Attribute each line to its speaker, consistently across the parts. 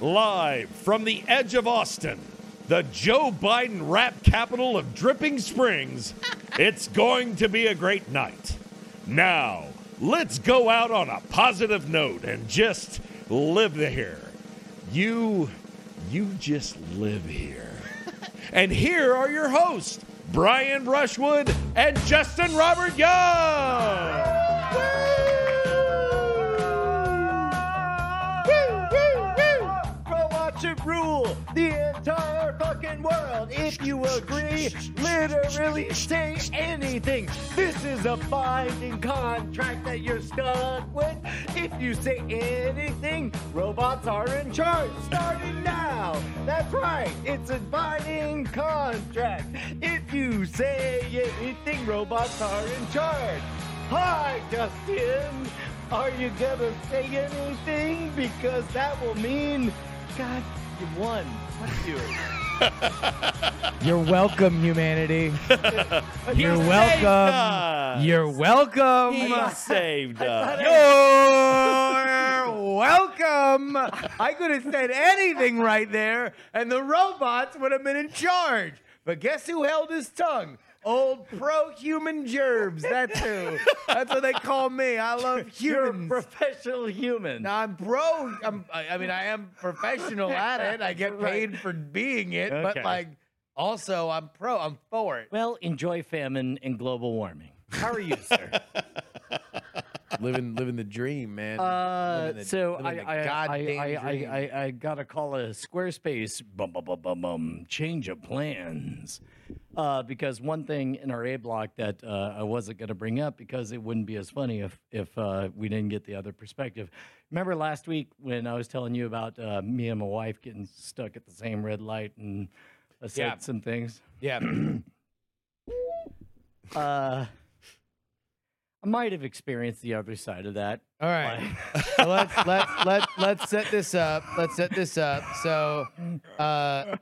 Speaker 1: Live from the edge of Austin, the Joe Biden rap capital of Dripping Springs, it's going to be a great night. Now, let's go out on a positive note and just live here. You, you just live here. and here are your hosts, Brian Brushwood and Justin Robert Young.
Speaker 2: Pro watch it rule the entire fucking world. If you agree, literally say anything. This is a binding contract that you're stuck with. If you say anything, robots are in charge. Starting now. That's right. It's a binding contract. If you say anything, robots are in charge. Hi, Justin. Are you gonna say anything? Because that will mean, God, you won. Fuck you.
Speaker 3: You're welcome, humanity.
Speaker 2: But
Speaker 3: You're
Speaker 2: you're
Speaker 4: Um,
Speaker 3: welcome.
Speaker 1: us.
Speaker 3: You're welcome.
Speaker 1: He saved us.
Speaker 3: You're welcome. I could have said anything right there, and the robots would have been in charge. But guess who held his tongue? Old pro-human gerbs. That's who. That's what they call me. I love
Speaker 2: You're a
Speaker 3: humans.
Speaker 2: professional human.
Speaker 3: Now, I'm pro. I'm, I I mean, I am professional at it. I get
Speaker 2: Right.
Speaker 3: paid for being it, but
Speaker 1: Okay.
Speaker 3: like, also, I'm pro. I'm for it.
Speaker 4: Well, enjoy famine and global warming.
Speaker 2: How are you, sir?
Speaker 3: living, living the dream, man.
Speaker 4: Uh,
Speaker 3: Living the-
Speaker 4: so I I,
Speaker 3: living the
Speaker 4: I,
Speaker 3: goddamn
Speaker 4: I,
Speaker 3: dream.
Speaker 4: I, I, I got to call a Squarespace bum, bum, bum, bum, bum, change of plans. Uh, because one thing in our A block that uh, I wasn't going to bring up because it wouldn't be as funny if, if uh, we didn't get the other perspective. Remember last week when I was telling you about uh, me and my wife getting stuck at the same red light and I said
Speaker 3: Yeah.
Speaker 4: some things?
Speaker 3: yeah.
Speaker 4: Uh, I might have experienced the other side of that.
Speaker 3: All right. So let's let's let let's set this up. Let's set this up. So, uh,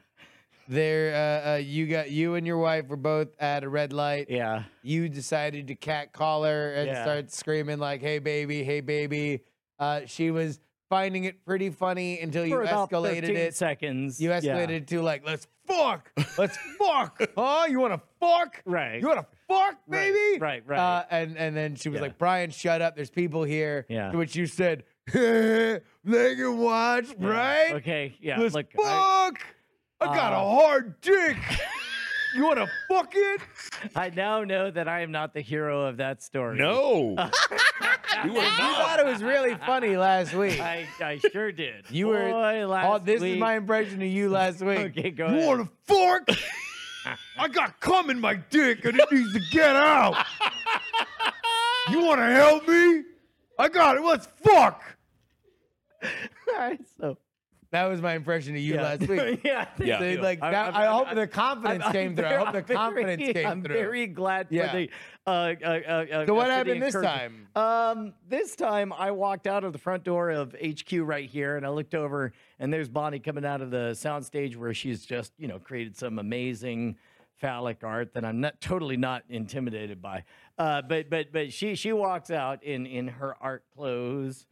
Speaker 3: there, uh, uh, you got you and your wife were both at a red light.
Speaker 4: Yeah.
Speaker 3: You decided to cat call her and
Speaker 4: Yeah.
Speaker 3: start screaming like, "Hey baby, hey baby." Uh, she was finding it pretty funny until you
Speaker 4: for about
Speaker 3: escalated
Speaker 4: 13
Speaker 3: it.
Speaker 4: seconds.
Speaker 3: You
Speaker 4: yeah.
Speaker 3: escalated it to like, "Let's fuck, let's fuck." Oh, you want to fuck?
Speaker 4: Right.
Speaker 3: You want to fuck,
Speaker 4: Right,
Speaker 3: baby?
Speaker 4: right, right.
Speaker 3: Uh, and and then she was
Speaker 4: Yeah.
Speaker 3: like, "Brian, shut up. There's people here."
Speaker 4: Yeah.
Speaker 3: To which you said, "They can watch,
Speaker 4: Yeah.
Speaker 3: right?
Speaker 4: Okay. Yeah.
Speaker 3: Let's
Speaker 4: look,
Speaker 3: fuck. I,
Speaker 4: I,
Speaker 3: got a
Speaker 4: Uh,
Speaker 3: hard dick. you want to fuck it?
Speaker 4: I now know that I am not the hero of that story.
Speaker 1: No. you were
Speaker 3: You thought it was really funny last week.
Speaker 4: I, I sure did.
Speaker 3: You were-
Speaker 4: Boy,
Speaker 3: Oh,
Speaker 4: last
Speaker 3: this is
Speaker 4: week-
Speaker 3: my impression of you last week.
Speaker 4: Okay, go
Speaker 3: you
Speaker 4: ahead.
Speaker 3: want to fork? I got cum in my dick and it needs to get out. you want to help me? I got it. Let's fuck.
Speaker 4: All right, so
Speaker 3: That was my impression of you
Speaker 4: yeah.
Speaker 3: last week.
Speaker 4: yeah.
Speaker 1: Yeah.
Speaker 3: So, like
Speaker 4: I'm-
Speaker 3: that,
Speaker 4: I'm-
Speaker 3: I hope
Speaker 4: I'm-
Speaker 3: the confidence
Speaker 4: I'm-
Speaker 3: came
Speaker 4: I'm
Speaker 3: through. I
Speaker 4: very-
Speaker 3: hope the
Speaker 4: I'm very-
Speaker 3: confidence came
Speaker 4: I'm
Speaker 3: through.
Speaker 4: very glad for
Speaker 3: Yeah.
Speaker 4: the. Uh, uh, uh, uh,
Speaker 3: so
Speaker 4: for
Speaker 3: what
Speaker 4: the
Speaker 3: happened this
Speaker 4: encouragement.
Speaker 3: time?
Speaker 4: Um, this time I walked out of the front door of HQ right here and I looked over and there's Bonnie coming out of the soundstage where she's just, you know, created some amazing phallic art that I'm not totally not intimidated by. Uh, but but but she she walks out in in her art clothes.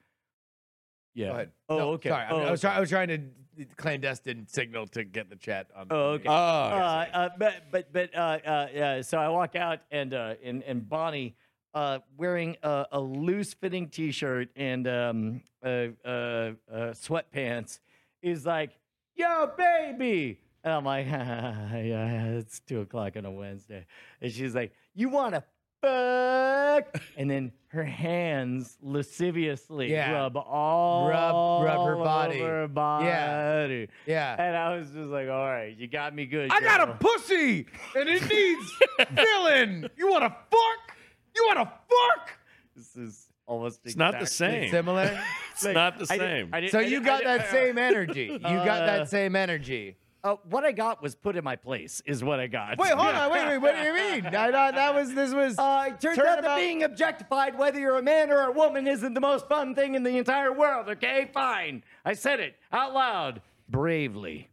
Speaker 4: Yeah.
Speaker 3: Go ahead.
Speaker 4: Oh,
Speaker 3: No,
Speaker 4: okay.
Speaker 3: Sorry, I,
Speaker 4: oh,
Speaker 3: mean, I was
Speaker 4: okay.
Speaker 3: try, I was trying to clandestine signal to get the chat on.
Speaker 4: Oh, okay.
Speaker 1: Oh,
Speaker 4: uh, uh, but but but uh, uh, yeah, so I walk out and uh, and and Bonnie uh, wearing a, a loose fitting T-shirt and um, uh, uh, uh, sweatpants is like, "Yo, baby," and I'm like, "Yeah, it's two o'clock on a Wednesday," and she's like, "You want to?" Fuck. And then her hands lasciviously
Speaker 3: Yeah.
Speaker 4: rub all
Speaker 3: rub her body.
Speaker 4: over her body.
Speaker 3: yeah.
Speaker 4: And I was just like, all right, you got me good.
Speaker 3: I got a
Speaker 4: girl."
Speaker 3: pussy and it needs filling. You want to fuck? You want to fuck?
Speaker 4: This is almost
Speaker 1: It's not the
Speaker 3: It's
Speaker 1: same.
Speaker 3: similar.
Speaker 1: It's not the same.
Speaker 3: So you got that same energy. You got
Speaker 4: Uh,
Speaker 3: that same energy.
Speaker 4: Uh, what I got was put in my place, is what I got.
Speaker 3: Wait, hold on. Wait, wait. What do you mean? I thought that was this was.
Speaker 4: Uh, it turns
Speaker 3: Turn
Speaker 4: out that
Speaker 3: about-
Speaker 4: being objectified, whether you're a man or a woman, isn't the most fun thing in the entire world, okay? Fine. I said it out loud, bravely.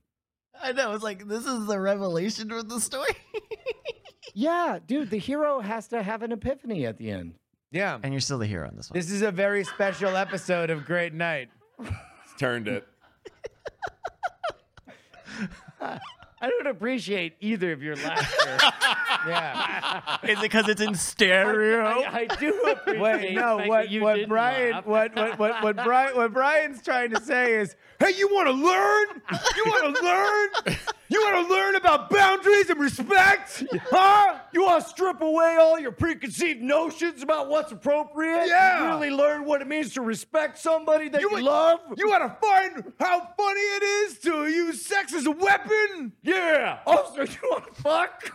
Speaker 5: I know. It's like this is the revelation of the story.
Speaker 4: Yeah, dude, the hero has to have an epiphany at the end.
Speaker 3: yeah.
Speaker 5: and you're still the hero on this one.
Speaker 3: This is a very special episode of Great Night.
Speaker 1: Turned it.
Speaker 4: I don't appreciate either of your laughter.
Speaker 3: Yeah.
Speaker 5: Is it because it's in stereo?
Speaker 4: I, I do appreciate
Speaker 3: Wait,
Speaker 4: the
Speaker 3: no,
Speaker 4: fact
Speaker 3: what
Speaker 4: that you
Speaker 3: what
Speaker 4: didn't
Speaker 3: Brian
Speaker 4: laugh.
Speaker 3: what what what what Brian what Brian's trying to say is, hey, you want to learn? You want to learn? You want to learn about boundaries and respect? Huh?
Speaker 2: You want to strip away all your preconceived notions about what's appropriate?
Speaker 3: Yeah.
Speaker 2: Really learn what it means to respect somebody that you,
Speaker 3: wa-
Speaker 2: love?
Speaker 3: You want to find how funny it is to use sex as a weapon?
Speaker 2: yeah. Also, you want to fuck?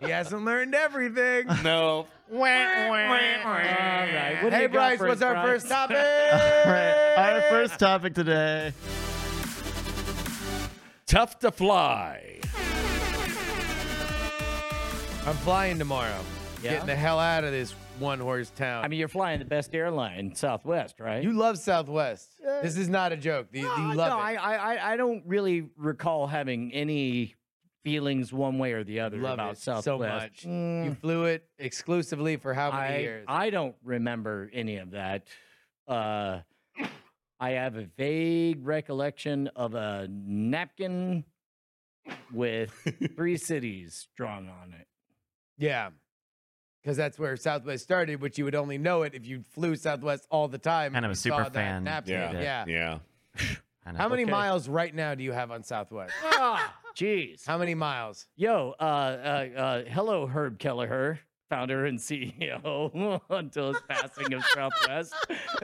Speaker 3: He hasn't learned everything.
Speaker 1: No.
Speaker 4: All right, what do
Speaker 3: hey,
Speaker 4: you
Speaker 3: Bryce,
Speaker 4: got for us,
Speaker 3: what's our
Speaker 4: Bryce?
Speaker 3: first topic?
Speaker 5: All right, our first topic today.
Speaker 1: Tough to fly.
Speaker 3: I'm flying tomorrow.
Speaker 4: Yeah?
Speaker 3: Getting the hell out of this one horse town.
Speaker 4: I mean, you're flying the best airline, Southwest, right?
Speaker 3: you love Southwest. This is not a joke. You,
Speaker 4: Uh,
Speaker 3: you love
Speaker 4: no,
Speaker 3: it.
Speaker 4: I, I, I- I don't really recall having any feelings one way or the other
Speaker 3: love
Speaker 4: about
Speaker 3: it
Speaker 4: Southwest.
Speaker 3: so much.
Speaker 4: Mm,
Speaker 3: You flew it exclusively for how many
Speaker 4: I,
Speaker 3: years?
Speaker 4: I don't remember any of that. Uh, I have a vague recollection of a napkin with three cities drawn on it.
Speaker 3: yeah. Because that's where Southwest started, which you would only know it if you flew Southwest all the time.
Speaker 5: Kind
Speaker 3: and
Speaker 5: of a
Speaker 3: you saw
Speaker 5: super
Speaker 3: that
Speaker 5: fan.
Speaker 3: napkin.
Speaker 1: Yeah.
Speaker 3: Yeah.
Speaker 1: Yeah.
Speaker 5: I know.
Speaker 3: How many
Speaker 4: Okay.
Speaker 3: miles right now do you have on Southwest?
Speaker 4: Ah, jeez.
Speaker 3: How many miles?
Speaker 4: Yo, uh, uh, uh, hello, Herb Kelleher, founder and CEO until his passing of Southwest.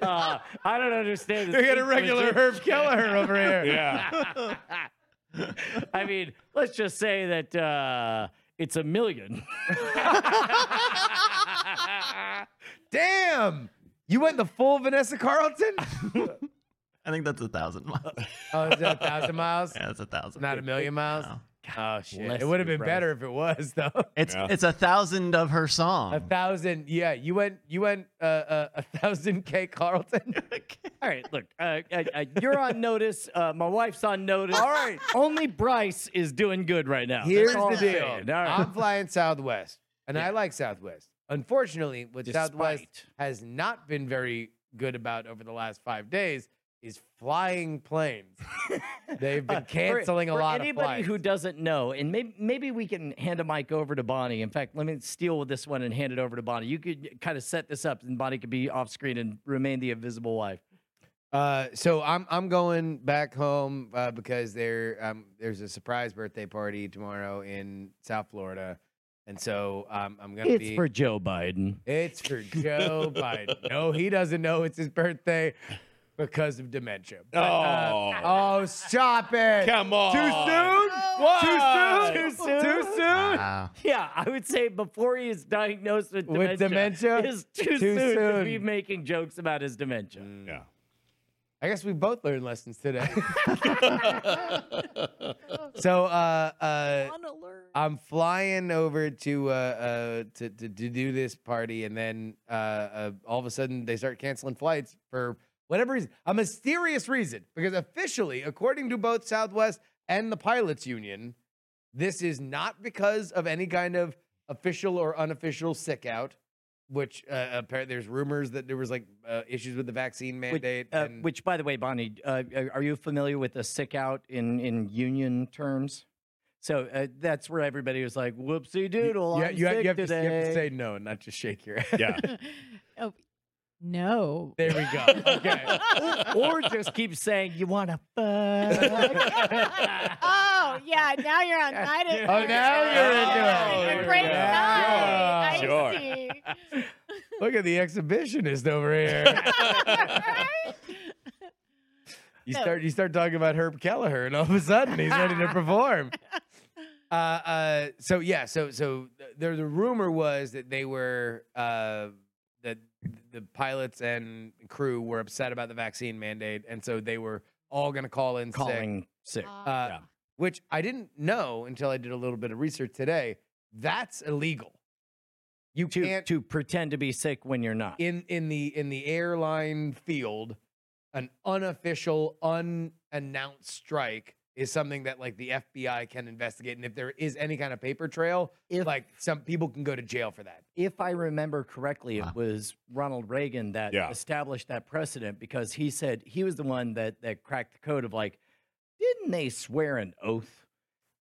Speaker 4: Uh, I don't understand. this English-
Speaker 3: Kelleher over here.
Speaker 1: Yeah.
Speaker 4: I mean, let's just say that uh, it's a million.
Speaker 3: Damn. You went the full Vanessa Carlton?
Speaker 5: I think that's a thousand miles.
Speaker 3: oh, is that a thousand miles?
Speaker 5: Yeah, that's a thousand.
Speaker 3: Not a million miles?
Speaker 5: No.
Speaker 3: Oh, shit.
Speaker 4: bless
Speaker 3: It would have
Speaker 4: you,
Speaker 3: been
Speaker 4: Bryce.
Speaker 3: better if it was, though.
Speaker 5: It's
Speaker 1: Yeah.
Speaker 5: it's a thousand of her song.
Speaker 3: A thousand, yeah. You went, you went, uh, uh, a thousand K Carlton.
Speaker 4: All right, look, uh, uh, uh, you're on notice. Uh, my wife's on notice. All right. Only Bryce is doing good right now. Oh, That's
Speaker 3: Here's
Speaker 4: all
Speaker 3: the
Speaker 4: I'm
Speaker 3: deal.
Speaker 4: saying. All right.
Speaker 3: I'm flying Southwest, and I like Southwest. Unfortunately, what Southwest
Speaker 4: Despite.
Speaker 3: has not been very good about over the last five days is flying planes. They've been
Speaker 4: Uh,
Speaker 3: canceling
Speaker 4: for,
Speaker 3: a lot
Speaker 4: for
Speaker 3: of
Speaker 4: anybody
Speaker 3: flights.
Speaker 4: who doesn't know, and maybe maybe we can hand a mic over to Bonnie. In fact, let me steal this one and hand it over to Bonnie. You could kind of set this up, and Bonnie could be off screen and remain the invisible wife.
Speaker 3: Uh, so I'm I'm going back home uh, because there um there's a surprise birthday party tomorrow in South Florida, and so um, I'm gonna
Speaker 4: It's
Speaker 3: be.
Speaker 4: for Joe Biden.
Speaker 3: it's for Joe Biden. No, he doesn't know it's his birthday because of dementia. But, uh, oh, stop it!
Speaker 1: Come on.
Speaker 3: Too soon?
Speaker 1: Why?
Speaker 3: Too soon?
Speaker 4: Too soon?
Speaker 3: Too soon?
Speaker 5: Wow.
Speaker 4: Yeah, I would say before he is diagnosed with dementia,
Speaker 3: With dementia?
Speaker 4: is too,
Speaker 3: Too
Speaker 4: soon, to
Speaker 3: soon.
Speaker 4: be making jokes about his dementia.
Speaker 3: Mm,
Speaker 1: Yeah.
Speaker 3: I guess we both learned lessons today. so uh, uh, I'm flying over to, uh, uh, to to to do this party, and then uh, uh, all of a sudden they start canceling flights for whatever reason, a mysterious reason. Because officially, according to both Southwest and the pilots union, this is not because of any kind of official or unofficial sick out. Which uh, apparently there's rumors that there was like uh, issues with the vaccine
Speaker 4: Which,
Speaker 3: mandate.
Speaker 4: uh,
Speaker 3: and-
Speaker 4: which, by the way, Bonnie, uh, are- are you familiar with the sick out in, in union terms? So uh, that's where everybody was like, "Whoopsie doodle,
Speaker 3: Yeah,
Speaker 4: I'm
Speaker 3: you, ha-
Speaker 4: sick
Speaker 3: you have to,
Speaker 4: today."
Speaker 3: you have to say no, not just shake your head.
Speaker 1: Yeah.
Speaker 6: oh, no.
Speaker 3: There we go. Okay.
Speaker 4: or just keep saying you want to fuck.
Speaker 6: oh, yeah. Now you're on night at
Speaker 3: Oh, now you're into it.
Speaker 6: A great night.
Speaker 1: Yeah. Sure.
Speaker 6: I see.
Speaker 3: Look at the exhibitionist over here.
Speaker 6: Right?
Speaker 3: You start you start talking about Herb Kelleher, and all of a sudden he's ready to perform. Uh, uh, so yeah, so so th- there the rumor was that they were uh, that the pilots and crew were upset about the vaccine mandate, and so they were all going to call in sick.
Speaker 4: Calling sick.
Speaker 6: Uh,
Speaker 3: uh,
Speaker 4: Yeah.
Speaker 3: which I didn't know until I did a little bit of research today. That's illegal. You
Speaker 4: To,
Speaker 3: can't
Speaker 4: to pretend to be sick when you're not.
Speaker 3: in in the in the airline field, an unofficial, unannounced strike is something that like the FBI can investigate, and if there is any kind of paper trail,
Speaker 4: If-
Speaker 3: like some people can go to jail for that.
Speaker 4: if I remember correctly,
Speaker 5: Wow.
Speaker 4: it was Ronald Reagan that
Speaker 1: Uh-huh. Yeah.
Speaker 4: established that precedent because he said he was the one that that cracked the code of like, didn't they swear an oath?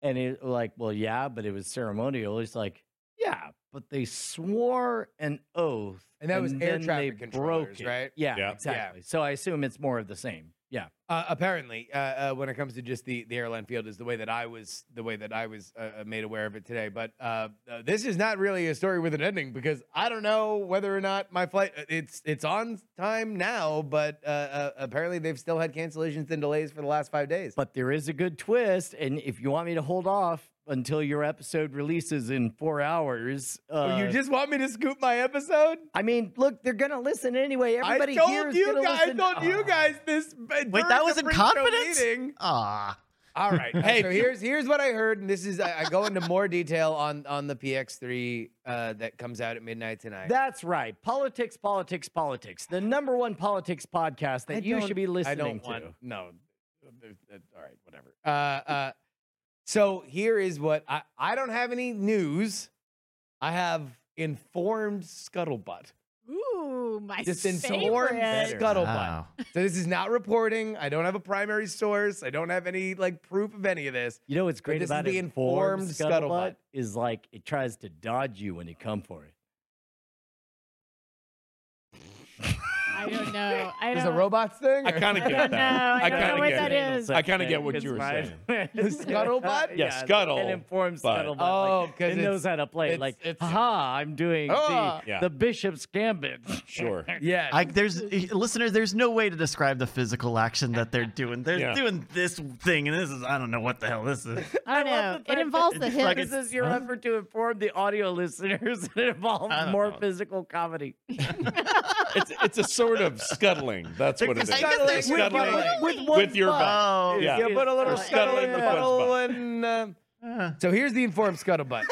Speaker 4: And it like, well, yeah, but it was ceremonial. He's like, yeah, but they swore an oath,
Speaker 3: And that was air
Speaker 4: then they
Speaker 3: traffic
Speaker 4: broke
Speaker 3: controllers,
Speaker 4: it.
Speaker 3: right?
Speaker 4: Yeah,
Speaker 1: Yeah. Yeah.
Speaker 4: exactly. So I assume it's more of the same. Yeah,
Speaker 3: Uh, apparently, uh, uh, when it comes to just the, the airline field, is the way that I was the way that I was uh, uh, made aware of it today. But uh, uh, this is not really a story with an ending because I don't know whether or not my flight uh, it's it's on time now, but uh, uh, apparently they've still had cancellations and delays for the last five days.
Speaker 4: but there is a good twist, and if you want me to hold off until your episode releases in four hours, uh,
Speaker 3: Oh, you just want me to scoop my episode?
Speaker 4: I mean, look, they're gonna listen anyway. Everybody
Speaker 3: I
Speaker 4: here
Speaker 3: told
Speaker 4: is
Speaker 3: you
Speaker 4: gonna
Speaker 3: guys,
Speaker 4: listen.
Speaker 3: I told you
Speaker 4: Ah.
Speaker 3: guys this. Wait,
Speaker 5: that was in confidence? Ah.
Speaker 3: All right. Hey, so here's here's what I heard, and this is I, I go into more detail on on the PX3 uh, that comes out at midnight tonight.
Speaker 4: That's right. Politics, politics, politics. The number one politics podcast that
Speaker 3: I
Speaker 4: you
Speaker 3: don't-
Speaker 4: should be listening
Speaker 3: I don't
Speaker 4: to.
Speaker 3: want no. there's- uh, All right, whatever. Uh, uh, so here is what I I don't have any news. I have informed scuttlebutt.
Speaker 6: Ooh, my
Speaker 3: Just informed
Speaker 6: favorite.
Speaker 3: scuttlebutt.
Speaker 5: Wow.
Speaker 3: So this is not reporting. I don't have a primary source. I don't have any like proof of any of this.
Speaker 4: You know what's great
Speaker 3: this is
Speaker 4: about
Speaker 3: the
Speaker 4: informed
Speaker 3: informed scuttlebutt.
Speaker 4: scuttlebutt, is like it tries to dodge you when you come for it.
Speaker 6: I don't know. I
Speaker 3: Is
Speaker 6: don't,
Speaker 3: the robots thing?
Speaker 1: I kind
Speaker 6: I
Speaker 1: of
Speaker 6: don't
Speaker 1: get that.
Speaker 6: know. I don't
Speaker 1: kinda
Speaker 6: know what
Speaker 1: get
Speaker 6: that
Speaker 1: it.
Speaker 6: is.
Speaker 1: I kinda get what you were
Speaker 4: saying.
Speaker 3: Scuttlebutt?
Speaker 1: Yeah, scuttle,
Speaker 4: An informed
Speaker 1: but-
Speaker 4: scuttlebutt.
Speaker 3: Oh,
Speaker 4: like,
Speaker 3: 'cause
Speaker 4: it knows
Speaker 3: it's-
Speaker 4: how to play.
Speaker 3: it's-
Speaker 4: Like,
Speaker 3: it's-
Speaker 4: ha, I'm doing
Speaker 3: Ah.
Speaker 4: the,
Speaker 1: Yeah.
Speaker 4: the bishop's gambit.
Speaker 1: Sure.
Speaker 3: yeah.
Speaker 5: I, there's listener. There's no way to describe the physical action that they're doing. They're
Speaker 1: Yeah.
Speaker 5: doing this thing, and this is I don't know what the hell this is.
Speaker 6: I don't
Speaker 4: love
Speaker 6: know.
Speaker 4: the fact
Speaker 6: It
Speaker 4: that
Speaker 6: involves the
Speaker 5: it's
Speaker 6: hips.
Speaker 5: like
Speaker 4: This
Speaker 5: it's-
Speaker 4: is your
Speaker 5: Huh?
Speaker 4: effort to inform the audio listeners that it involves
Speaker 5: I don't
Speaker 4: more
Speaker 5: know.
Speaker 4: physical comedy.
Speaker 1: it's it's a sort of scuttling. That's what it is.
Speaker 5: I guess there's
Speaker 1: scuttling
Speaker 5: scuttling.
Speaker 1: with,
Speaker 4: With
Speaker 1: your butt.
Speaker 5: Oh,
Speaker 1: Yeah.
Speaker 3: You put a little
Speaker 1: Or
Speaker 3: scuttle
Speaker 1: scuttling
Speaker 3: in the
Speaker 1: the bus
Speaker 3: puddle
Speaker 1: bus.
Speaker 3: and. Uh,
Speaker 5: Uh,
Speaker 3: So here's the informed scuttlebutt.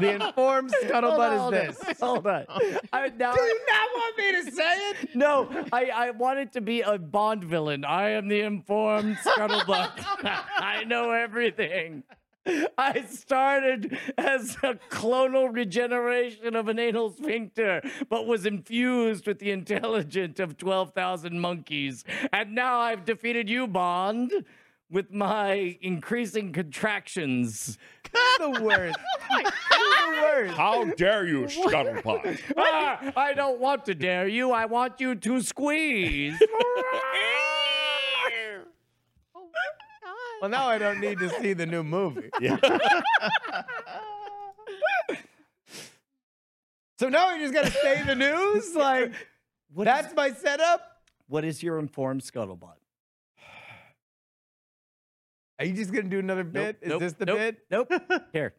Speaker 3: the informed scuttlebutt
Speaker 4: Hold on,
Speaker 3: is this.
Speaker 4: Hold on. I, now,
Speaker 3: not want me to say it?
Speaker 4: no, I, I wanted to be a Bond villain. I am the informed scuttlebutt. I know everything. I started as a clonal regeneration of an anal sphincter, but was infused with the intelligence of 12,000 monkeys. And now I've defeated you, Bond, with my increasing contractions.
Speaker 3: The worst. the worst.
Speaker 1: How dare you, scuttlebutt?
Speaker 4: Ah, I don't want to dare you. I want you to squeeze.
Speaker 6: Oh my
Speaker 3: Well,
Speaker 6: God.
Speaker 3: now I don't need to see the new movie.
Speaker 1: Yeah.
Speaker 3: So now we just gotta stay the news. Like that's my setup.
Speaker 4: what is your informed scuttlebutt?
Speaker 3: Are you just gonna do another
Speaker 4: Nope,
Speaker 3: bit?
Speaker 4: nope,
Speaker 3: is this the
Speaker 4: nope,
Speaker 3: bit?
Speaker 4: Nope. Here.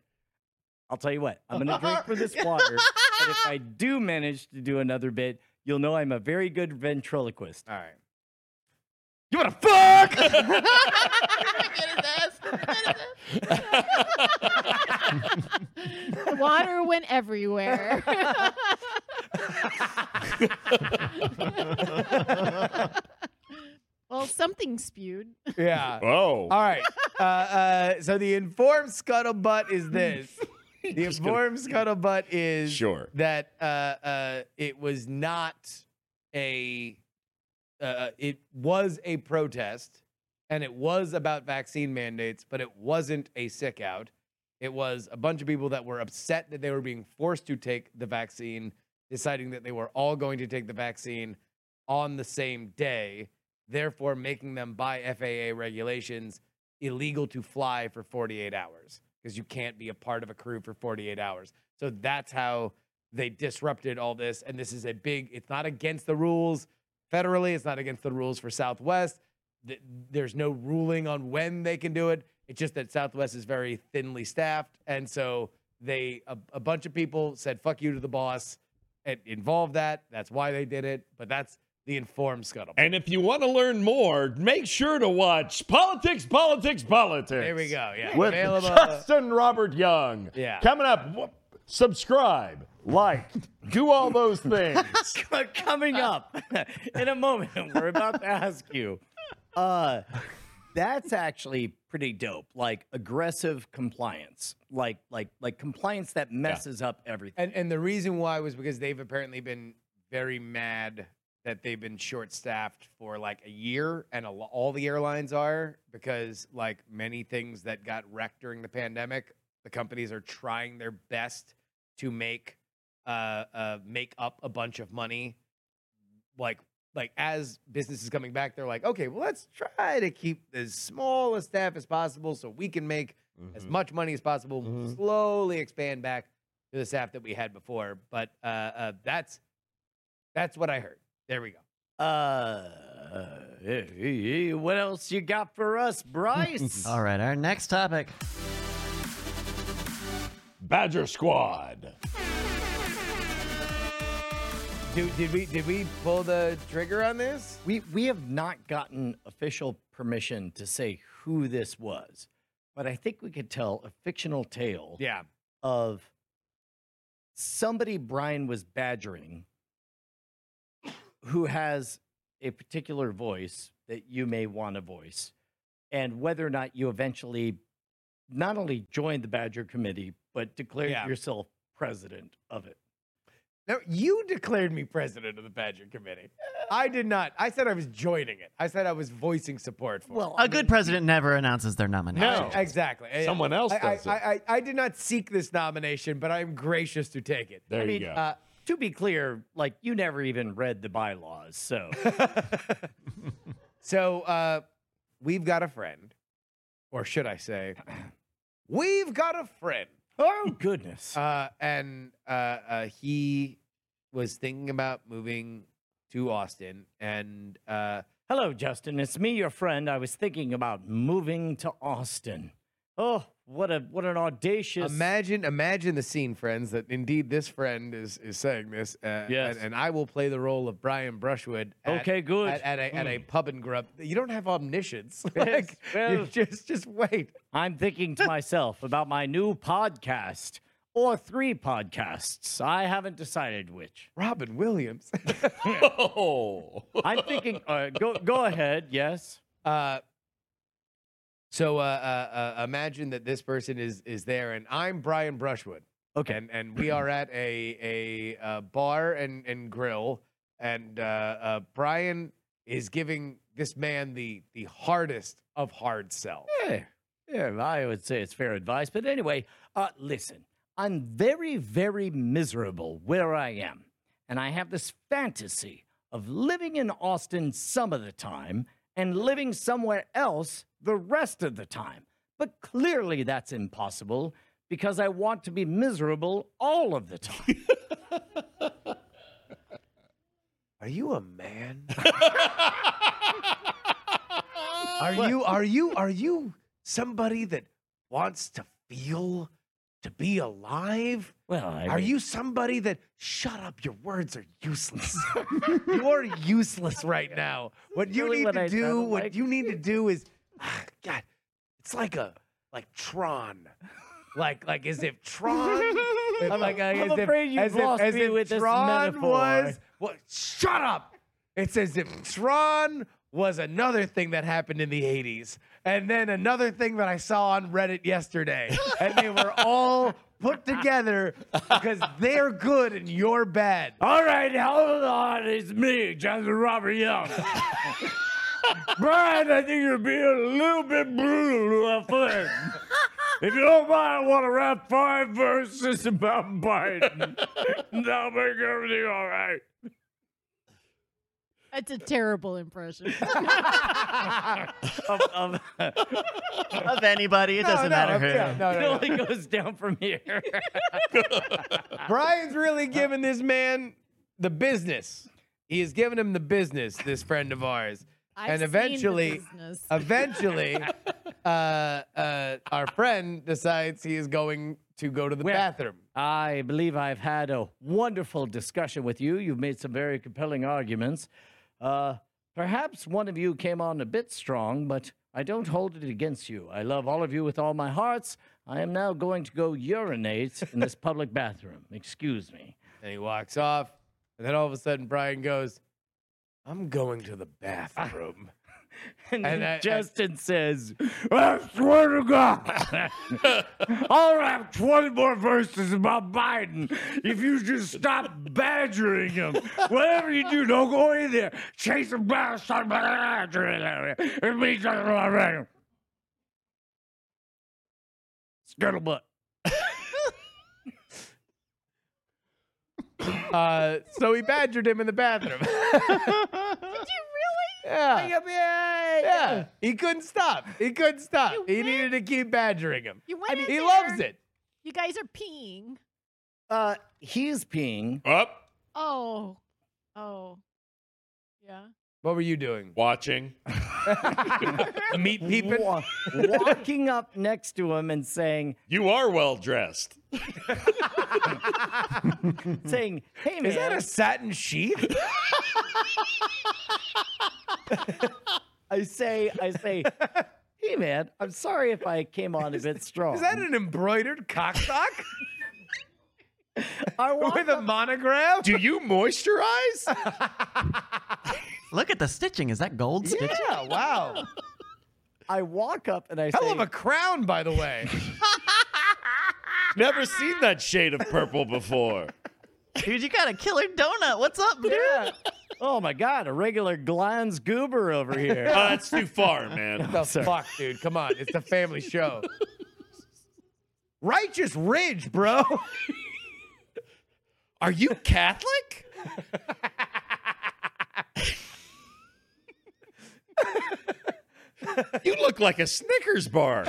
Speaker 4: I'll tell you what. I'm gonna drink for this water. and if I do manage to do another bit, you'll know I'm a very good ventriloquist.
Speaker 3: All right.
Speaker 1: You wanna fuck?
Speaker 6: Water went everywhere. well, something spewed.
Speaker 3: Yeah.
Speaker 1: Oh.
Speaker 3: All right. Uh, uh, so the informed scuttlebutt is this. The informed scuttlebutt is
Speaker 1: Sure.
Speaker 3: that uh, uh, it was not a. Uh, it was a protest, and it was about vaccine mandates, but it wasn't a sick out. It was a bunch of people that were upset that they were being forced to take the vaccine, deciding that they were all going to take the vaccine on the same day, therefore making them by FAA regulations illegal to fly for 48 hours because you can't be a part of a crew for 48 hours. So that's how they disrupted all this. And this is a big, it's not against the rules federally, it's not against the rules for Southwest. Th- There's no ruling on when they can do it. It's just that Southwest is very thinly staffed. And so they, a, a bunch of people said, fuck you to the boss. It involved that. That's why they did it. But that's the informed scuttlebutt.
Speaker 1: And if you want to learn more, make sure to watch Politics, Politics, Politics.
Speaker 3: there we go. Yeah.
Speaker 1: With
Speaker 3: Available-
Speaker 1: Justin Robert Young.
Speaker 3: Yeah.
Speaker 1: Coming up, wh- subscribe, like, do all those things.
Speaker 4: But coming up in a moment, we're about to ask you. Uh, that's actually pretty dope. Like aggressive compliance, like like like compliance that messes up everything.
Speaker 3: And and the reason why was because they've apparently been very mad that they've been short-staffed for like a year, and a, lo- all the airlines are because like many things that got wrecked during the pandemic, the companies are trying their best to make uh, uh make up a bunch of money, like. Like as business is coming back, they're like, okay, well, let's try to keep as small a staff as possible so we can make as much money as possible,
Speaker 1: Mhm.
Speaker 3: slowly expand back to the staff that we had before. But uh, uh, that's that's what I heard. There we go.
Speaker 4: Uh, eh, eh, eh, what else you got for us, Bryce?
Speaker 5: All right, our next topic.
Speaker 1: Badger Squad.
Speaker 3: Dude, did we did we pull the trigger on this?
Speaker 4: We we have not gotten official permission to say who this was, but I think we could tell a fictional tale
Speaker 3: Yeah.
Speaker 4: of somebody Brian was badgering who has a particular voice that you may want to voice, and whether or not you eventually not only joined the Badger Committee, but declared
Speaker 3: Yeah.
Speaker 4: yourself president of it.
Speaker 3: No, you declared me president of the Badger Committee. I did not. I said I was joining it. I said I was voicing support for.
Speaker 4: Well,
Speaker 5: A good president never announces their
Speaker 3: it.
Speaker 1: No.
Speaker 5: nomination.
Speaker 3: exactly. I-
Speaker 1: Someone else
Speaker 3: I, I-
Speaker 1: does it.
Speaker 3: I, I, I did not seek this nomination, but I am gracious to take it.
Speaker 1: There
Speaker 4: I
Speaker 1: you
Speaker 4: mean,
Speaker 1: go.
Speaker 4: uh, to be clear, like you never even read the bylaws, so
Speaker 3: So uh, we've got a friend, or should I say, we've got a friend.
Speaker 4: oh goodness.
Speaker 3: Uh, and uh, uh, he was thinking about moving to Austin, and uh,
Speaker 4: Hello, Justin. It's me, your friend. I was thinking about moving to Austin. Oh, what a what an audacious
Speaker 3: imagine imagine the scene, friends. That indeed this friend is is saying this. Uh,
Speaker 4: Yes.
Speaker 3: and, and I will play the role of Brian Brushwood. at-
Speaker 4: Okay, good. Hmm.
Speaker 3: At, at a at a pub and grub. You don't have omniscience.
Speaker 4: Yes,
Speaker 3: like,
Speaker 4: well-
Speaker 3: you just just wait.
Speaker 4: I'm thinking to myself about my new podcast or three podcasts. I haven't decided which.
Speaker 3: Robin Williams.
Speaker 1: oh.
Speaker 4: I'm thinking. Uh, go go ahead. Yes.
Speaker 3: Uh, so uh, uh, uh, imagine that this person is is there, and I'm Brian Brushwood,
Speaker 4: Okay.
Speaker 3: and and we are at a a uh, bar and and grill, and uh, uh, Brian is giving this man the the hardest of hard sell.
Speaker 4: Yeah, Eh, yeah, I would say it's fair advice. But anyway, uh, listen, I'm very, very miserable where I am. And I have this fantasy of living in Austin some of the time and living somewhere else the rest of the time. But clearly that's impossible because I want to be miserable all of the time.
Speaker 3: Are you a man? are you are you are you somebody that wants to feel to be alive?
Speaker 4: well, I
Speaker 3: Are
Speaker 4: mean,
Speaker 3: you somebody that shut up? Your words are useless. You're useless right now. What you
Speaker 4: really
Speaker 3: need
Speaker 4: what
Speaker 3: to
Speaker 4: I
Speaker 3: do,
Speaker 4: sounded
Speaker 3: what
Speaker 4: like.
Speaker 3: you need to do is, ah, God, it's like a like Tron, like like as if Tron. if,
Speaker 4: I'm-
Speaker 3: like, uh, as
Speaker 4: I'm
Speaker 3: if-
Speaker 4: afraid you've
Speaker 3: as if-
Speaker 4: lost
Speaker 3: as
Speaker 4: me
Speaker 3: if
Speaker 4: with this
Speaker 3: Tron
Speaker 4: metaphor.
Speaker 3: Was, well, shut up. It's as if Tron was another thing that happened in the 80s. And then another thing that I saw on Reddit yesterday. And they were all put together because they're good and you're bad.
Speaker 4: All right, hold on. It's me, Jonathan Robert Young. Brian, I think you're being a little bit brutal, I think. If you don't mind, I want to rap five verses about Biden. That'll make everything all right.
Speaker 6: That's a terrible impression.
Speaker 4: Of, of,
Speaker 5: Of anybody, it doesn't matter who.
Speaker 3: yeah, no, no,
Speaker 4: it
Speaker 3: no.
Speaker 4: only goes down from here.
Speaker 3: Brian's really giving this man the business. He is giving him the business, this friend of ours.
Speaker 6: I've
Speaker 3: and
Speaker 6: seen the
Speaker 3: eventually,
Speaker 6: business.
Speaker 3: eventually, uh, uh, our friend decides he is going to go to the
Speaker 4: Where?
Speaker 3: bathroom.
Speaker 4: I believe I've had a wonderful discussion with you. You've made some very compelling arguments. Uh, perhaps one of you came on a bit strong, but I don't hold it against you. I love all of you with all my hearts. I am now going to go urinate in this public bathroom. Excuse me.
Speaker 3: And he walks off. And then all of a sudden, Brian goes, I'm going to the bathroom.
Speaker 4: And,
Speaker 3: And
Speaker 4: then
Speaker 3: I- I-
Speaker 4: Justin says, I swear to God, I'll have 20 more verses about Biden if you just stop badgering him. Whatever you do, don't go in there. Chase him down, stop badgering him. It means nothing about him. Skittle butt.
Speaker 3: Uh, so he badgered him in the bathroom. Yeah. Yeah. He couldn't stop. He couldn't stop.
Speaker 6: You
Speaker 3: He
Speaker 6: went-
Speaker 3: needed to keep badgering him.
Speaker 6: You went
Speaker 3: I mean,
Speaker 6: in
Speaker 3: he
Speaker 6: there.
Speaker 3: loves it.
Speaker 6: You guys are peeing.
Speaker 4: Uh, he's peeing.
Speaker 1: Up,
Speaker 6: Oh. Oh. Yeah.
Speaker 3: What were you doing?
Speaker 1: watching.
Speaker 3: Meat peeping?
Speaker 4: wa- walking up next to him and saying,
Speaker 1: You are well dressed.
Speaker 4: saying, "Hey man,
Speaker 3: Is that a satin sheath?
Speaker 4: I say, I say, hey man, I'm sorry if I came on a bit strong.
Speaker 3: Is that an embroidered cocksock
Speaker 4: I walk
Speaker 3: with a
Speaker 4: up-
Speaker 3: monogram?
Speaker 1: Do you moisturize?
Speaker 5: Look at the stitching. Is that gold stitching?
Speaker 3: Yeah, wow.
Speaker 4: I walk up and I
Speaker 3: Hell
Speaker 4: say,
Speaker 3: of a crown, by the way.
Speaker 1: Never seen that shade of purple before.
Speaker 5: Dude, you got a killer donut. What's up, dude?
Speaker 4: "Oh my god, a regular Glans goober over here."
Speaker 1: Uh, that's too far, man.
Speaker 3: the fuck, dude? Come on. It's a family show. Righteous Ridge, bro.
Speaker 1: Are you Catholic? you look like a Snickers bar.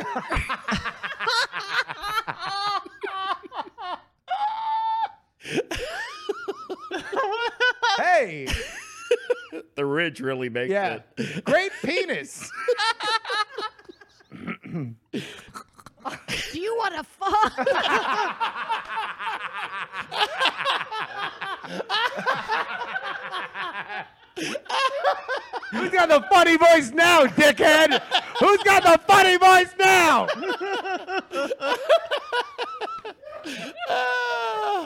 Speaker 3: Hey.
Speaker 1: The ridge really makes
Speaker 3: Yeah.
Speaker 1: it.
Speaker 3: Great penis.
Speaker 6: Do you want to fuck?
Speaker 3: Who's got the funny voice now, dickhead? Who's got the funny voice now?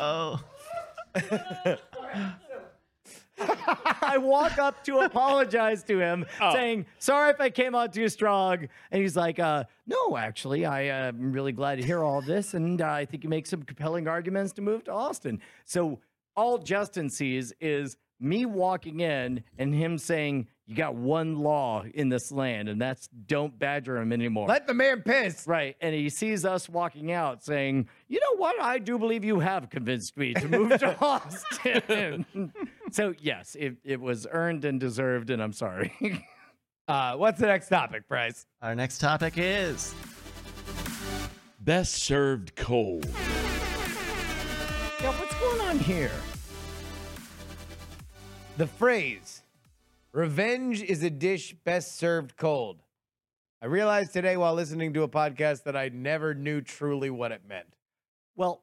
Speaker 5: Oh.
Speaker 4: I walk up to apologize to him, saying, "Sorry if I came on too strong." And he's like, uh, "No, actually, I uh, am really glad to hear all this, and uh, I think you make some compelling arguments to move to Austin." So all Justin sees is me walking in and him saying, "You got one law in this land, and that's don't badger him anymore."
Speaker 3: Let the man piss.
Speaker 4: Right. And he sees us walking out saying, You know what? I do believe you have convinced me to move to Austin. so, yes, it, it was earned and deserved. And I'm sorry.
Speaker 3: Uh, what's the next topic, Bryce?
Speaker 5: Our next topic is
Speaker 1: Best served cold.
Speaker 4: now, what's going on here?
Speaker 3: The phrase revenge is a dish best served cold. I realized today while listening to a podcast that I never knew truly what it meant.
Speaker 4: Well,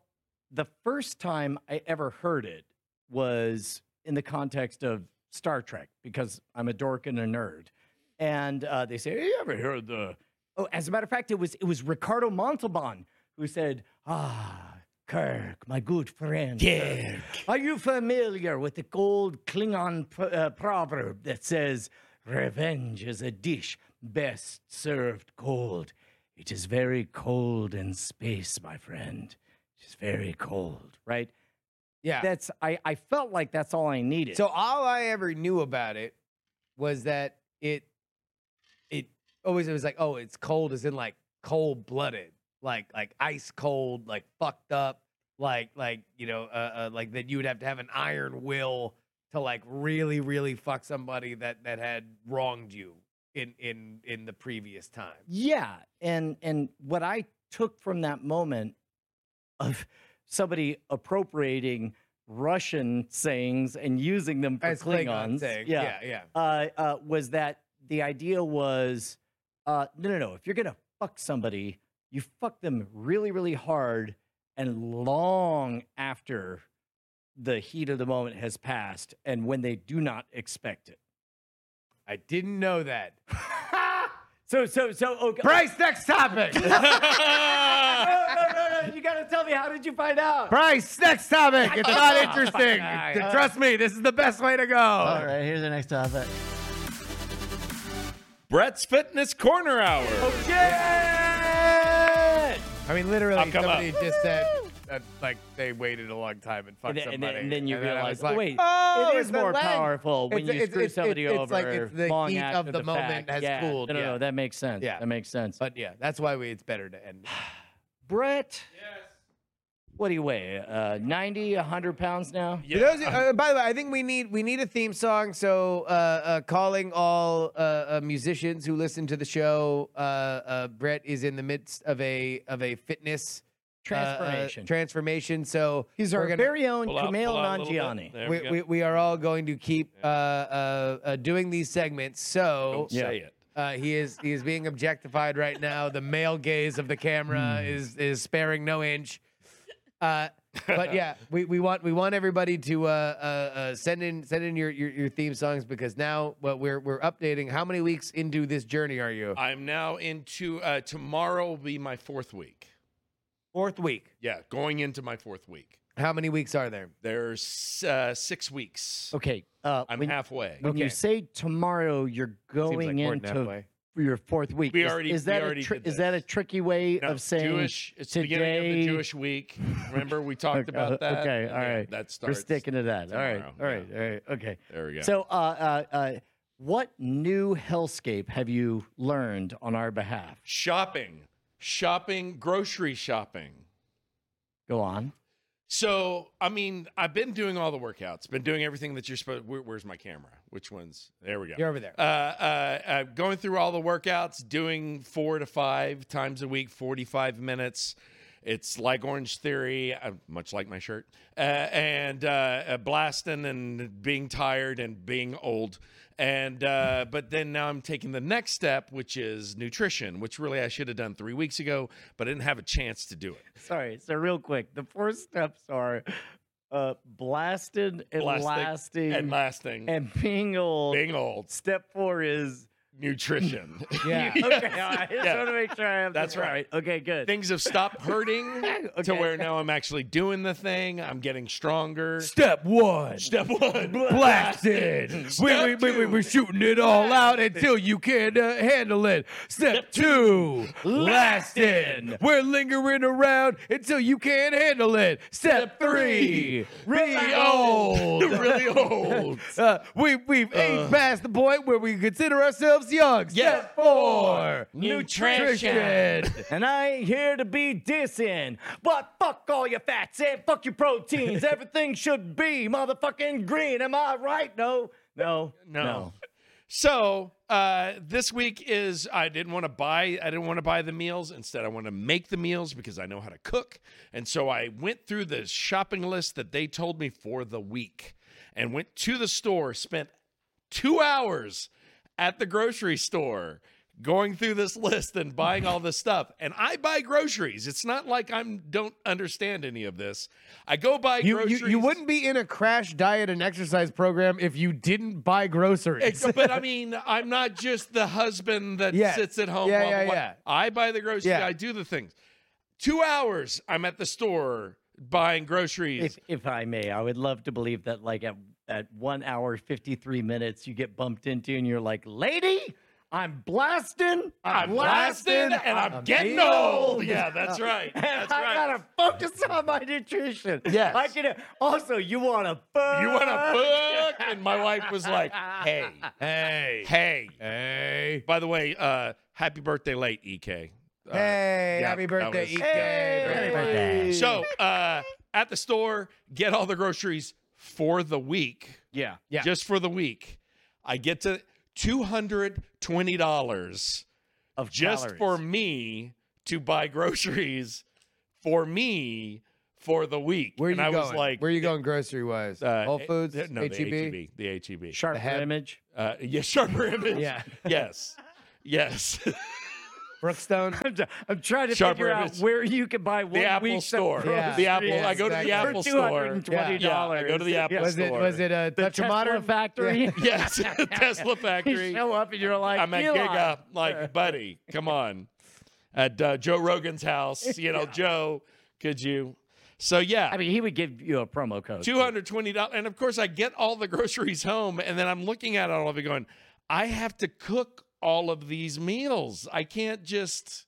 Speaker 4: the first time I ever heard it was in the context of Star Trek because I'm a dork and a nerd. And uh, they say, "Have you ever heard the?" Oh, as a matter of fact, it was it was Ricardo Montalban who said, "Ah, Kirk, my good friend, Kirk, are you familiar with the old Klingon pr- uh, proverb that says revenge is a dish best served cold? It is very cold in space, my friend. It is very cold, right?"
Speaker 3: Yeah.
Speaker 4: That's I, I felt like that's all I needed.
Speaker 3: So all I ever knew about it was that it it always it was like, oh, it's cold as in like cold blooded, like like ice cold, like fucked up, like like you know, uh, uh, like that you would have to have an iron will to like really really fuck somebody that that had wronged you in in in the previous time.
Speaker 4: Yeah, and and what I took from that moment of somebody appropriating Russian sayings and using them for
Speaker 3: As
Speaker 4: Klingons,
Speaker 3: Klingon saying,
Speaker 4: yeah,
Speaker 3: yeah, yeah.
Speaker 4: Uh, uh, was that the idea was uh, no, no, no. If you're gonna fuck somebody, you fuck them really, really hard and long after the heat of the moment has passed, and when they do not expect it.
Speaker 3: I didn't know that.
Speaker 4: So, so, so, okay.
Speaker 3: Bryce, next topic.
Speaker 4: no, no, no, no. You gotta tell me. How did you find out?
Speaker 3: Bryce, next topic. It's not interesting. Trust me, this is the best way to go.
Speaker 5: all right. Here's our next topic.
Speaker 7: Brett's Fitness Corner Hour.
Speaker 3: Oh,
Speaker 8: Yeah!
Speaker 3: I mean, literally,
Speaker 7: I'll come
Speaker 3: somebody
Speaker 7: up.
Speaker 3: just said that, like, they waited a long time and fucked
Speaker 4: And then, and then-
Speaker 3: somebody.
Speaker 4: and then you
Speaker 3: then I
Speaker 4: realize,
Speaker 3: was like,
Speaker 4: oh, wait,
Speaker 3: oh,
Speaker 4: it
Speaker 3: it's
Speaker 4: is
Speaker 3: the
Speaker 4: more
Speaker 3: leg."
Speaker 4: powerful when
Speaker 3: It's-
Speaker 4: you
Speaker 3: it's-
Speaker 4: screw
Speaker 3: it's-
Speaker 4: somebody
Speaker 3: it's-
Speaker 4: over.
Speaker 3: it's like it's the
Speaker 4: long
Speaker 3: heat
Speaker 4: after
Speaker 3: of the moment
Speaker 4: fact.
Speaker 3: has
Speaker 4: yeah.
Speaker 3: cooled,
Speaker 4: No, no,
Speaker 3: yeah.
Speaker 4: no, that makes sense.
Speaker 3: Yeah.
Speaker 4: That makes sense.
Speaker 3: But yeah, that's why we, it's better to end. it.
Speaker 4: Brett. Yes. What do you weigh? Uh, 90, 100 pounds now?
Speaker 3: For those- uh, by the way, I think we need we need a theme song. So, uh, uh, calling all uh, uh, musicians who listen to the show, uh, uh, Brett is in the midst of a of a fitness uh, uh,
Speaker 4: Transformation.
Speaker 3: transformation. So
Speaker 4: He's
Speaker 3: we're
Speaker 4: our
Speaker 3: gonna-
Speaker 4: very own
Speaker 7: Pull out-
Speaker 4: Kumail
Speaker 7: pull out a little bit.
Speaker 4: Nanjiani.
Speaker 7: There we,
Speaker 3: we,
Speaker 7: go.
Speaker 3: we, we are all going to keep uh, uh, uh, doing these segments. So
Speaker 7: Don't say it.
Speaker 3: uh, he is he is being objectified right now. The male gaze of the
Speaker 7: Hmm.
Speaker 3: camera is is sparing no inch. Uh, but yeah, we, we want we want everybody to uh, uh, uh, send in send in your, your, your theme songs because now what we're we're updating. How many weeks into this journey are you?
Speaker 7: I'm now into uh, tomorrow will be my fourth week.
Speaker 3: Fourth week.
Speaker 7: Yeah, going into my fourth week.
Speaker 3: How many weeks are there?
Speaker 7: There's uh, six weeks.
Speaker 4: Okay. Uh,
Speaker 7: I'm
Speaker 4: when,
Speaker 7: halfway.
Speaker 4: when you
Speaker 3: Okay.
Speaker 4: say tomorrow, you're going
Speaker 3: more than
Speaker 4: into
Speaker 3: halfway.
Speaker 4: your fourth week.
Speaker 7: We
Speaker 4: is,
Speaker 7: already-
Speaker 4: is
Speaker 7: we
Speaker 4: that a
Speaker 7: already did
Speaker 4: is that a
Speaker 7: this.
Speaker 4: tricky way
Speaker 7: No,
Speaker 4: of saying
Speaker 7: Jewish. It's
Speaker 4: today?
Speaker 7: the beginning of the Jewish week. Remember we talked
Speaker 4: Okay,
Speaker 7: about that.
Speaker 4: okay, all
Speaker 7: Yeah,
Speaker 4: right.
Speaker 7: That
Speaker 4: We're
Speaker 7: starts.
Speaker 4: sticking to that. all right,
Speaker 7: tomorrow,
Speaker 4: all right, all right. Okay.
Speaker 7: There we go.
Speaker 4: So, uh, uh, uh, what new hellscape have you learned on our behalf?
Speaker 7: shopping, shopping, grocery shopping.
Speaker 4: Go on.
Speaker 7: So I mean, I've been doing all the workouts, been doing everything that you're supposed. Where, where's my camera? Which one's? There we go.
Speaker 3: You're over there.
Speaker 7: uh, uh, uh, going through all the workouts, doing four to five times a week, 45 minutes. It's like Orange Theory, uh, much like my shirt, uh, and uh, uh, blasting and being tired and being old. And uh, but then now I'm taking the next step, which is nutrition, which really I should have done three weeks ago, but I didn't have a chance to do it.
Speaker 4: Sorry. So, real quick, the four steps are uh, blasted and
Speaker 7: Blasting
Speaker 4: lasting
Speaker 7: And last thing,
Speaker 4: and being old.
Speaker 7: being old,
Speaker 4: Step four is
Speaker 7: nutrition.
Speaker 3: Yeah.
Speaker 4: okay. I just
Speaker 7: Yeah.
Speaker 4: want to make sure I have
Speaker 7: That's
Speaker 4: this
Speaker 7: right.
Speaker 4: Okay, good.
Speaker 7: Things have stopped hurting to
Speaker 4: Okay.
Speaker 7: where now I'm actually doing the thing. I'm getting stronger.
Speaker 3: Step one.
Speaker 7: Step one,
Speaker 3: blasted. We,
Speaker 7: Step
Speaker 3: we, we, we,
Speaker 7: two.
Speaker 3: we're shooting it all out until you can uh, handle it. Step two, blasted. We're lingering around until you can't handle it. Step three, really old.
Speaker 7: really old.
Speaker 3: Uh, we, we've aged past the point where we consider ourselves young. Step four,
Speaker 7: Nutrition.
Speaker 4: And I ain't here to be dissing, but fuck all your fats and fuck your proteins. Everything should be motherfucking green. Am I right? No, no,
Speaker 7: No.
Speaker 4: no.
Speaker 7: So uh, this week is I didn't want to buy I didn't want to buy the meals. Instead, I want to make the meals because I know how to cook. And so I went through the shopping list that they told me for the week, and went to the store. Spent two hours at the grocery store going through this list and buying all this stuff. And I buy groceries. It's not like I'm don't understand any of this. I go buy
Speaker 3: You,
Speaker 7: groceries.
Speaker 3: you, you wouldn't be in a crash diet and exercise program if you didn't buy groceries.
Speaker 7: Ex- but I mean, I'm not just the husband that
Speaker 3: Yeah.
Speaker 7: sits at home.
Speaker 3: Yeah,
Speaker 7: blah,
Speaker 3: yeah,
Speaker 7: blah, blah.
Speaker 3: yeah.
Speaker 7: I buy the groceries.
Speaker 3: Yeah.
Speaker 7: I do the things. Two hours, I'm at the store buying groceries.
Speaker 4: If, if I may, I would love to believe that, like, at, at one hour, 53 minutes, you get bumped into and you're like, lady, I'm blasting.
Speaker 7: I'm lasting and I'm, getting
Speaker 4: being
Speaker 7: old. Yeah, that's right. That's
Speaker 4: I
Speaker 7: right.
Speaker 4: gotta focus on my nutrition.
Speaker 3: Yes.
Speaker 4: I can also you wanna fuck
Speaker 7: You want a book? And my wife was like, hey, hey, hey.
Speaker 3: hey.
Speaker 7: By the way, uh, happy birthday late, EK. Uh,
Speaker 3: Hey,
Speaker 7: yeah,
Speaker 3: happy
Speaker 7: that
Speaker 3: birthday,
Speaker 7: was-
Speaker 3: E EK.
Speaker 7: Happy
Speaker 4: birthday.
Speaker 7: So uh, at the store, get all the groceries for the week.
Speaker 4: Yeah.
Speaker 3: Yeah.
Speaker 7: just for the week, I get to two hundred twenty dollars
Speaker 4: Of
Speaker 7: just
Speaker 4: calories.
Speaker 7: for me to buy groceries for me for the week.
Speaker 3: Where are you
Speaker 7: and I
Speaker 3: going?
Speaker 7: was like,
Speaker 3: Where are you going grocery wise?
Speaker 7: uh,
Speaker 3: Whole
Speaker 7: eh,
Speaker 3: Foods,
Speaker 7: eh, no,
Speaker 3: H E B.
Speaker 7: the H E B, the H E B.
Speaker 4: sharp
Speaker 3: have-
Speaker 4: image.
Speaker 7: Uh, yeah, sharper image.
Speaker 3: Yeah.
Speaker 7: yes, yes.
Speaker 3: Brookstone.
Speaker 4: I'm, t- I'm trying to
Speaker 7: Sharper
Speaker 4: figure out
Speaker 7: image.
Speaker 4: where you can buy one
Speaker 7: the Apple
Speaker 4: week's of
Speaker 7: Store.
Speaker 3: Yeah.
Speaker 7: The Apple.
Speaker 4: groceries
Speaker 7: I go to the
Speaker 3: exactly.
Speaker 7: Apple
Speaker 4: for
Speaker 7: Store.
Speaker 4: $220.
Speaker 7: Yeah, I go to the Apple
Speaker 3: Was it
Speaker 7: Store.
Speaker 3: was it a
Speaker 4: The
Speaker 3: touch of
Speaker 4: Tesla
Speaker 3: modern?
Speaker 4: factory.
Speaker 7: Yes, Tesla
Speaker 4: you
Speaker 7: factory.
Speaker 4: show up and you're like,
Speaker 7: I'm at
Speaker 4: Eli.
Speaker 7: gig up, like, buddy, come on. At uh, Joe Rogan's house, you know, Joe, could you? So yeah,
Speaker 4: I mean, he would give you a promo code.
Speaker 7: two hundred twenty dollars, and of course, I get all the groceries home, and then I'm looking at it all of it, going, I have to cook all of these meals. I can't just.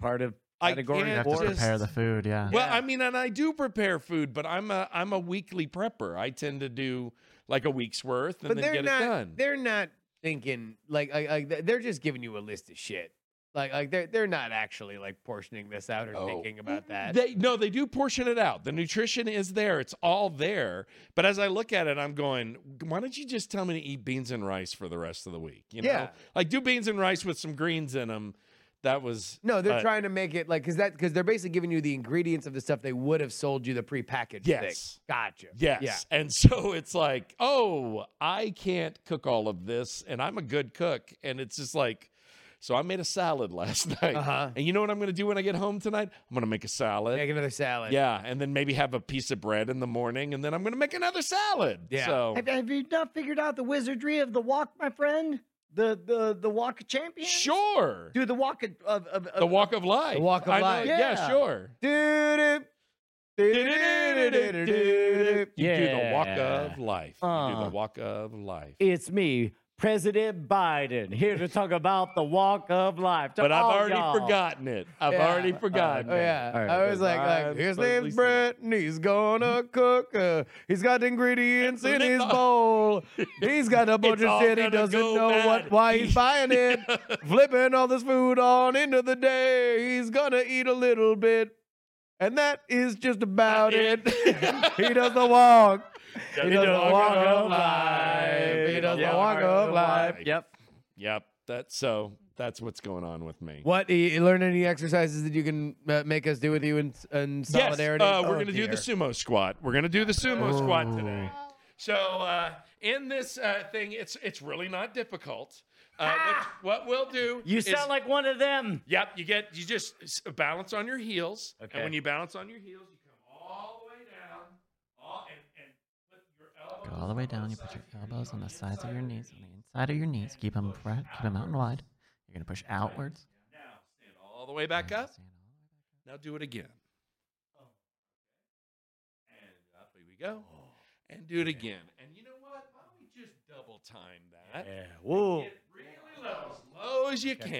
Speaker 4: Part of
Speaker 7: I
Speaker 4: category
Speaker 5: You have
Speaker 7: can't
Speaker 5: to
Speaker 4: four.
Speaker 7: just-
Speaker 5: prepare the food, Uh-huh. yeah.
Speaker 7: Well, I mean, and I do prepare food, but I'm a I'm a weekly prepper. I tend to do like a week's worth and
Speaker 3: but
Speaker 7: then
Speaker 3: they're
Speaker 7: get
Speaker 3: not.
Speaker 7: it done.
Speaker 3: They're not thinking like like, like th- they're just giving you a list of shit. Like like they're they're not actually like portioning this out or
Speaker 7: Oh.
Speaker 3: thinking about that.
Speaker 7: They no, they do portion it out. The nutrition is there. It's all there. But as I look at it, I'm going, why don't you just tell me to eat beans and rice for the rest of the week? You know?
Speaker 3: Yeah.
Speaker 7: Like do beans and rice with some greens in them. That was
Speaker 3: no, they're
Speaker 7: uh,
Speaker 3: trying to make it like because that because they're basically giving you the ingredients of the stuff they would have sold you the prepackaged
Speaker 7: Yes.
Speaker 3: thing. Gotcha.
Speaker 7: Yes.
Speaker 3: Yeah.
Speaker 7: And so it's like, oh, I can't cook all of this and I'm a good cook. And it's just like, so I made a salad last night.
Speaker 3: Uh-huh.
Speaker 7: And you know what I'm going to do when I get home tonight? I'm going to make a salad.
Speaker 3: Make another salad.
Speaker 7: yeah. And then maybe have a piece of bread in the morning. And then I'm going to make another salad.
Speaker 3: Yeah.
Speaker 7: So.
Speaker 6: Have, have you not figured out the wizardry of the walk, my friend? The the the walk of champions.
Speaker 7: Sure.
Speaker 6: Dude, the walk of of, of,
Speaker 7: the walk of life.
Speaker 3: The walk of
Speaker 7: I know-
Speaker 3: life.
Speaker 7: Yeah,
Speaker 6: Yeah.
Speaker 7: sure.
Speaker 3: Doo-doo. Doo-doo-doo-doo-doo-doo.
Speaker 7: You do the walk
Speaker 4: Yeah.
Speaker 7: of life. You do
Speaker 4: Uh.
Speaker 7: the walk of life.
Speaker 4: It's me, President Biden, here to talk about the walk of life. to
Speaker 7: But I've
Speaker 4: all
Speaker 7: already
Speaker 4: y'all.
Speaker 7: forgotten it. I've
Speaker 3: Yeah.
Speaker 7: already forgotten.
Speaker 3: Oh
Speaker 7: it.
Speaker 3: yeah,
Speaker 4: All right,
Speaker 3: I was
Speaker 7: good.
Speaker 3: like, like
Speaker 7: I'm
Speaker 3: his
Speaker 7: totally
Speaker 3: name's
Speaker 7: sleeping.
Speaker 3: Brett, and he's gonna cook. Uh, he's got the ingredients in his
Speaker 7: Remember-
Speaker 3: bowl. He's got a bunch
Speaker 7: It's
Speaker 3: of
Speaker 7: all
Speaker 3: shit. He
Speaker 7: gonna
Speaker 3: doesn't
Speaker 7: go
Speaker 3: know what
Speaker 7: bad.
Speaker 3: why he's buying it. Flipping all this food on into the day. He's gonna eat a little bit, and that is just about it. he does the walk. He does the walk of life. He does the
Speaker 4: Yeah,
Speaker 3: walk of life.
Speaker 4: Yep.
Speaker 7: Yep. That's so. That's what's going on with me.
Speaker 3: What? You learn any exercises that you can uh, make us do with you in, in solidarity?
Speaker 7: Yes, uh, we're
Speaker 3: Oh,
Speaker 7: going to do
Speaker 3: dear.
Speaker 7: the
Speaker 3: Oh.
Speaker 7: sumo squat. We're going to do the sumo squat today. So uh, in this uh, thing, it's it's really not difficult. Uh, what, what we'll do.
Speaker 4: Ah! You
Speaker 7: is-
Speaker 4: sound like one of them.
Speaker 7: Yep, you get you just s- balance on your heels,
Speaker 4: Okay.
Speaker 7: and when you balance on your heels, you come all the way down, all and, and put your elbows.
Speaker 5: Go all the way down. You put your elbows on the sides of your knees, on the inside of your knees. Keep them flat, keep them out and wide. You're gonna push outwards.
Speaker 7: Now stand all the way back up. Now do it again. Oh, And up we go, and do it again. And you know what? Why don't we just double time that?
Speaker 4: Yeah. Whoa.
Speaker 7: Get really low, as low as you can.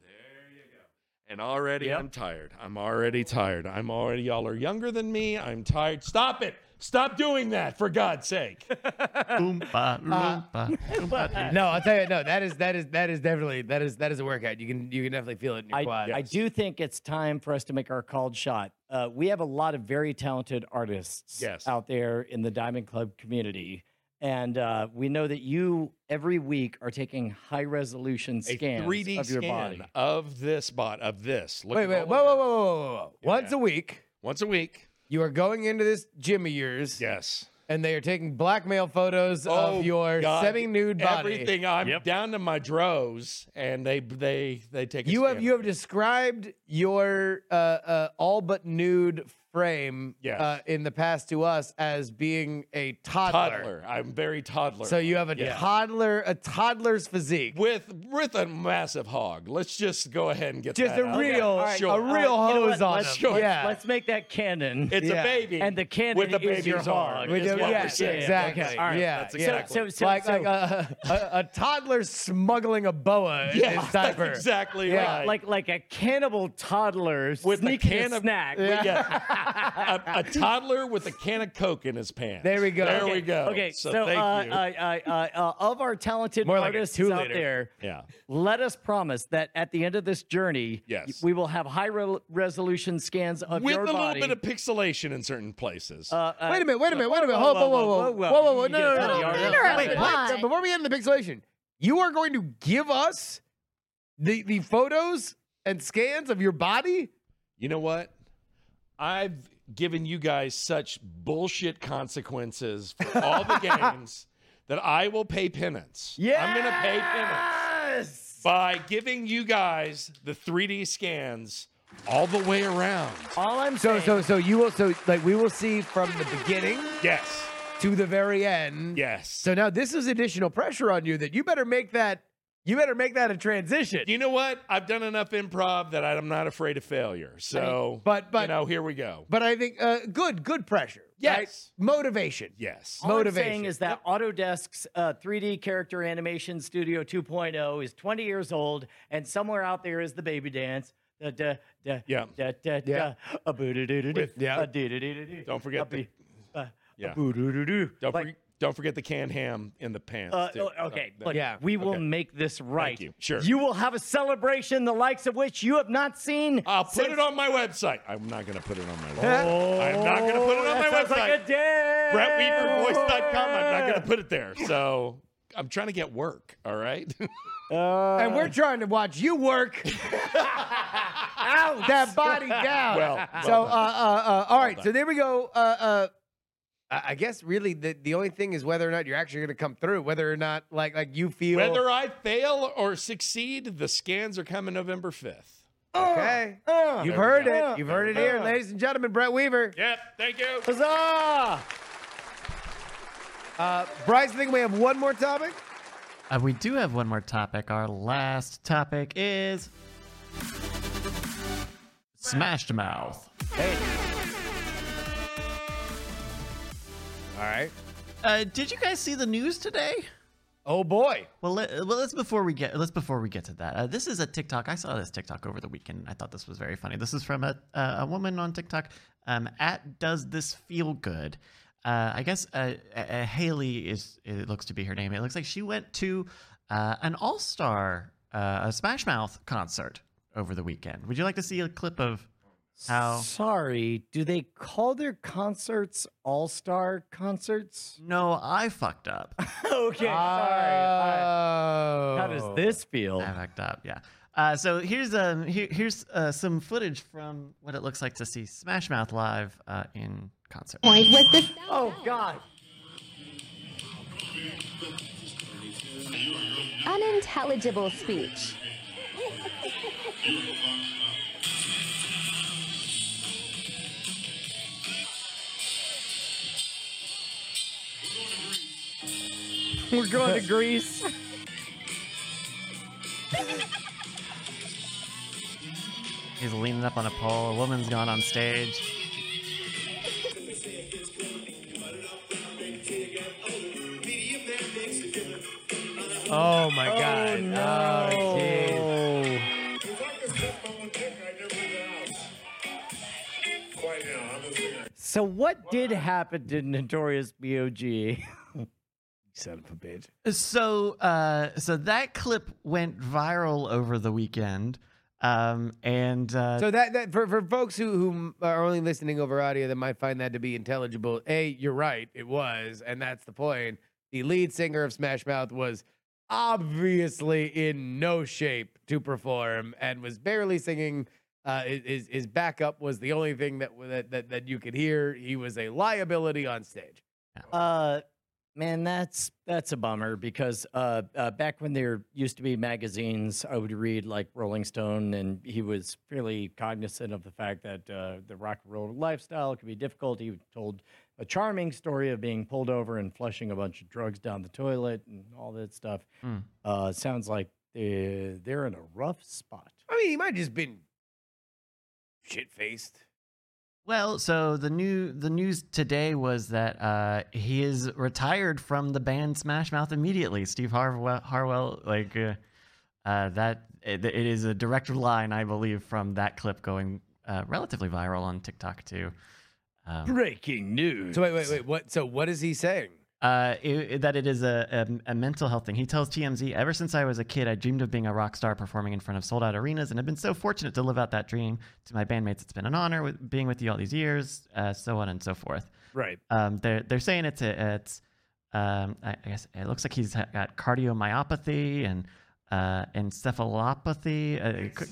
Speaker 7: There you go. And already
Speaker 4: Yep.
Speaker 7: I'm tired. I'm already tired. I'm already, y'all are younger than me. I'm tired. Stop it. Stop doing that, for God's sake.
Speaker 5: Oompa, loompa.
Speaker 3: No, I'll tell you, no, that is that is that is definitely that is that is a workout. You can you can definitely feel it in your
Speaker 4: I,
Speaker 3: quads.
Speaker 4: I do think it's time for us to make our called shot. Uh, we have a lot of very talented artists
Speaker 7: Yes.
Speaker 4: out there in the Diamond Club community. And uh, we know that you every week are taking high resolution
Speaker 7: A
Speaker 4: scans
Speaker 7: 3D
Speaker 4: of your
Speaker 7: scan
Speaker 4: body.
Speaker 7: of this bot, of this. Look
Speaker 3: Wait,
Speaker 7: at
Speaker 3: wait, whoa,
Speaker 7: all
Speaker 3: whoa,
Speaker 7: of
Speaker 3: whoa,
Speaker 7: it.
Speaker 3: whoa, whoa, whoa! Once
Speaker 7: Yeah.
Speaker 3: a week,
Speaker 7: Once a week.
Speaker 3: you are going into this gym of yours,
Speaker 7: Yes.
Speaker 3: and they are taking blackmail photos
Speaker 7: Oh,
Speaker 3: of your
Speaker 7: God.
Speaker 3: semi-nude body.
Speaker 7: Everything. I'm
Speaker 4: Yep.
Speaker 7: down to my dros, and they they they take. A
Speaker 3: You have
Speaker 7: scan
Speaker 3: you
Speaker 7: of
Speaker 3: have described your uh, uh, all but nude frame
Speaker 7: Yes.
Speaker 3: uh, in the past to us as being a toddler.
Speaker 7: toddler. I'm very toddler.
Speaker 3: So you have a
Speaker 7: Yeah.
Speaker 3: toddler, a toddler's physique.
Speaker 7: with with a massive hog. Let's just go ahead and get
Speaker 3: Just
Speaker 7: that
Speaker 3: a
Speaker 7: out.
Speaker 3: real,
Speaker 7: Okay,
Speaker 3: a
Speaker 7: sure.
Speaker 3: real
Speaker 4: Uh, you know what?
Speaker 3: hose on
Speaker 4: Let's-
Speaker 3: them.
Speaker 7: let's-
Speaker 3: yeah.
Speaker 4: Let's make that canon.
Speaker 7: It's
Speaker 3: Yeah.
Speaker 7: a baby,
Speaker 4: and the canon
Speaker 7: with the
Speaker 4: is your
Speaker 7: baby's
Speaker 4: hog.
Speaker 7: arm.
Speaker 3: We
Speaker 7: is
Speaker 3: do-
Speaker 7: what
Speaker 3: yeah,
Speaker 7: we're saying.
Speaker 3: exactly.
Speaker 7: Okay, all right.
Speaker 3: Yeah,
Speaker 7: that's
Speaker 3: yeah.
Speaker 7: exactly.
Speaker 4: So, so, so,
Speaker 3: like
Speaker 4: so-
Speaker 3: like a, a, a toddler smuggling a boa in
Speaker 7: yeah,
Speaker 3: his diaper.
Speaker 7: that's exactly
Speaker 3: Yeah,
Speaker 7: right.
Speaker 4: like like a cannibal toddler
Speaker 7: With a
Speaker 4: sneaking
Speaker 7: can
Speaker 4: a
Speaker 7: of-
Speaker 4: snack.
Speaker 3: Yeah.
Speaker 7: Yeah. a, a toddler with a can of Coke in his pants.
Speaker 3: There we go.
Speaker 7: There
Speaker 3: Okay,
Speaker 7: we go.
Speaker 4: Okay, so,
Speaker 7: so, thank
Speaker 4: uh,
Speaker 7: you.
Speaker 4: uh, uh, uh, uh, of our talented
Speaker 3: More like a
Speaker 4: artists out
Speaker 3: two-liter.
Speaker 4: there,
Speaker 7: yeah.
Speaker 4: let us promise that at the end of this journey,
Speaker 7: Yes.
Speaker 4: we will have high re- resolution scans of
Speaker 7: With
Speaker 4: your
Speaker 7: a little
Speaker 4: body.
Speaker 7: bit of pixelation in certain places.
Speaker 4: uh, uh,
Speaker 3: Wait a minute, wait a minute, wait a minute. Whoa, whoa, whoa, whoa, whoa, whoa, whoa. No, no, no, no,
Speaker 6: Little
Speaker 3: no, no,
Speaker 6: Peter,
Speaker 3: no. Wait,
Speaker 6: why?
Speaker 3: what? Before we get into the pixelation, you are going to give us the, the photos and scans of your body?
Speaker 7: you know what? I've given you guys such bullshit consequences for all the games that I will pay penance. I'm going to pay penance.
Speaker 4: Yes!
Speaker 7: by giving you guys the 3D scans all the way around.
Speaker 4: All I'm
Speaker 3: So,
Speaker 4: saying,
Speaker 3: so, so you will, so like we will see from the beginning
Speaker 7: Yes.
Speaker 3: to the very end.
Speaker 7: Yes.
Speaker 3: So now this is additional pressure on you that you better make that You better make that a transition.
Speaker 7: You know what? I've done enough improv that I'm not afraid of failure. So,
Speaker 3: but- but-
Speaker 7: you know, here we go.
Speaker 3: But I think uh, good, good pressure.
Speaker 7: Yes.
Speaker 3: Motivation.
Speaker 7: Yes.
Speaker 3: Mo-
Speaker 4: All
Speaker 3: Motivation.
Speaker 4: I'm saying is that Autodesk's uh, 3D character animation studio 2.0 is 20 years old, and somewhere out there is the baby dance. Da, da, da,
Speaker 7: Yeah.
Speaker 4: Da, da,
Speaker 3: Yeah.
Speaker 4: da, a boo doo doo doo doo.
Speaker 7: With- yeah.
Speaker 4: A doo doo doo doo doo.
Speaker 7: Don't forget
Speaker 4: A
Speaker 7: the-
Speaker 4: bee- uh,
Speaker 7: Yeah.
Speaker 4: A boo doo doo doo.
Speaker 7: Don't,
Speaker 4: Like,
Speaker 7: forg- don't forget the canned ham in the pants.
Speaker 4: uh,
Speaker 7: too.
Speaker 4: oh, okay,
Speaker 7: So,
Speaker 4: look,
Speaker 3: Yeah.
Speaker 4: we will
Speaker 7: Okay.
Speaker 4: make this right.
Speaker 7: you. Sure.
Speaker 4: You will have a celebration the likes of which you have not seen.
Speaker 7: I'll put
Speaker 4: since-
Speaker 7: it on my website. I'm not going to put it on my website. I'm not going to put it on
Speaker 4: Oh, That
Speaker 7: my
Speaker 4: sounds
Speaker 7: website.
Speaker 4: like a day.
Speaker 7: BrettWeaverVoice.com. I'm not going to put it there. So I'm trying to get work. All right.
Speaker 3: and we're trying to watch you work. Ow, that body down.
Speaker 7: Well, well
Speaker 3: so uh,
Speaker 7: done.
Speaker 3: uh, uh, all right.
Speaker 7: done.
Speaker 3: so there we go. Uh, uh, I I guess really the, the only thing is whether or not you're actually going to come through, whether or not like like you feel
Speaker 7: Whether I fail or succeed, the scans are coming November 5th.
Speaker 3: okay. You've
Speaker 7: There we
Speaker 3: heard
Speaker 7: go.
Speaker 3: it. You've heard it here, ladies and gentlemen. Brett Weaver,
Speaker 7: Yep. Thank you.
Speaker 3: uh, Bryce. I think we have one more topic.
Speaker 5: Uh, we do have one more topic. Our last topic is Smashed Mouth.
Speaker 3: All right.
Speaker 5: Uh, did you guys see the news today?
Speaker 3: Oh boy.
Speaker 5: Well, let, well, let's before we get let's before we get to that. Uh, this is a TikTok. I saw this TikTok over the weekend. and I thought this was very funny. This is from a uh, a woman on TikTok. Um, at does this feel good? Uh, I guess uh, uh, uh, Haley is. It looks to be her name. It looks like she went to uh, an All Star uh, a Smash Mouth concert over the weekend. Would you like to see a clip of how?
Speaker 4: Sorry, do they call their concerts All Star concerts?
Speaker 5: No, I fucked up.
Speaker 4: okay,
Speaker 3: Oh.
Speaker 4: How does this feel?
Speaker 5: I fucked up. Yeah. Uh, so here's um here, here's uh, some footage from what it looks like to see Smash Mouth live uh, in concert.
Speaker 9: point was the
Speaker 4: Oh God!
Speaker 9: unintelligible speech.
Speaker 4: We're going to Greece.
Speaker 5: He's leaning up on a pole. A woman's gone on stage.
Speaker 3: Oh my God. Oh, jeez.
Speaker 4: Oh, so what did happen to Notorious B.O.G.? Son of a bitch.
Speaker 5: So uh, so that clip went viral over the weekend, um, and uh,
Speaker 3: So that, that for, for folks who, who are only listening over audio that might find that to be intelligible, A, you're right, it was, and that's the point. The lead singer of Smash Mouth was obviously in no shape to perform and was barely singing. Uh, his- his, his backup was the only thing that, that, that, that you could hear. He was a liability on stage.
Speaker 4: Uh, man, that's that's a bummer because uh, uh, back when there used to be magazines, I would read like Rolling Stone, and he was fairly cognizant of the fact that uh, the rock and roll lifestyle could be difficult. He told a charming story of being pulled over and flushing a bunch of drugs down the toilet and all that stuff.
Speaker 3: Hmm.
Speaker 5: Mm.
Speaker 4: Uh, sounds like they're, they're in a rough spot.
Speaker 3: I mean, he might have just been shit faced.
Speaker 5: well, so the new the news today was that uh, he is retired from the band Smash Mouth immediately. Steve Harwell, Harwell like uh, uh, that it, it is a direct line, I believe, from that clip going uh, relatively viral on TikTok too. Um,
Speaker 4: Breaking news.
Speaker 3: So wait, wait, wait. What? So what is he saying?
Speaker 5: uh, it, it- that it is a, a, a mental health thing. He tells TMZ, ever since I was a kid, I dreamed of being a rock star performing in front of sold out arenas and have been so fortunate to live out that dream. To my bandmates, it's been an honor with, being with you all these years, uh, so on and so forth.
Speaker 3: Right.
Speaker 5: Um, they're, they're saying it's, a, it's um, I, I guess it looks like he's ha- got cardiomyopathy and uh, encephalopathy. Uh, it could-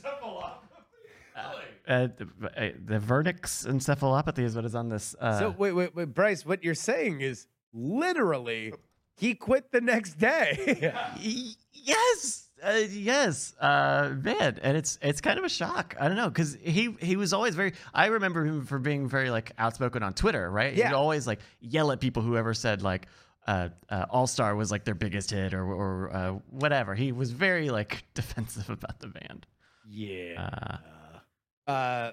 Speaker 5: uh, the, uh, the vernix encephalopathy is what is on this. Uh,
Speaker 3: So wait, wait, wait, Bryce. What you're saying is literally he quit the next day.
Speaker 5: Y- yes uh, yes uh man and it's it's kind of a shock i don't know because he he was always very i remember him for being very like outspoken on twitter right
Speaker 3: Yeah.
Speaker 5: he'd always like yell at people whoever said like uh, uh, uh, All Star was like their biggest hit or or uh, whatever. He was very like defensive about the band.
Speaker 4: Yeah.
Speaker 5: Uh,
Speaker 3: Uh,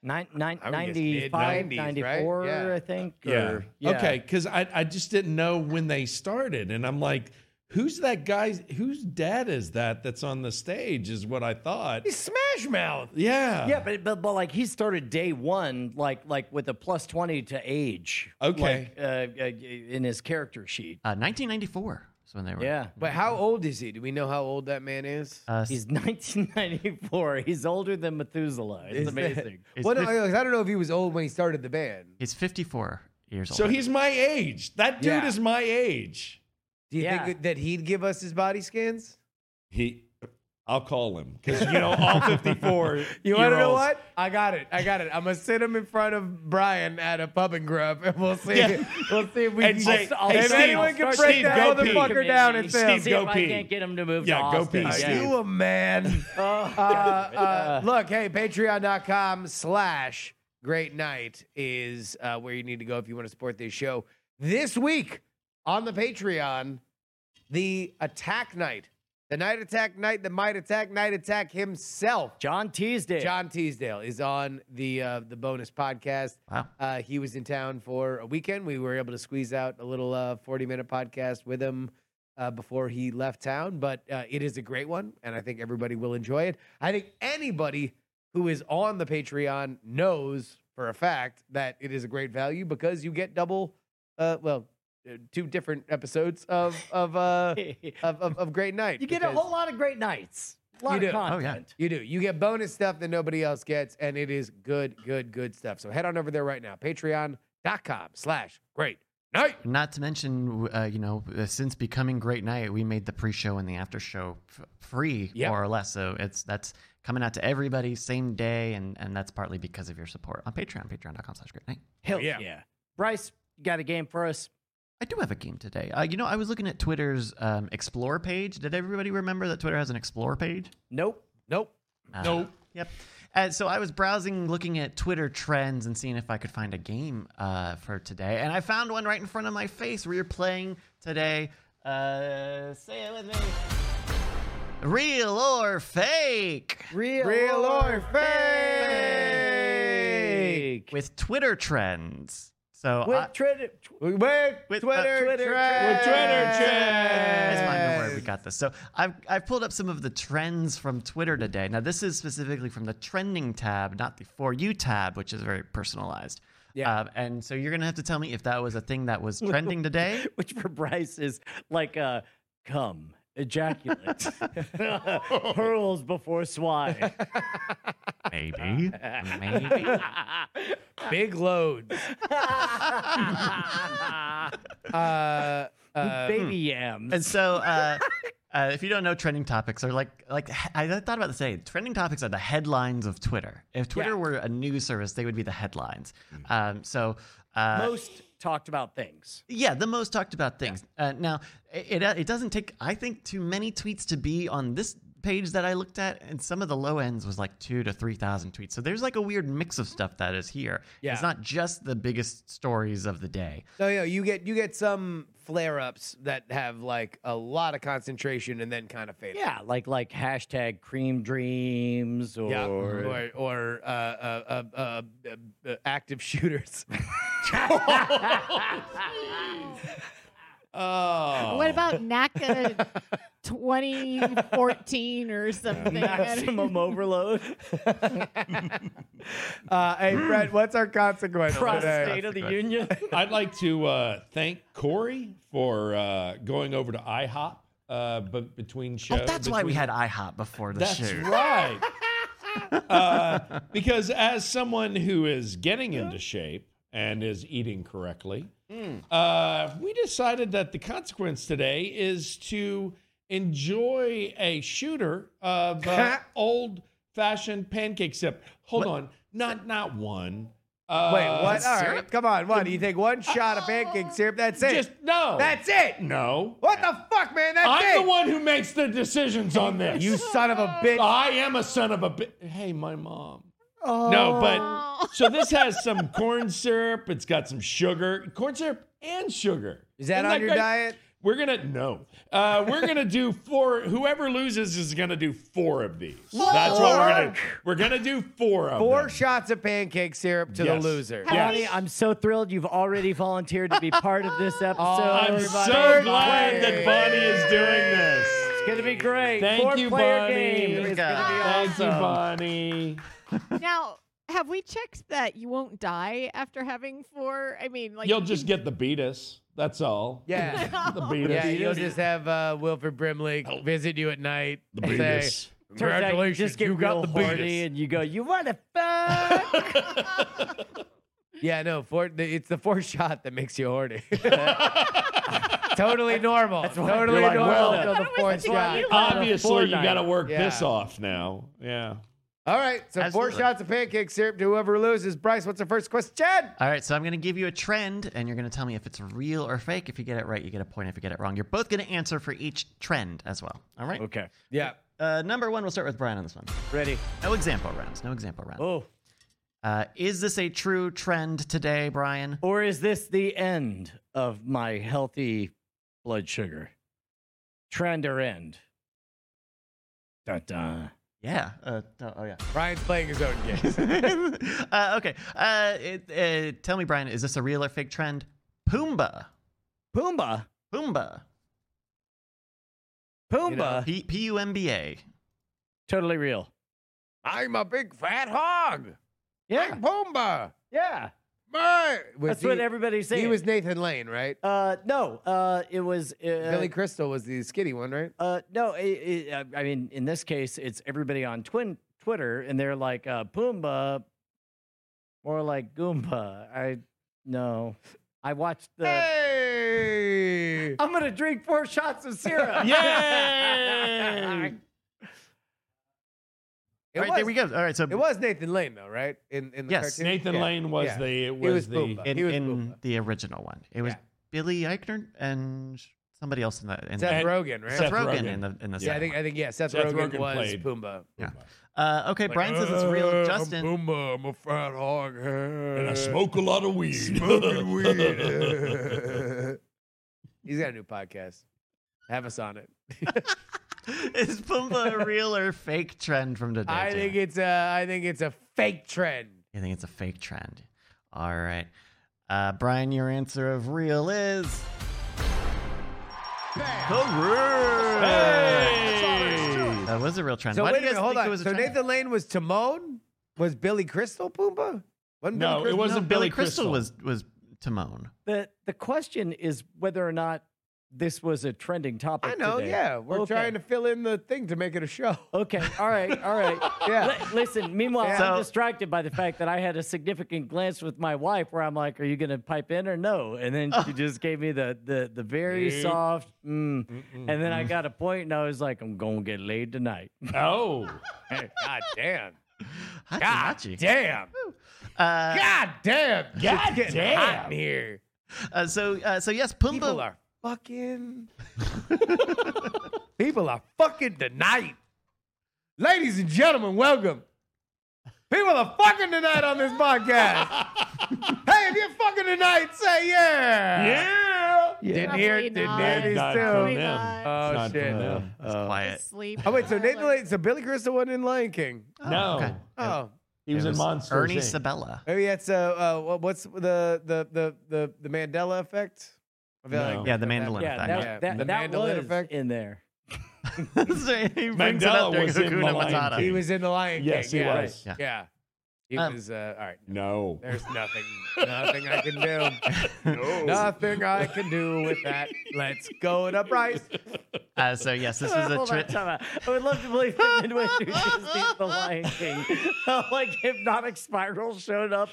Speaker 4: Nine, nine,
Speaker 3: I would guess
Speaker 4: 95,
Speaker 3: mid- 90s, right?
Speaker 4: 94,
Speaker 3: Yeah.
Speaker 4: I think.
Speaker 7: Yeah.
Speaker 4: or-
Speaker 7: Okay, because I, I just didn't know when they started, and I'm like, who's that guy? Whose dad is that? That's on the stage is what I thought.
Speaker 3: he's Smash Mouth.
Speaker 7: Yeah.
Speaker 4: Yeah, but, but but like he started day one, like like with a plus twenty to age.
Speaker 7: Okay.
Speaker 4: like, uh, uh, in his character sheet.
Speaker 5: uh, 1994 is when they were.
Speaker 4: Yeah,
Speaker 3: But how old is he? Do we know how old that man is?
Speaker 5: Uh,
Speaker 4: he's 1994. He's older than Methuselah. It's
Speaker 3: Is that-
Speaker 4: amazing.
Speaker 5: He's
Speaker 3: What,
Speaker 5: fif-
Speaker 3: I don't know if he was old when he started the band.
Speaker 5: He's 54 years old.
Speaker 7: So he's my age. That dude
Speaker 3: Yeah.
Speaker 7: is my age.
Speaker 3: Do you
Speaker 4: Yeah.
Speaker 3: think that he'd give us his body scans?
Speaker 7: He, I'll call him because you know all 54.
Speaker 3: You want to know
Speaker 7: year-olds-
Speaker 3: what? I got it. I got it. I'm gonna sit him in front of Brian at a pub and grub, and we'll see.
Speaker 7: Yeah.
Speaker 3: We'll see if we
Speaker 7: And
Speaker 3: can
Speaker 7: say,
Speaker 3: get-
Speaker 7: "Hey,
Speaker 3: if
Speaker 7: Steve,
Speaker 3: anyone can
Speaker 7: Steve,
Speaker 3: break that
Speaker 7: go pee."
Speaker 3: motherfucker down.
Speaker 4: Committee.
Speaker 3: It's him.
Speaker 4: See
Speaker 7: Go
Speaker 4: if I
Speaker 7: pee.
Speaker 4: can't get him to move.
Speaker 7: Yeah,
Speaker 4: to
Speaker 7: go
Speaker 4: Austin.
Speaker 7: pee,
Speaker 3: Are
Speaker 7: Steve.
Speaker 4: Oh, Yeah.
Speaker 3: you a man? uh, uh, look, hey, patreon.com slash great night is uh, where you need to go if you want to support this show. This week on the Patreon, the attack night, the night attack night, the might attack night attack himself.
Speaker 4: John Teasdale.
Speaker 3: John Teasdale is on the uh, the bonus podcast.
Speaker 5: Wow.
Speaker 3: Uh, he was in town for a weekend. We were able to squeeze out a little uh, 40 minute podcast with him uh, before he left town, but uh, it is a great one, and I think everybody will enjoy it. I think anybody who is on the Patreon knows for a fact that it is a great value because you get double, uh, well, uh, two different episodes of of uh, of, of, of Great Night.
Speaker 4: you get a
Speaker 3: because-
Speaker 4: whole lot of great nights. A lot
Speaker 3: You
Speaker 4: of
Speaker 3: do.
Speaker 5: Oh, yeah.
Speaker 4: content.
Speaker 3: you do. You get bonus stuff that nobody else gets, and it is good, good, good stuff. So head on over there right now. Patreon.com slash great night.
Speaker 5: Not to mention, uh, you know, uh, since becoming Great Night, we made the pre-show and the after-show f- free,
Speaker 3: Yep.
Speaker 5: more or less. So it's that's coming out to everybody same day, and and that's partly because of your support on Patreon, Patreon.com/slash Great Night.
Speaker 4: Hell
Speaker 7: Yeah.
Speaker 4: yeah. Bryce, you got a game for us?
Speaker 5: I do have a game today. Uh, you know, I was looking at Twitter's um, Explore page. Did everybody remember that Twitter has an Explore page?
Speaker 4: Nope.
Speaker 3: Nope.
Speaker 5: Uh,
Speaker 7: Nope.
Speaker 5: Yep. And so I was browsing, looking at Twitter trends and seeing if I could find a game uh, for today. And I found one right in front of my face where you're playing today. Uh, say it with me. Real or fake?
Speaker 6: Real,
Speaker 3: Real or
Speaker 4: Fake.
Speaker 5: With Twitter trends. So
Speaker 4: With
Speaker 5: Uh, I-
Speaker 4: Twitter-
Speaker 3: With, Twitter,
Speaker 5: With, uh,
Speaker 3: Twitter
Speaker 5: Twitter
Speaker 3: trends.
Speaker 7: trends.
Speaker 5: That's why I know where we got this. So I've, I've pulled up some of the trends from Twitter today. Now, this is specifically from the trending tab, not the For You tab, which is very personalized.
Speaker 3: Yeah.
Speaker 5: Um, and so you're going to have to tell me if that was a thing that was trending today.
Speaker 4: which for Bryce is like uh, come, ejaculate, hurls before swine.
Speaker 5: Maybe. Maybe.
Speaker 3: Big loads. uh, uh,
Speaker 4: Baby yams.
Speaker 5: And so, uh, uh, if you don't know, trending topics are like like I thought about this today. Trending topics are the headlines of Twitter. If Twitter were a news service, they would be the headlines. Um, so. Uh,
Speaker 4: most talked about things.
Speaker 5: Yeah, the most talked about things. Uh, now, it it doesn't take I think too many tweets to be on this page that I looked at, and some of the low ends was like two to three thousand tweets. So there's like a weird mix of stuff that is here.
Speaker 3: Yeah.
Speaker 5: it's not just the biggest stories of the day.
Speaker 3: so yeah, you get you get some flare ups that have like a lot of concentration and then kind of fade. out.
Speaker 4: Yeah, like like hashtag cream dreams or
Speaker 3: Yeah, or or uh, uh, uh, uh, uh, uh, active shooters.
Speaker 10: What
Speaker 7: Oh.
Speaker 10: about NACA 2014 or something?
Speaker 4: maximum overload.
Speaker 3: Uh, hey, Brett, what's our consequence
Speaker 4: Cross
Speaker 3: today?
Speaker 4: State of the Union.
Speaker 7: I'd like to uh, thank Corey for uh, going over to IHOP uh, but between shows.
Speaker 5: oh, that's why we had IHOP before the
Speaker 7: That's
Speaker 5: shoot.
Speaker 7: right. uh, because as someone who is getting into shape and is eating correctly,
Speaker 3: Hmm.
Speaker 7: uh, we decided that the consequence today is to enjoy a shooter of uh, old fashioned pancake sip. Hold on, not not one. Uh,
Speaker 3: Wait, what? All right, come on, one. You take one shot of pancake syrup. That's it.
Speaker 7: Just no.
Speaker 3: That's it.
Speaker 7: no.
Speaker 3: What the fuck, man? That's
Speaker 7: I'm
Speaker 3: it.
Speaker 7: the one Uh, who makes the decisions on this.
Speaker 3: You son of a bitch.
Speaker 7: I am a son of a bitch. Hey, my mom. No,
Speaker 3: Oh.
Speaker 7: but so this has some corn syrup. It's got some sugar, corn syrup and sugar.
Speaker 3: Is that
Speaker 7: Isn't
Speaker 3: on your
Speaker 7: great?
Speaker 3: diet?
Speaker 7: We're gonna no. Uh, we're gonna do four. Whoever loses is gonna do four of these. That's what we're gonna. We're gonna do four of
Speaker 3: Four
Speaker 7: them.
Speaker 3: shots of pancake syrup to
Speaker 7: Yes.
Speaker 3: the loser.
Speaker 10: How
Speaker 7: Yes.
Speaker 10: many-
Speaker 4: I'm so thrilled you've already volunteered to be part of this episode.
Speaker 7: I'm
Speaker 4: everybody.
Speaker 7: so
Speaker 3: Third
Speaker 7: glad that
Speaker 3: place.
Speaker 7: Bonnie is doing this.
Speaker 4: It's gonna be great.
Speaker 7: Thank
Speaker 4: Four
Speaker 7: you,
Speaker 4: player
Speaker 7: Bonnie.
Speaker 4: game. It's
Speaker 5: go.
Speaker 4: gonna be
Speaker 7: Thank you,
Speaker 4: awesome.
Speaker 7: Bonnie.
Speaker 10: Now, have we checked that you won't die after having four? I mean, like
Speaker 7: You'll
Speaker 10: you
Speaker 7: just get the beatus. That's all.
Speaker 3: Yeah.
Speaker 7: The beatus.
Speaker 3: Yeah, you'll just have uh, Wilfred Brimley visit you at night.
Speaker 7: the
Speaker 3: and
Speaker 7: beatus.
Speaker 3: say,
Speaker 4: Turns out you
Speaker 3: Congratulations,
Speaker 4: just get
Speaker 3: you got
Speaker 4: real
Speaker 3: the
Speaker 4: horny
Speaker 3: beatus.
Speaker 4: and you go, you want to fuck?
Speaker 3: Yeah, no, four, the, it's the fourth shot that makes you horny. totally normal. totally
Speaker 7: you're like,
Speaker 3: normal
Speaker 7: well,
Speaker 3: until the fourth shot.
Speaker 7: Obviously, you got to work
Speaker 3: Yeah.
Speaker 7: this off now. Yeah.
Speaker 3: All right, so four
Speaker 5: Absolutely.
Speaker 3: shots of pancake syrup to whoever loses. Bryce, what's the first question?
Speaker 5: All right, so I'm going to give you a trend, and you're going to tell me if it's real or fake. If you get it right, you get a point. If you get it wrong, you're both going to answer for each trend as well. All right.
Speaker 4: okay.
Speaker 3: Yeah.
Speaker 5: Uh, number one, we'll start with Brian on this one.
Speaker 4: Ready.
Speaker 5: No example rounds. No example rounds.
Speaker 4: Oh.
Speaker 5: Uh, is this a true trend today, Brian?
Speaker 4: Or is this the end of my healthy blood sugar? Trend or end? Dun dun.
Speaker 5: Yeah. Uh, oh, oh, yeah.
Speaker 3: Brian's playing his own game.
Speaker 5: uh, okay. Uh, it, uh, tell me, Brian, is this a real or fake trend? Pumbaa.
Speaker 4: Pumbaa.
Speaker 5: Pumbaa.
Speaker 4: Pumbaa.
Speaker 5: P P U M B A.
Speaker 4: totally real.
Speaker 3: I'm a big fat hog.
Speaker 4: Yeah.
Speaker 3: Pumbaa.
Speaker 4: Yeah.
Speaker 3: My. Was
Speaker 4: That's
Speaker 3: he,
Speaker 4: what everybody's saying.
Speaker 3: He was Nathan Lane, right?
Speaker 4: uh, no, uh, it was. Uh,
Speaker 3: Billy Crystal was the skinny one, right?
Speaker 4: Uh, no, it, it, uh, I mean, in this case, it's everybody on twin Twitter, and they're like uh, Pumbaa, more like Goomba. I no, I watched the.
Speaker 3: Hey!
Speaker 4: I'm gonna drink four shots of syrup.
Speaker 7: Yay!
Speaker 3: It
Speaker 5: All right,
Speaker 3: was,
Speaker 5: there we go. All right, so
Speaker 3: It was Nathan Lane, though, right? In in the
Speaker 5: Yes.
Speaker 3: cartoon?
Speaker 7: Nathan
Speaker 3: Yeah.
Speaker 7: Lane was
Speaker 3: Yeah.
Speaker 7: the
Speaker 3: He
Speaker 7: was,
Speaker 3: was
Speaker 7: the
Speaker 3: Pumbaa.
Speaker 5: in,
Speaker 3: He was
Speaker 5: in
Speaker 3: Pumbaa.
Speaker 5: the original one, it was
Speaker 3: Yeah.
Speaker 5: Billy Eichner and somebody else in the in
Speaker 3: Seth
Speaker 5: the,
Speaker 3: Rogen, right?
Speaker 5: Seth,
Speaker 7: Seth
Speaker 5: Rogen,
Speaker 7: Rogen.
Speaker 5: in the in the
Speaker 3: yeah, I
Speaker 5: second
Speaker 3: think I think yeah, Seth,
Speaker 7: Seth
Speaker 3: Rogen,
Speaker 7: Rogen
Speaker 3: was
Speaker 7: played.
Speaker 3: Pumbaa.
Speaker 5: one. Yeah. Uh, okay, Brian says it's
Speaker 3: "Oh,
Speaker 5: real. Justin,
Speaker 3: I'm Pumbaa, I'm a fat hog. And
Speaker 7: a lot of weed.
Speaker 3: smoking weed. He's got a new podcast. Have us on it.
Speaker 5: is Pumbaa a real or fake trend from today?
Speaker 3: I
Speaker 5: Jack?
Speaker 3: think it's a I think it's a fake trend.
Speaker 5: You think it's a fake trend? All right. Uh, Brian, your answer of real is. Correct.
Speaker 7: Hey!
Speaker 5: That was a real trend.
Speaker 3: So
Speaker 5: Why
Speaker 3: wait a
Speaker 5: do you
Speaker 3: minute,
Speaker 5: guys
Speaker 3: hold
Speaker 5: think it
Speaker 3: on.
Speaker 5: was a
Speaker 3: So
Speaker 5: trend?
Speaker 3: Nathan Lane was Timon? Was Billy Crystal Pumbaa? Wasn't
Speaker 7: No,
Speaker 3: Billy
Speaker 7: it
Speaker 3: Crystal-
Speaker 7: wasn't
Speaker 5: Billy,
Speaker 7: Billy
Speaker 5: Crystal
Speaker 7: Crystal.
Speaker 5: was was Timon.
Speaker 4: the the question is whether or not this was a trending topic.
Speaker 3: I know,
Speaker 4: today.
Speaker 3: yeah. We're
Speaker 4: Okay.
Speaker 3: trying to fill in the thing to make it a show.
Speaker 4: Okay, all right, all right.
Speaker 3: Yeah.
Speaker 4: Li- listen, meanwhile,
Speaker 5: So-
Speaker 4: I'm distracted by the fact that I had a significant glance with my wife where I'm like, are you going to pipe in or no? And then she just gave me the the, the very soft, mm. and then I got a point and I was like, I'm going to get laid tonight.
Speaker 7: Oh,
Speaker 3: God damn.
Speaker 5: Hachi,
Speaker 3: God
Speaker 5: hachi.
Speaker 3: damn.
Speaker 5: Uh,
Speaker 3: God damn. God
Speaker 7: getting hot
Speaker 3: hot in here.
Speaker 5: uh, so uh, so yes, Pumbaa.
Speaker 3: People are fucking. People are fucking tonight. Ladies and gentlemen, welcome. People are fucking tonight on this podcast. hey, if you're fucking tonight, say yeah.
Speaker 7: yeah.
Speaker 3: Didn't hear,
Speaker 10: Definitely
Speaker 3: didn't
Speaker 10: not.
Speaker 3: hear
Speaker 7: It's
Speaker 3: these
Speaker 7: not
Speaker 10: Probably
Speaker 7: from
Speaker 3: two.
Speaker 7: them.
Speaker 10: not.
Speaker 7: It's
Speaker 3: Oh,
Speaker 7: not
Speaker 3: shit.
Speaker 7: from them.
Speaker 5: quiet.
Speaker 10: Sleep.
Speaker 3: Oh, wait, so
Speaker 10: or,
Speaker 3: Nathan
Speaker 10: like-
Speaker 3: Lane, so Billy Crystal wasn't in Lion King.
Speaker 7: No,
Speaker 5: okay.
Speaker 3: Oh.
Speaker 7: he was,
Speaker 5: It
Speaker 7: in Monsters.
Speaker 5: Ernie
Speaker 7: Inc.
Speaker 5: Sabella.
Speaker 3: Maybe that's uh, uh what- what's the the the the, the Mandela effect? I feel
Speaker 7: No.
Speaker 5: Yeah, the mandolin
Speaker 4: Yeah,
Speaker 5: effect.
Speaker 4: that,
Speaker 3: Yeah,
Speaker 4: that,
Speaker 3: the
Speaker 4: that
Speaker 3: mandolin
Speaker 4: was
Speaker 3: effect.
Speaker 4: in there.
Speaker 5: So he brings it up
Speaker 7: Mandela
Speaker 5: during
Speaker 7: was in
Speaker 5: Hakuna
Speaker 7: The Lion
Speaker 5: Matata.
Speaker 3: He was in the Lion King.
Speaker 7: Yes, he
Speaker 3: yeah.
Speaker 7: was.
Speaker 5: Yeah.
Speaker 3: Yeah. He
Speaker 5: Um,
Speaker 3: was uh, all right.
Speaker 7: No.
Speaker 3: There's nothing, nothing I can do. Nothing I can do with that. Let's go to Bryce.
Speaker 5: Uh, so yes, this was a
Speaker 4: Hold on,
Speaker 5: trend.
Speaker 4: time out. I would love to believe that midway through Disney's The Lion King, a, like hypnotic spiral showed up,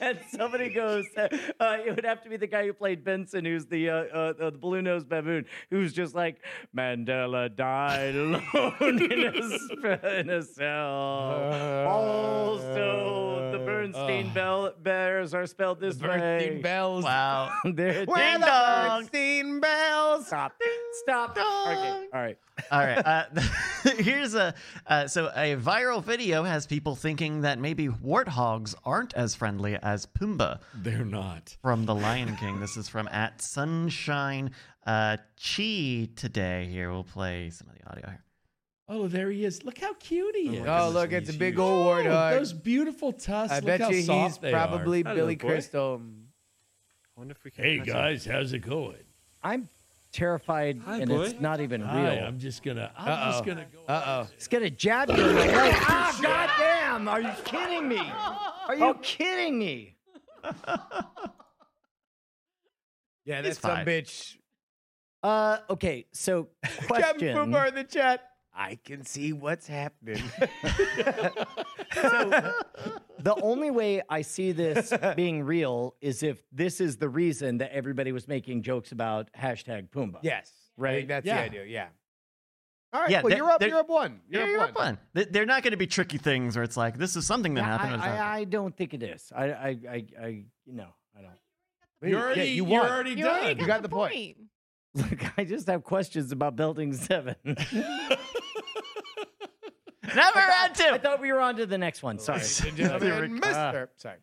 Speaker 4: and somebody goes, uh, uh, "It would have to be the guy who played Benson, who's the uh, uh, the blue nosed baboon, who's just like Mandela died alone in a, sp- in a cell." also, the Bernstein Bell Bears are spelled this way.
Speaker 3: Uh. Bernstein bells.
Speaker 5: Wow.
Speaker 4: They're
Speaker 3: Where
Speaker 4: ding
Speaker 3: the
Speaker 4: dong.
Speaker 3: Bernstein bells?
Speaker 4: Stop. Stop. Okay. All right.
Speaker 5: All right. Uh, here's a uh, so a viral video has people thinking that maybe warthogs aren't as friendly as Pumbaa
Speaker 7: They're not.
Speaker 5: from The Lion King. This is from at Sunshine uh, Chi today. Here we'll play some of the audio here.
Speaker 7: Oh, there he is. Look how cute he is.
Speaker 3: Oh, look, it's a big old
Speaker 7: Oh,
Speaker 3: warthog.
Speaker 7: those beautiful tusks.
Speaker 3: I
Speaker 7: Look
Speaker 3: bet
Speaker 7: how
Speaker 3: you he's
Speaker 7: soft they are.
Speaker 3: probably
Speaker 7: Hello,
Speaker 3: Billy
Speaker 7: boy.
Speaker 3: Crystal.
Speaker 1: Hey guys, how's it going?
Speaker 4: I'm terrified, and it's not even real.
Speaker 7: Hi, I'm just gonna. I'm just gonna go.
Speaker 3: Uh
Speaker 4: It's gonna jab you in the leg.
Speaker 6: Ah, goddamn! Are you kidding me? Are
Speaker 4: Oh.
Speaker 6: you kidding me?
Speaker 3: Yeah,
Speaker 5: He's
Speaker 3: that's some
Speaker 5: fine.
Speaker 3: bitch.
Speaker 4: Uh, okay. So
Speaker 3: Captain
Speaker 4: question.
Speaker 3: Boomer in the chat. I can see what's happening.
Speaker 4: the only way I see this being real is if this is the reason that everybody was making jokes about hashtag Pumbaa.
Speaker 3: yes. I
Speaker 4: Right?
Speaker 3: think that's
Speaker 7: Yeah.
Speaker 3: the idea. Yeah. All right.
Speaker 5: Yeah,
Speaker 3: well,
Speaker 5: they're-
Speaker 3: you're up.
Speaker 5: they're-
Speaker 3: You're up one. You're,
Speaker 5: Yeah, you're up one. They- They're not going to be tricky things where it's like this is something that
Speaker 4: Yeah,
Speaker 5: happened. or it's
Speaker 4: I,
Speaker 5: not.
Speaker 4: I, I don't think it is. I, I, I, I you know, I don't.
Speaker 7: You're already.
Speaker 3: yeah, you
Speaker 7: you
Speaker 3: won.
Speaker 7: are already
Speaker 10: You already
Speaker 7: done.
Speaker 3: You got the point.
Speaker 4: Look, I just have questions about Building Seven.
Speaker 5: Now we're on
Speaker 4: I
Speaker 5: two.
Speaker 4: thought we were on to the next one. Sorry.
Speaker 3: Gentlemen,
Speaker 5: Rick- ah.
Speaker 3: Mister. Sorry.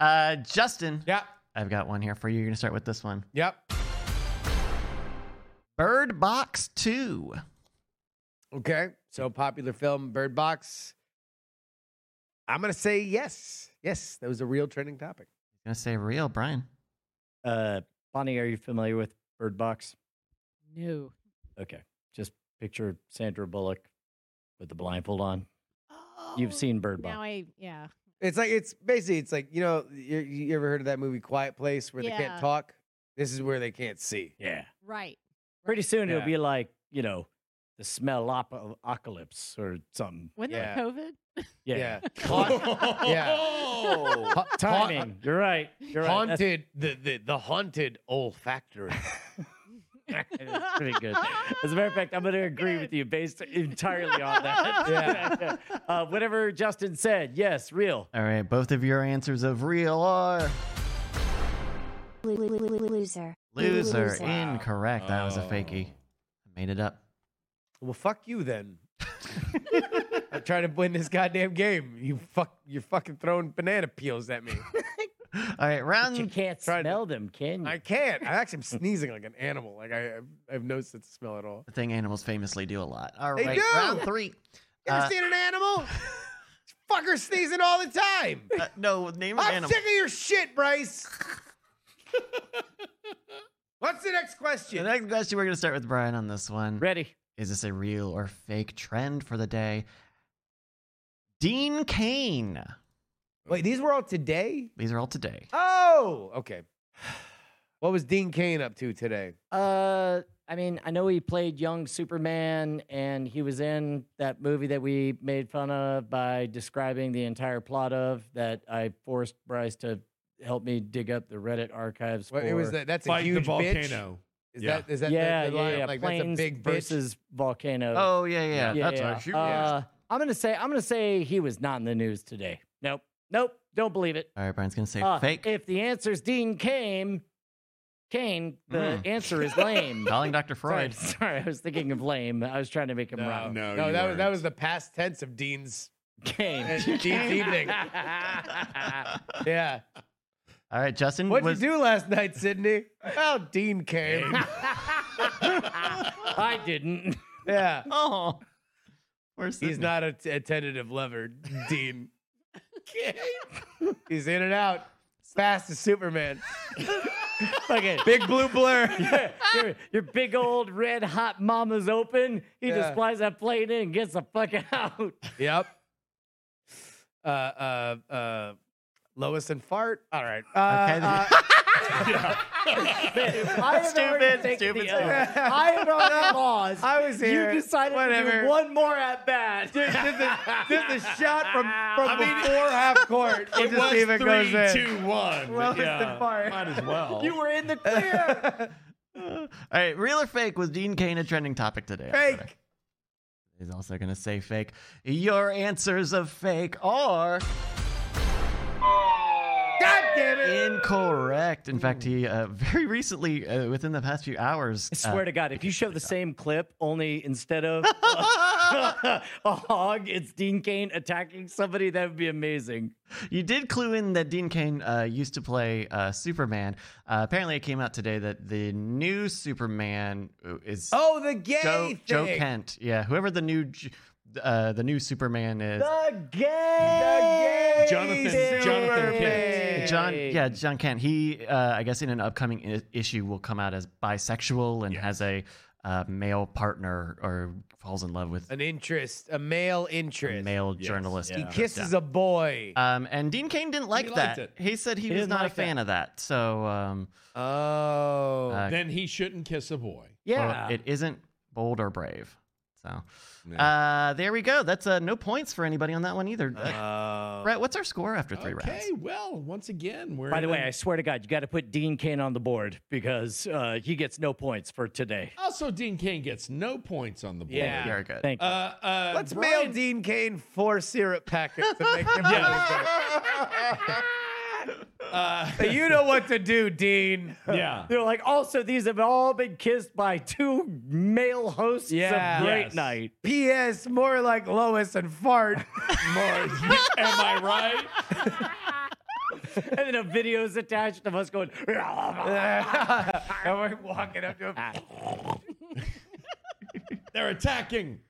Speaker 5: Uh, Justin,
Speaker 3: Yeah.
Speaker 5: I've got one here for you. You're going to start with this one.
Speaker 3: Yep.
Speaker 5: Bird Box Two.
Speaker 3: Okay. So popular film Bird Box. I'm gonna say yes. Yes, that was a real trending topic.
Speaker 5: going to say real, Brian.
Speaker 4: Uh, Bonnie, are you familiar with Bird Box?
Speaker 10: No.
Speaker 4: Okay. Just picture Sandra Bullock with the blindfold on.
Speaker 10: Oh,
Speaker 4: You've seen Bird Box.
Speaker 10: Now I yeah.
Speaker 3: It's like it's basically it's like you know you, you ever heard of that movie Quiet Place where they
Speaker 10: Yeah.
Speaker 3: can't talk? This is where they can't see.
Speaker 4: yeah.
Speaker 10: Right.
Speaker 4: Pretty soon
Speaker 3: Yeah.
Speaker 4: it'll be like, you know, the smell op- apocalypse or something.
Speaker 10: Wasn't
Speaker 3: Yeah.
Speaker 10: that COVID?
Speaker 4: Yeah.
Speaker 3: Haunt- yeah. Ha-
Speaker 4: Timing. You're right. You're right. That's
Speaker 3: haunted the, the the haunted olfactory.
Speaker 4: It's pretty good. As a matter of fact, I'm going to agree with you based entirely on that.
Speaker 3: Yeah.
Speaker 4: uh, whatever Justin said, yes, real.
Speaker 5: All right, both of your answers of real are
Speaker 9: Lo- lo- lo- lo- Loser.
Speaker 5: loser. Incorrect. That was a fakie.
Speaker 3: Oh.
Speaker 5: I made it up.
Speaker 3: well, fuck you then. I'm trying to win this goddamn game. You fuck. You're fucking throwing banana peels at me.
Speaker 5: All right,
Speaker 4: But you
Speaker 5: round.
Speaker 4: can't
Speaker 3: Mm. Tried to-
Speaker 4: smell them, can you?
Speaker 3: I can't. I actually am sneezing like an animal. Like I, I have no sense of smell at all.
Speaker 5: The thing animals famously do a lot. All
Speaker 3: They
Speaker 5: right,
Speaker 3: do!
Speaker 5: round three.
Speaker 3: You ever
Speaker 5: Uh,
Speaker 3: seen an animal? Fucker sneezing all the time.
Speaker 5: Uh, no, name an
Speaker 3: I'm
Speaker 5: animal.
Speaker 3: sick of your shit, Bryce. What's the next
Speaker 5: The
Speaker 3: question?
Speaker 5: next question we're going to start with Brian on this one.
Speaker 4: Ready?
Speaker 5: Is this a real or fake trend for the day? Dean Kane.
Speaker 3: Wait, these were all today.
Speaker 5: These are all today.
Speaker 3: Oh, okay. What was Dean Kane up to today?
Speaker 4: Uh, I mean, I know he played young Superman, and he was in that movie that we made fun of by describing the entire plot of that. I forced Bryce to help me dig up the Reddit archives.
Speaker 3: What, it was
Speaker 4: for-
Speaker 3: that. That's a
Speaker 7: Fight
Speaker 3: huge
Speaker 7: the
Speaker 3: bitch?
Speaker 7: volcano.
Speaker 3: Is
Speaker 7: Yeah.
Speaker 3: that is that the-
Speaker 4: yeah,
Speaker 3: the,
Speaker 4: yeah,
Speaker 3: line?
Speaker 4: yeah.
Speaker 3: Like that's a
Speaker 4: Planes
Speaker 3: big bitch.
Speaker 4: versus volcano.
Speaker 5: Oh yeah, yeah.
Speaker 4: yeah,
Speaker 5: That's
Speaker 4: yeah.
Speaker 5: right. Shoot.
Speaker 4: Uh, I'm gonna say, I'm gonna say he was not in the news today. Nope, nope, don't believe it.
Speaker 5: all right, Brian's going to say
Speaker 4: Uh,
Speaker 5: fake.
Speaker 4: If the answer's Dean Kane, Kane, the
Speaker 5: Mm-hmm.
Speaker 4: answer is lame.
Speaker 5: Calling Dr.
Speaker 4: Sorry,
Speaker 5: Freud.
Speaker 4: sorry, I was thinking of lame. I was trying to make him
Speaker 3: No,
Speaker 4: rhyme.
Speaker 3: no, that was, that was the past tense of Dean's
Speaker 4: Kane.
Speaker 3: Dean's evening. Yeah.
Speaker 5: All right, Justin.
Speaker 3: What'd
Speaker 5: was,
Speaker 3: you do last night, Sydney? Well, Dean came.
Speaker 4: I didn't.
Speaker 3: yeah.
Speaker 5: Oh, where's
Speaker 3: He's
Speaker 5: Sydney?
Speaker 3: not a, t- a tentative lover, Dean. He's in and out. Fast as Superman.
Speaker 4: Okay.
Speaker 3: Big blue blur.
Speaker 4: your, your big old red hot mama's open. He
Speaker 3: Yeah.
Speaker 4: just flies that plane in and gets the fuck out.
Speaker 3: yep. Uh, uh, uh, Lois and Fart. All right. Uh,
Speaker 5: Okay.
Speaker 3: uh,
Speaker 4: I had already taken
Speaker 5: stupid,
Speaker 4: the L.
Speaker 3: stupid.
Speaker 4: I had already lost.
Speaker 3: I was here.
Speaker 4: You decided to
Speaker 3: Whatever. Uh,
Speaker 4: do one more at bat.
Speaker 3: Dude, this is, this is shot from, from before half court. We'll
Speaker 7: It
Speaker 3: just see if it goes
Speaker 7: was
Speaker 3: in.
Speaker 7: three, two, one.
Speaker 3: Well,
Speaker 7: yeah.
Speaker 3: it's the fire.
Speaker 7: Might as well.
Speaker 4: You were in the clear.
Speaker 5: All right, real or fake was Dean Kane a trending topic today?
Speaker 3: Fake.
Speaker 5: He's also going to say fake. Your answers of fake are
Speaker 3: God damn it.
Speaker 5: Incorrect. In fact, he uh, very recently, uh, within the past few hours, uh,
Speaker 4: I swear to God, if you show the same clip, only instead of a hog, it's Dean Kane attacking somebody, that would be amazing.
Speaker 5: You did clue in that Dean Kane uh, used to play uh, Superman. Uh, apparently, it came out today that the new Superman uh, is
Speaker 3: Oh, the gay
Speaker 5: Joe,
Speaker 3: thing.
Speaker 5: Joe Kent. Yeah, whoever the new J- uh, the new Superman is.
Speaker 3: The gay. The gay.
Speaker 7: Jonathan- Jonathan Kent.
Speaker 5: John, yeah, John Kent. He, uh, I guess, in an upcoming I- issue, will come out as bisexual and has a uh, male partner or falls in love with
Speaker 3: An interest, a male
Speaker 5: a
Speaker 3: interest.
Speaker 5: male journalist.
Speaker 3: He kisses a boy.
Speaker 5: Um, and Dean Kane didn't like
Speaker 7: liked
Speaker 5: that.
Speaker 7: it.
Speaker 5: He said he, was
Speaker 4: didn't
Speaker 5: not
Speaker 4: like
Speaker 5: a
Speaker 4: that.
Speaker 5: fan of that. So um,
Speaker 3: oh.
Speaker 5: uh,
Speaker 7: Then he shouldn't kiss a boy.
Speaker 5: well,
Speaker 4: Yeah.
Speaker 5: it isn't bold or brave. So
Speaker 7: No.
Speaker 5: uh, there we go. That's uh, no points for anybody on that one either. Uh, Brett, what's our score after three rounds?
Speaker 7: Okay, well, once again, we're
Speaker 4: By the
Speaker 7: in
Speaker 4: way,
Speaker 7: a-
Speaker 4: I swear to God, you got to put Dean Kane on the board because uh, he gets no points for today.
Speaker 7: also Dean Kane gets no points on the board.
Speaker 4: Yeah.
Speaker 5: Very good.
Speaker 4: Thank
Speaker 7: Uh,
Speaker 4: you.
Speaker 7: uh,
Speaker 3: Let's
Speaker 7: Brian,
Speaker 3: mail Dean Kane four syrup packets to make him yeah.
Speaker 7: uh,
Speaker 3: You know what to do, Dean.
Speaker 7: yeah.
Speaker 4: They're like, also, these have all been kissed by two male hosts
Speaker 3: Yeah.
Speaker 4: of Great
Speaker 7: Yes.
Speaker 4: Night.
Speaker 3: P.S. More like Lois and Fart.
Speaker 7: Mars, am I right?
Speaker 4: And then a video's attached of us going, "Ah,
Speaker 3: and we're walking up to him.
Speaker 7: They're attacking.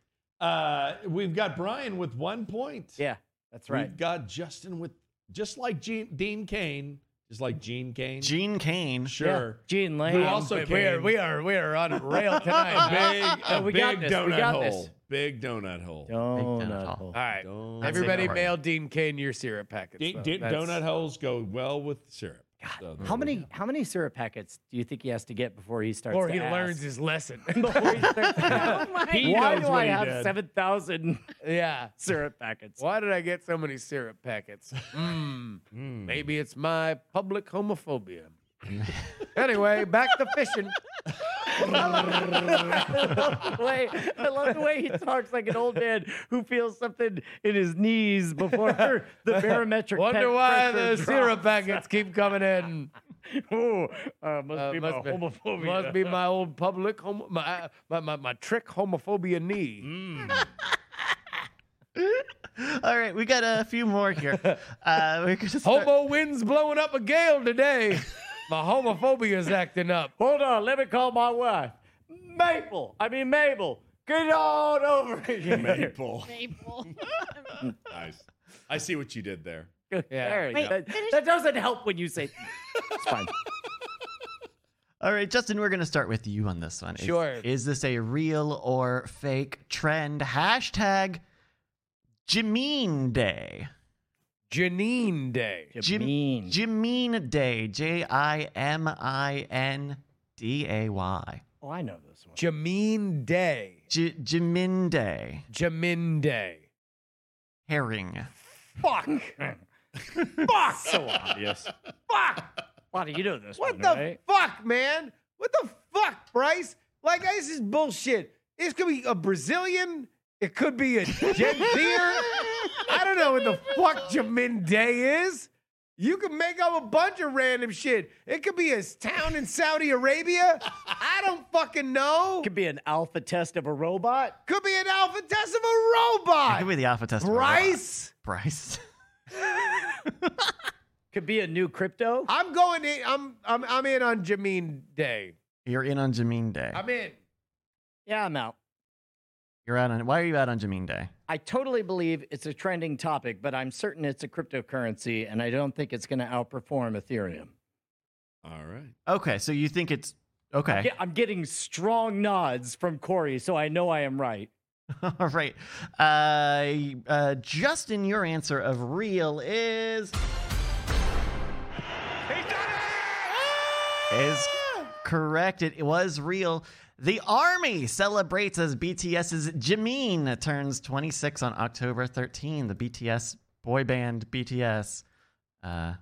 Speaker 7: Uh, we've got Brian with one point.
Speaker 4: yeah, that's right.
Speaker 7: We've got Justin with just like Gene, Dean Kane, just like Gene Kane.
Speaker 5: Gene Kane.
Speaker 7: sure.
Speaker 4: Gene Lane.
Speaker 7: Who also
Speaker 3: Wait,
Speaker 7: came.
Speaker 3: we are we are we are on a rail tonight. man.
Speaker 7: big, a
Speaker 4: Oh, we
Speaker 7: big
Speaker 4: got this, we
Speaker 7: donut
Speaker 4: got
Speaker 7: hole.
Speaker 4: this.
Speaker 7: Big donut hole.
Speaker 5: Big donut
Speaker 4: Donut
Speaker 5: hole.
Speaker 4: hole.
Speaker 3: All right,
Speaker 7: Donut.
Speaker 3: everybody,
Speaker 5: hole.
Speaker 3: mail Dean Kane your syrup packets.
Speaker 7: D-
Speaker 3: though.
Speaker 7: d-
Speaker 3: That's-
Speaker 7: donut holes go well with syrup. So there
Speaker 4: How
Speaker 7: we
Speaker 4: many
Speaker 7: go.
Speaker 4: how many syrup packets do you think he has to get before he starts?
Speaker 3: Or
Speaker 4: to
Speaker 3: he
Speaker 4: ask?
Speaker 3: learns his lesson.
Speaker 4: Before he starts to
Speaker 10: Oh
Speaker 4: ask,
Speaker 7: He
Speaker 4: Why
Speaker 7: knows
Speaker 4: do
Speaker 7: what
Speaker 4: I
Speaker 7: he
Speaker 4: have
Speaker 7: did.
Speaker 4: seven thousand
Speaker 3: yeah.
Speaker 4: syrup packets?
Speaker 3: Why did I get so many syrup packets? Mm,
Speaker 4: Hmm.
Speaker 3: Maybe it's my public homophobia. anyway, back to fishing.
Speaker 4: way. I love the way he talks like an old man who feels something in his knees before the barometric.
Speaker 3: Wonder
Speaker 4: pe-
Speaker 3: why the
Speaker 4: pressure
Speaker 3: syrup packets keep coming in.
Speaker 4: drops. Ooh, uh, must
Speaker 3: Uh,
Speaker 4: be
Speaker 3: must
Speaker 4: my
Speaker 3: be-
Speaker 4: homophobia.
Speaker 3: Must be my old public homo- my, my, my my trick homophobia knee.
Speaker 5: All right, we got a few more here. Uh, we're gonna start-
Speaker 3: Homo winds blowing up a gale today. my homophobia's acting up.
Speaker 4: Hold on, let me call my wife, Maple. I mean Mabel. Get on over here.
Speaker 7: Maple.
Speaker 10: Maple.
Speaker 7: nice. I see what you did there.
Speaker 4: There you
Speaker 10: Wait,
Speaker 4: go.
Speaker 10: finish-
Speaker 4: That, that doesn't help when you say. It's fine.
Speaker 5: All right, Justin, we're gonna start with you on this one. Is-
Speaker 3: Sure.
Speaker 5: Is this a real or fake trend? Hashtag Jameen Day.
Speaker 3: Janine Day.
Speaker 5: Jim-
Speaker 4: Jameen.
Speaker 5: Jameen Day. J I M I N D A Y.
Speaker 4: Oh, I know this one.
Speaker 3: Jameen Day.
Speaker 5: J- Jamin Day.
Speaker 3: Jamin Day.
Speaker 5: Herring.
Speaker 4: Fuck. Fuck. So obvious. Fuck. Why do you know this
Speaker 3: What
Speaker 4: one?
Speaker 3: the
Speaker 4: right?
Speaker 3: fuck, man? What the fuck, Bryce? Like, this is bullshit. This could be a Brazilian. It could be a jet beer. I don't know what the fuck Jamin Day is. You can make up a bunch of random shit. It could be a town in Saudi Arabia. I don't fucking know.
Speaker 4: Could be an alpha test of a robot.
Speaker 3: Could be an alpha test of a
Speaker 5: It could
Speaker 3: robot.
Speaker 5: be the alpha test. of a robot.
Speaker 3: Bryce,
Speaker 5: Bryce.
Speaker 4: Could be a new crypto.
Speaker 3: I'm going in. I'm I'm I'm in on Jamin Day.
Speaker 5: You're in on Jameen Day.
Speaker 3: I'm in.
Speaker 4: Yeah, I'm out.
Speaker 5: You're out on. Why are you out on Jameen Day?
Speaker 4: I totally believe it's a trending topic, but I'm certain it's a cryptocurrency, and I don't think it's going to outperform Ethereum.
Speaker 7: All right.
Speaker 5: Okay, so you think it's okay.
Speaker 4: Yeah, I'm getting strong nods from Corey, so I know I am right.
Speaker 5: All right. Uh, uh, Justin, your answer of real is. Ah! Is correct. It was real. The Army celebrates as BTS's Jimin turns 26 on October 13. The BTS boy band BTS uh, had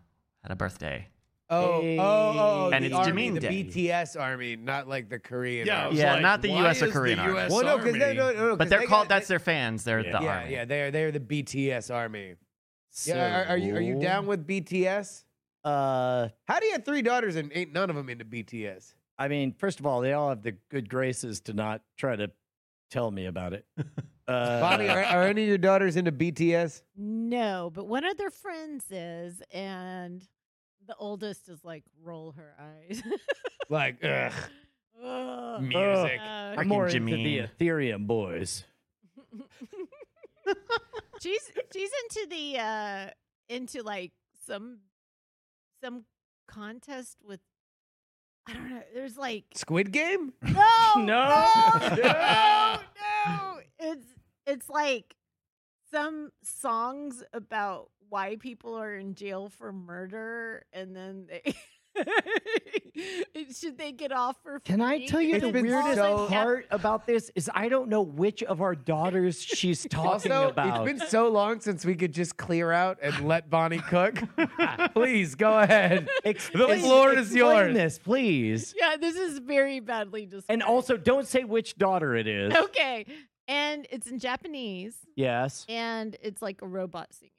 Speaker 5: a birthday.
Speaker 3: Oh, oh, oh, oh,
Speaker 5: And
Speaker 3: the
Speaker 5: it's
Speaker 3: army,
Speaker 5: Jameen
Speaker 3: the
Speaker 5: Day.
Speaker 3: BTS army, not like the Korean.
Speaker 7: Yeah, I
Speaker 3: army.
Speaker 7: was
Speaker 5: Yeah,
Speaker 7: like,
Speaker 5: not the
Speaker 7: why
Speaker 5: US or
Speaker 7: is the
Speaker 5: Korean army.
Speaker 7: US
Speaker 3: Well, no, because
Speaker 7: Army?
Speaker 3: they no, no, no, 'cause
Speaker 5: But they're
Speaker 3: they
Speaker 5: called.
Speaker 3: got-
Speaker 5: that's their fans. They're
Speaker 7: Yeah.
Speaker 5: the
Speaker 3: yeah,
Speaker 5: Army.
Speaker 3: yeah, they're they're the BTS army.
Speaker 4: So,
Speaker 3: Yeah, are, are you are you down with BTS?
Speaker 4: Uh,
Speaker 3: How do you have three daughters and ain't none of them into BTS?
Speaker 4: I mean, first of all, they all have the good graces to not try to tell me about it. Uh,
Speaker 3: Bonnie, are, are any of your daughters into BTS?
Speaker 10: No, but one of their friends is, and the oldest is like roll her eyes.
Speaker 3: Like, ugh.
Speaker 7: uh,
Speaker 10: Ugh.
Speaker 3: Music.
Speaker 10: Uh,
Speaker 5: Freaking
Speaker 4: more into the
Speaker 5: Jameen.
Speaker 4: Ethereum boys.
Speaker 10: she's she's into the uh into like some some contest with I don't know. There's like
Speaker 3: Squid Game?
Speaker 10: no,
Speaker 4: No.
Speaker 10: no, no, no. It's it's like some songs about why people are in jail for murder, and then they should they get off for?
Speaker 6: Can I
Speaker 10: free?
Speaker 6: tell you
Speaker 10: And
Speaker 6: the
Speaker 10: it's all
Speaker 6: weirdest
Speaker 10: like ev-
Speaker 6: part about this is I don't know which of our daughters she's talking
Speaker 3: Also,
Speaker 6: about.
Speaker 3: it's been so long since we could just clear out and let Bonnie cook. Please go ahead. the floor is
Speaker 6: Explain
Speaker 3: yours.
Speaker 6: this, please.
Speaker 10: Yeah, this is very badly described.
Speaker 4: And also, don't say which daughter it is.
Speaker 10: okay, and it's in Japanese,
Speaker 4: Yes.
Speaker 10: and it's like a robot singing.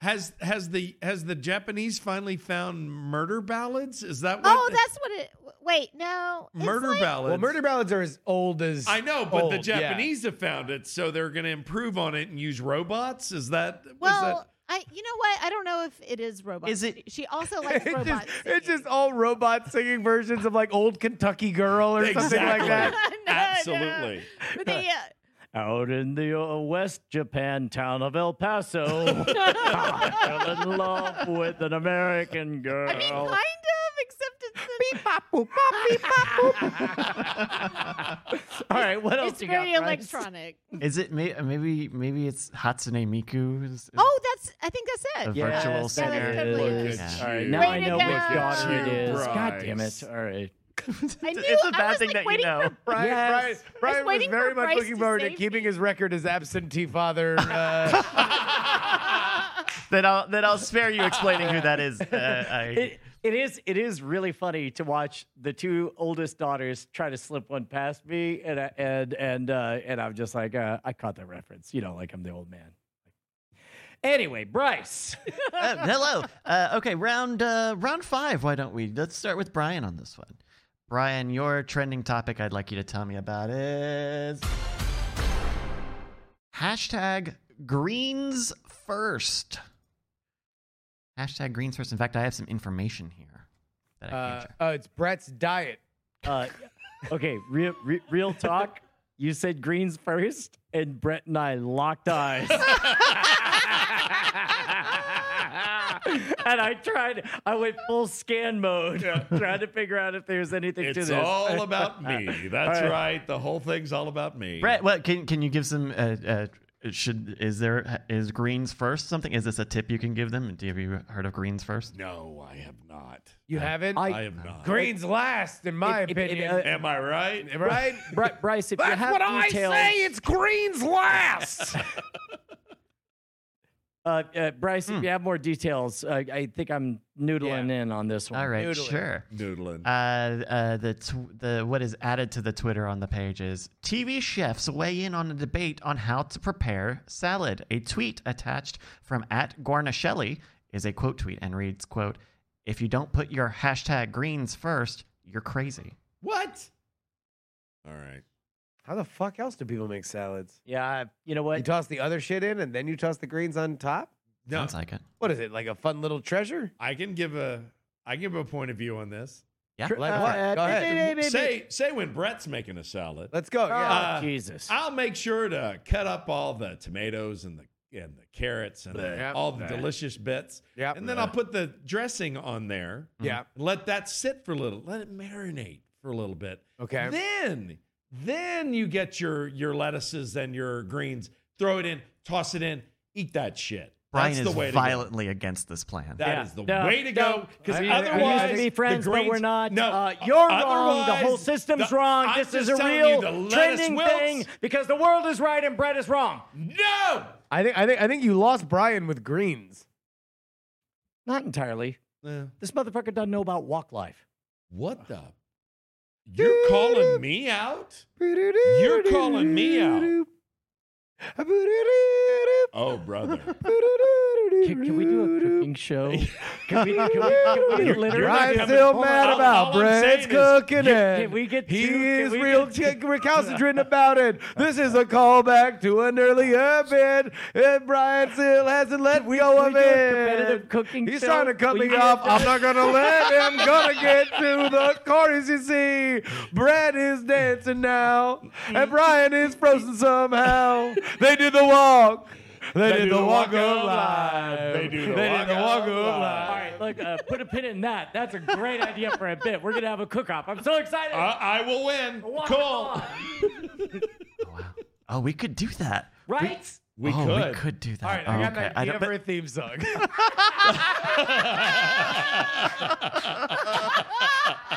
Speaker 7: Has has the has the Japanese finally found murder ballads? Is that what
Speaker 10: Oh, that's what it. w- Wait, no, it's
Speaker 7: murder
Speaker 10: like-
Speaker 7: ballads?
Speaker 3: Well, murder ballads are as old as
Speaker 7: I know, but the
Speaker 3: old, yeah.
Speaker 7: Japanese have found it, so they're going to improve on it and use robots. Is that was
Speaker 10: Well, I. You know what? I don't know if it is robot.
Speaker 5: Is it-
Speaker 10: singing. She also likes
Speaker 3: It's
Speaker 10: robot.
Speaker 3: just, it's
Speaker 10: singing.
Speaker 3: just all robot singing versions of like old Kentucky Girl or something like
Speaker 7: Exactly.
Speaker 3: that.
Speaker 10: No, no.
Speaker 7: Absolutely.
Speaker 10: But they, uh,
Speaker 4: Out in the uh, West Japan town of El Paso, I fell in love with an American girl.
Speaker 10: I mean, kind of, except it's. in-
Speaker 4: All right, what else
Speaker 10: It's
Speaker 4: you
Speaker 10: very
Speaker 4: got? Bryce?
Speaker 10: electronic.
Speaker 5: Is it may- maybe maybe it's Hatsune Miku? Is- is-
Speaker 10: Oh, that's. I think that's
Speaker 5: The
Speaker 10: it.
Speaker 5: vir-
Speaker 4: Yes,
Speaker 5: virtual
Speaker 4: that is
Speaker 5: singer.
Speaker 10: totally
Speaker 4: it.
Speaker 10: it.
Speaker 5: Yeah.
Speaker 4: All right,
Speaker 7: Way
Speaker 4: now I
Speaker 10: to
Speaker 4: know which
Speaker 10: go.
Speaker 4: daughter it
Speaker 7: Look at
Speaker 4: is.
Speaker 7: you,
Speaker 4: God damn
Speaker 7: Bryce.
Speaker 4: it! All right.
Speaker 10: I knew.
Speaker 5: it's a
Speaker 10: I
Speaker 5: bad
Speaker 10: was
Speaker 5: thing
Speaker 10: like
Speaker 5: that you
Speaker 10: waiting
Speaker 5: know.
Speaker 10: For,
Speaker 3: Brian,
Speaker 4: Yes.
Speaker 3: Brian, Brian was
Speaker 10: waiting for
Speaker 3: very much
Speaker 10: Bryce
Speaker 3: looking
Speaker 10: to
Speaker 3: forward to
Speaker 10: save
Speaker 3: keeping
Speaker 10: me.
Speaker 3: his record as absentee father. Uh,
Speaker 5: Then I'll then I'll spare you explaining who that is. Uh, I,
Speaker 4: It, it is it is really funny to watch the two oldest daughters try to slip one past me, and I, and and uh, and I'm just like uh, I caught that reference, you know, like I'm the old man. Anyway, Bryce,
Speaker 5: Uh, hello. Uh, okay, round uh, round five. Why don't we? Let's start with Brian on this one. Brian, your trending topic. I'd like you to tell me about is hashtag Greens first. Hashtag Greens first. In fact, I have some information here that I can
Speaker 3: uh,
Speaker 5: share.
Speaker 3: oh, it's Brett's diet.
Speaker 4: uh, okay, real re- real talk. You said greens first, and Brett and I locked eyes. and I tried. I went full scan mode, trying to figure out if there was anything to
Speaker 7: it's
Speaker 4: this.
Speaker 7: all about me. That's
Speaker 4: All right.
Speaker 7: right. The whole thing's all about me.
Speaker 5: Brett, what can can you give some? Uh, uh, should is there is Greens first something? Is this a tip you can give them? Have you heard of Greens first?
Speaker 7: No, I have not.
Speaker 3: You haven't? Uh,
Speaker 7: I have
Speaker 4: Uh,
Speaker 7: not.
Speaker 3: Green's last, in my
Speaker 4: It- it- it,
Speaker 3: opinion.
Speaker 4: uh,
Speaker 7: Am I right?
Speaker 3: right?
Speaker 4: Bri- Bryce, if you
Speaker 3: That's
Speaker 4: have
Speaker 3: what
Speaker 4: details,
Speaker 3: I say. It's Green's last.
Speaker 4: uh, uh, Bryce,
Speaker 3: Hmm.
Speaker 4: if you have more details, uh, I think I'm noodling in on this one.
Speaker 5: All right,
Speaker 3: Noodling.
Speaker 5: sure.
Speaker 7: Noodling.
Speaker 5: Uh, uh, the tw- the what is added to the Twitter on the page is TV chefs weigh in on a debate on how to prepare salad. A tweet attached from at Guarnaschelli is a quote tweet and reads quote If you don't put your hashtag greens first, you're crazy.
Speaker 7: what? All right.
Speaker 3: How the fuck else do people make salads?
Speaker 4: Yeah, I- you know
Speaker 3: You
Speaker 4: what?
Speaker 3: toss the other shit in and then you toss the greens on top?
Speaker 7: No,
Speaker 5: Sounds like it.
Speaker 3: What is it, like a fun little treasure?
Speaker 7: I can give a I give a point of view on this.
Speaker 5: Yeah.
Speaker 3: Like what?
Speaker 4: Uh,
Speaker 3: go ahead.
Speaker 7: Say say when Brett's making a salad.
Speaker 3: Let's go.
Speaker 4: Oh,
Speaker 3: Yeah.
Speaker 7: Uh,
Speaker 4: Jesus.
Speaker 7: I'll make sure to cut up all the tomatoes and the and the carrots and the-
Speaker 3: Yep.
Speaker 7: all the delicious bits.
Speaker 3: Yep.
Speaker 7: And then I'll put the dressing on there.
Speaker 3: yeah.
Speaker 7: Let that sit for a little. Let it marinate for a little bit.
Speaker 3: Okay.
Speaker 7: Then then you get your your lettuces and your greens. Throw it in. Toss it in. Eat that shit.
Speaker 5: Brian
Speaker 7: That's
Speaker 5: is
Speaker 7: the way to go.
Speaker 5: violently against this plan.
Speaker 7: That
Speaker 4: Yeah.
Speaker 7: is the
Speaker 4: No,
Speaker 7: way to
Speaker 4: no.
Speaker 7: go. Because
Speaker 3: I- I- I used to
Speaker 7: otherwise,
Speaker 4: be friends,
Speaker 7: the
Speaker 4: but
Speaker 7: greens-
Speaker 4: we're not.
Speaker 7: No,
Speaker 4: Uh, you're wrong.
Speaker 7: otherwise-
Speaker 4: The whole system's
Speaker 7: the-
Speaker 4: wrong.
Speaker 7: I'm
Speaker 4: this is
Speaker 7: just
Speaker 4: a
Speaker 7: telling
Speaker 4: real
Speaker 7: you, the lettuce
Speaker 4: trending
Speaker 7: wilts.
Speaker 4: thing because the world is right and Brett is wrong.
Speaker 7: No.
Speaker 3: I think I think I think you lost Brian with greens.
Speaker 4: Not entirely. This motherfucker doesn't know about walk life.
Speaker 7: What the? You're calling me out? You're calling me out. Oh, brother.
Speaker 4: Can, can we do a cooking show? Can we, can we, can we
Speaker 7: You're-
Speaker 4: literally
Speaker 7: you're
Speaker 3: I'm
Speaker 7: coming-
Speaker 3: still mad
Speaker 7: all-
Speaker 3: about
Speaker 7: all I'm
Speaker 3: Brad's
Speaker 7: saying is-
Speaker 3: cooking
Speaker 4: can,
Speaker 3: it.
Speaker 4: can we get
Speaker 3: he
Speaker 4: two, can
Speaker 3: is
Speaker 4: we
Speaker 3: real
Speaker 4: get-
Speaker 3: t- recalcitrant about it. This is a callback to an earlier bit, and Brian still hasn't let
Speaker 4: we-
Speaker 3: go
Speaker 4: can we
Speaker 3: of
Speaker 4: do a
Speaker 3: it.
Speaker 4: competitive cooking
Speaker 3: He's
Speaker 4: show?
Speaker 3: trying to cut
Speaker 4: Will
Speaker 3: me
Speaker 4: you
Speaker 3: off.
Speaker 4: do
Speaker 3: I'm not gonna let him. Gonna get to the chorus. You see, Brad is dancing now, and Brian is frozen somehow. They did the walk. They, did, the walk, of life.
Speaker 7: They do the
Speaker 3: They
Speaker 7: walk
Speaker 3: did the
Speaker 7: of
Speaker 3: walk of
Speaker 7: life.
Speaker 3: life.
Speaker 4: All right, look, uh, put a pin in that. That's a great idea for a bit. We're gonna have a cook-off. I'm so excited.
Speaker 7: I, I will win.
Speaker 4: Walk the
Speaker 7: Uh, Cool.
Speaker 4: line,
Speaker 5: Oh, we could do that.
Speaker 4: right?
Speaker 7: We
Speaker 5: oh,
Speaker 7: could.
Speaker 5: we could do that.
Speaker 3: All right, I
Speaker 5: Oh,
Speaker 3: got
Speaker 5: okay.
Speaker 3: an
Speaker 5: I
Speaker 3: idea
Speaker 5: don't, but
Speaker 3: for a theme song.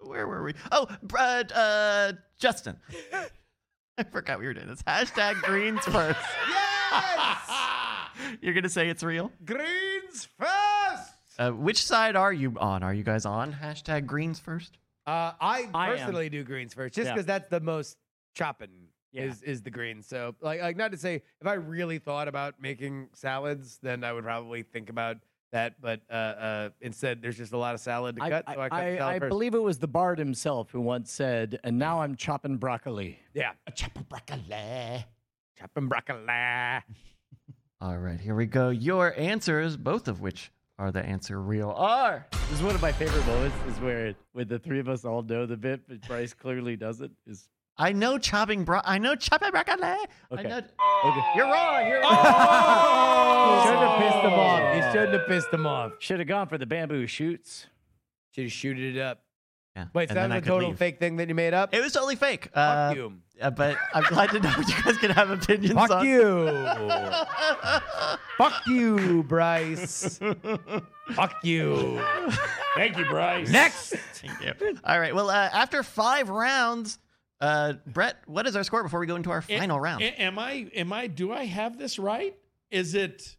Speaker 5: where were we? Oh, Brad, uh, Justin. I forgot we were doing this. Hashtag greens first. You're gonna say it's real.
Speaker 3: Greens first.
Speaker 5: Uh, which side are you on? Are you guys on hashtag greens first?
Speaker 3: Uh, I
Speaker 4: I am.
Speaker 3: personally do greens first, just
Speaker 4: Yeah.
Speaker 3: because that's the most chopping
Speaker 4: Yeah.
Speaker 3: is is the greens. So like like not to say if I really thought about making salads, then I would probably think about that. But uh, uh, instead, there's just a lot of salad to cut. so I, cut the salad first.
Speaker 4: believe it was the bard himself who once said, "And now I'm chopping broccoli."
Speaker 3: yeah,
Speaker 7: Chopper broccoli.
Speaker 3: chopping broccoli.
Speaker 5: All right, here we go. Your answers, both of which are the answer real, are
Speaker 4: This is one of my favorite moments. Is where with the three of us all know the bit, but Bryce clearly doesn't. Is
Speaker 5: I know chopping bro. I know chopping broccoli. I
Speaker 4: Okay.
Speaker 5: know.
Speaker 4: okay.
Speaker 5: You're wrong. You're
Speaker 3: Shouldn't have pissed him off. He shouldn't have pissed him off.
Speaker 4: Should have gone for the bamboo shoots.
Speaker 3: Should have shooted it up.
Speaker 5: Yeah,
Speaker 3: Wait, so
Speaker 5: and
Speaker 3: that
Speaker 5: then I
Speaker 3: was a
Speaker 5: could
Speaker 3: total
Speaker 5: leave.
Speaker 3: fake thing that you made up.
Speaker 5: It was totally fake.
Speaker 3: Fuck
Speaker 5: Uh,
Speaker 3: you.
Speaker 5: uh, but I'm glad to know you guys can have opinions
Speaker 3: Fuck
Speaker 5: on.
Speaker 3: you. Fuck you, Bryce. Fuck you.
Speaker 7: Thank you, Bryce.
Speaker 3: Next.
Speaker 5: Thank you. All right. Well, uh, after five rounds, uh, Brett, what is our score before we go into our
Speaker 7: A-
Speaker 5: final round?
Speaker 7: a- am I? Am I? Do I have this right? Is it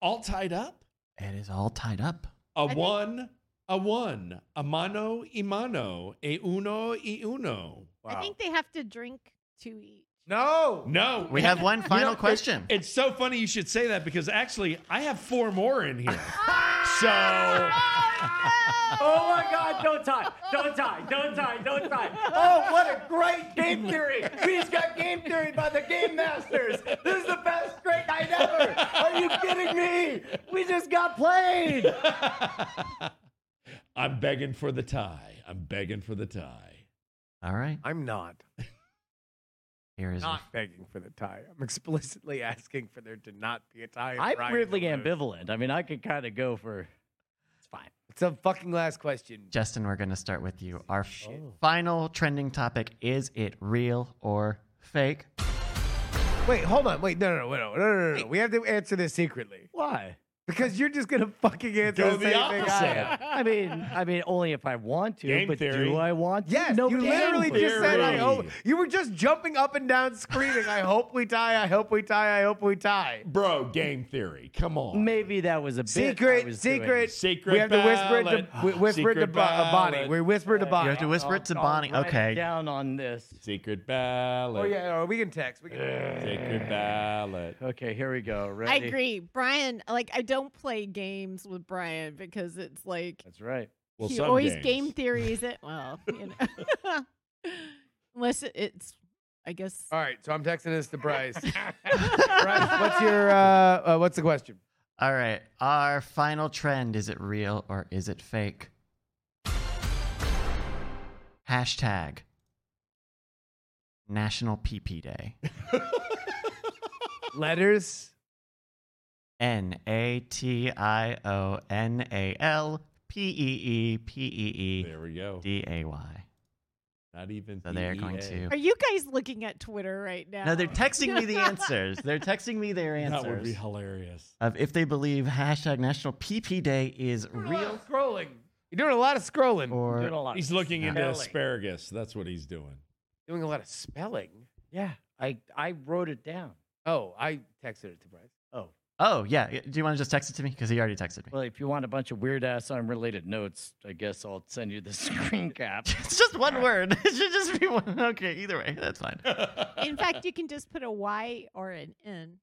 Speaker 7: all tied up?
Speaker 5: it is all tied up.
Speaker 7: A one, a one, a mano y mano, a uno y uno.
Speaker 10: I think they have to drink to eat.
Speaker 3: No.
Speaker 7: No,
Speaker 5: We have one final
Speaker 7: it-
Speaker 5: question.
Speaker 7: It's so funny you should say that because actually I have four more in here. so
Speaker 4: Oh my God! Don't tie! Don't tie! Don't tie! Don't tie! Oh, what a great game theory! We just got game theory by the game masters. This is the best great night ever. Are you kidding me? We just got played.
Speaker 7: I'm begging for the tie. I'm begging for the tie.
Speaker 5: All right.
Speaker 3: I'm not.
Speaker 5: Here is
Speaker 3: Not begging for the tie. I'm explicitly asking for there to not be a tie. and
Speaker 4: I'm
Speaker 3: Brian
Speaker 4: weirdly
Speaker 3: will lose.
Speaker 4: ambivalent. I mean, I could kind of go for. It's fine.
Speaker 3: It's a fucking last question.
Speaker 5: Justin. We're going to start with you. Our f- final trending topic is it real or fake?
Speaker 3: Wait, hold on. Wait, no, no, no, wait, no, no, no, no, no. We have to answer this secretly
Speaker 4: Why?
Speaker 3: because you're just gonna fucking answer
Speaker 7: Go
Speaker 3: the
Speaker 7: the
Speaker 3: same thing I am.
Speaker 7: opposite.
Speaker 4: I mean, I mean, only if I want to.
Speaker 7: Game
Speaker 4: but
Speaker 7: theory.
Speaker 4: do I want? to?
Speaker 3: Yes,
Speaker 4: No,
Speaker 3: you
Speaker 4: game
Speaker 3: literally just said I
Speaker 7: theory.
Speaker 3: hope. You were just jumping up and down screaming, I hope we tie, I hope we tie, I hope we tie.
Speaker 7: Bro, game theory. Come on.
Speaker 4: Maybe that was a bit I
Speaker 3: Secret,
Speaker 4: was doing.
Speaker 3: secret,
Speaker 7: Secret
Speaker 3: We have to whisper it to,
Speaker 7: ballot.
Speaker 3: we whisper it to
Speaker 7: Secret
Speaker 3: Bo- uh, Bonnie.
Speaker 7: ballot.
Speaker 3: We whisper it to
Speaker 5: You
Speaker 3: Bonnie.
Speaker 5: have to whisper it to
Speaker 4: I'll
Speaker 5: Bonnie.
Speaker 4: write
Speaker 5: Okay.
Speaker 4: Down on this.
Speaker 7: Secret ballot.
Speaker 3: Oh yeah, or we can text. We can.
Speaker 7: Secret ballot.
Speaker 4: Okay, here we go.
Speaker 10: I
Speaker 4: Ready?
Speaker 10: agree. Brian, like, I don't play games with Brian because it's like
Speaker 4: That's right.
Speaker 7: Well,
Speaker 10: he
Speaker 7: some
Speaker 10: always
Speaker 7: games.
Speaker 10: game theories it. Well, you know. Unless it- it's, I guess,
Speaker 3: All right, so I'm texting this to Bryce. Bryce, what's your uh, uh, what's the question?
Speaker 5: All right. Our final trend is it real or is it fake? Hashtag National Pee Pee Day.
Speaker 3: Letters.
Speaker 5: N A T I O N A L P E E P E E
Speaker 7: There we go.
Speaker 5: D A Y.
Speaker 7: Not even.
Speaker 5: So they're going
Speaker 7: PEA.
Speaker 5: to.
Speaker 10: are you guys looking at Twitter right now?
Speaker 5: No, they're texting me the answers. They're texting me their
Speaker 7: That would be
Speaker 5: answers
Speaker 7: hilarious.
Speaker 5: of if they believe hashtag National PP Day is real
Speaker 3: scrolling. You're doing a lot of scrolling.
Speaker 4: Doing
Speaker 5: or
Speaker 4: a lot.
Speaker 7: He's looking into
Speaker 4: Spelling.
Speaker 7: asparagus. That's what he's doing.
Speaker 3: Doing a lot of spelling.
Speaker 4: Yeah, I I wrote it down.
Speaker 3: Oh, I texted it to Bryce.
Speaker 4: Oh,
Speaker 5: Oh yeah. y- Do you want to just text it to me? Because he already texted me.
Speaker 4: Well, if you want a bunch of weird ass unrelated notes, I guess I'll send you the screen cap.
Speaker 5: it's just one word. It should just be one. Okay, either way, that's fine. Uh,
Speaker 10: In fact, you can just put a Y or an N.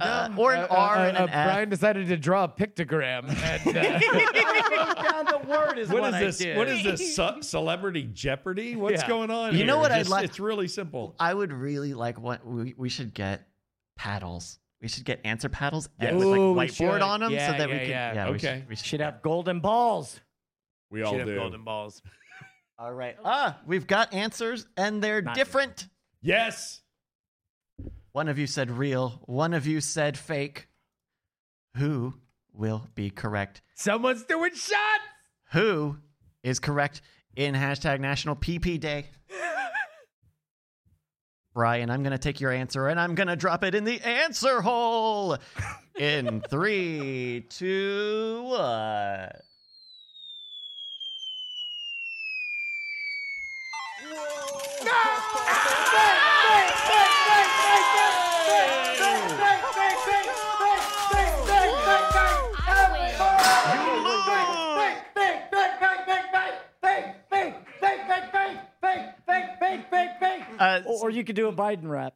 Speaker 5: Uh, or an
Speaker 3: Uh, uh,
Speaker 5: R
Speaker 3: uh,
Speaker 5: and an
Speaker 3: uh,
Speaker 5: F.
Speaker 3: Brian decided to draw a pictogram. And, uh,
Speaker 6: I wrote down the word is what,
Speaker 7: What is
Speaker 6: I
Speaker 7: this?
Speaker 6: did.
Speaker 7: What is this? ce- celebrity Jeopardy? What's
Speaker 3: Yeah.
Speaker 7: going on?
Speaker 5: You know
Speaker 7: here?
Speaker 5: what I'd
Speaker 7: Just-
Speaker 5: like-
Speaker 7: It's really simple.
Speaker 5: I would really like what we, we should get paddles. We should get answer paddles
Speaker 3: Yes.
Speaker 5: and with like
Speaker 3: Ooh, we
Speaker 5: whiteboard
Speaker 3: should.
Speaker 5: on them
Speaker 3: Yeah,
Speaker 5: so that we
Speaker 3: yeah,
Speaker 5: can.
Speaker 3: yeah.
Speaker 5: we
Speaker 7: Okay.
Speaker 5: should- we should-
Speaker 4: Should have golden balls.
Speaker 7: We all
Speaker 3: should have
Speaker 7: do.
Speaker 3: golden balls.
Speaker 5: All right.
Speaker 3: Oh.
Speaker 5: Ah, we've got answers and they're
Speaker 4: Not-
Speaker 5: different.
Speaker 7: Yes.
Speaker 5: One of you said real, one of you said fake. Who will be correct?
Speaker 3: Someone's doing shots.
Speaker 5: Who is correct in hashtag National PP Day? Brian, I'm going to take your answer and I'm going to drop it in the answer hole in three, two, one. Uh,
Speaker 4: Or, or you could do a Biden rap.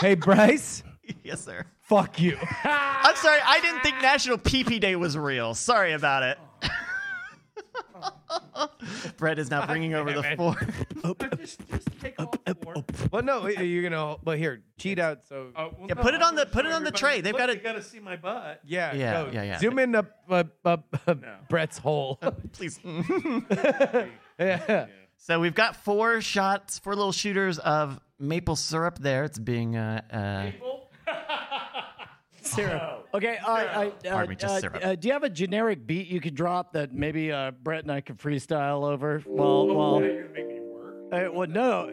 Speaker 3: Hey Bryce,
Speaker 5: yes, sir.
Speaker 3: fuck you.
Speaker 5: I'm sorry. I didn't think National PP Day was real. Sorry about it. Brett is now bringing over the four.
Speaker 3: well, no, y- you're gonna. Well, here, cheat out. So
Speaker 5: Yeah, put it on the put it on the tray. They've got it.
Speaker 7: to see my butt.
Speaker 3: yeah,
Speaker 5: yeah,
Speaker 3: no,
Speaker 5: yeah, yeah.
Speaker 3: Zoom in up, up, up, up Brett's hole.
Speaker 5: Please.
Speaker 3: yeah.
Speaker 5: So we've got four shots, four little shooters of maple syrup. There, it's being uh, uh,
Speaker 4: Okay, uh, I, uh,
Speaker 5: Pardon me, just
Speaker 4: uh,
Speaker 5: syrup.
Speaker 4: uh, do you have a generic beat you could drop that maybe uh, Brett and I could freestyle over? Well, well, uh, well, no.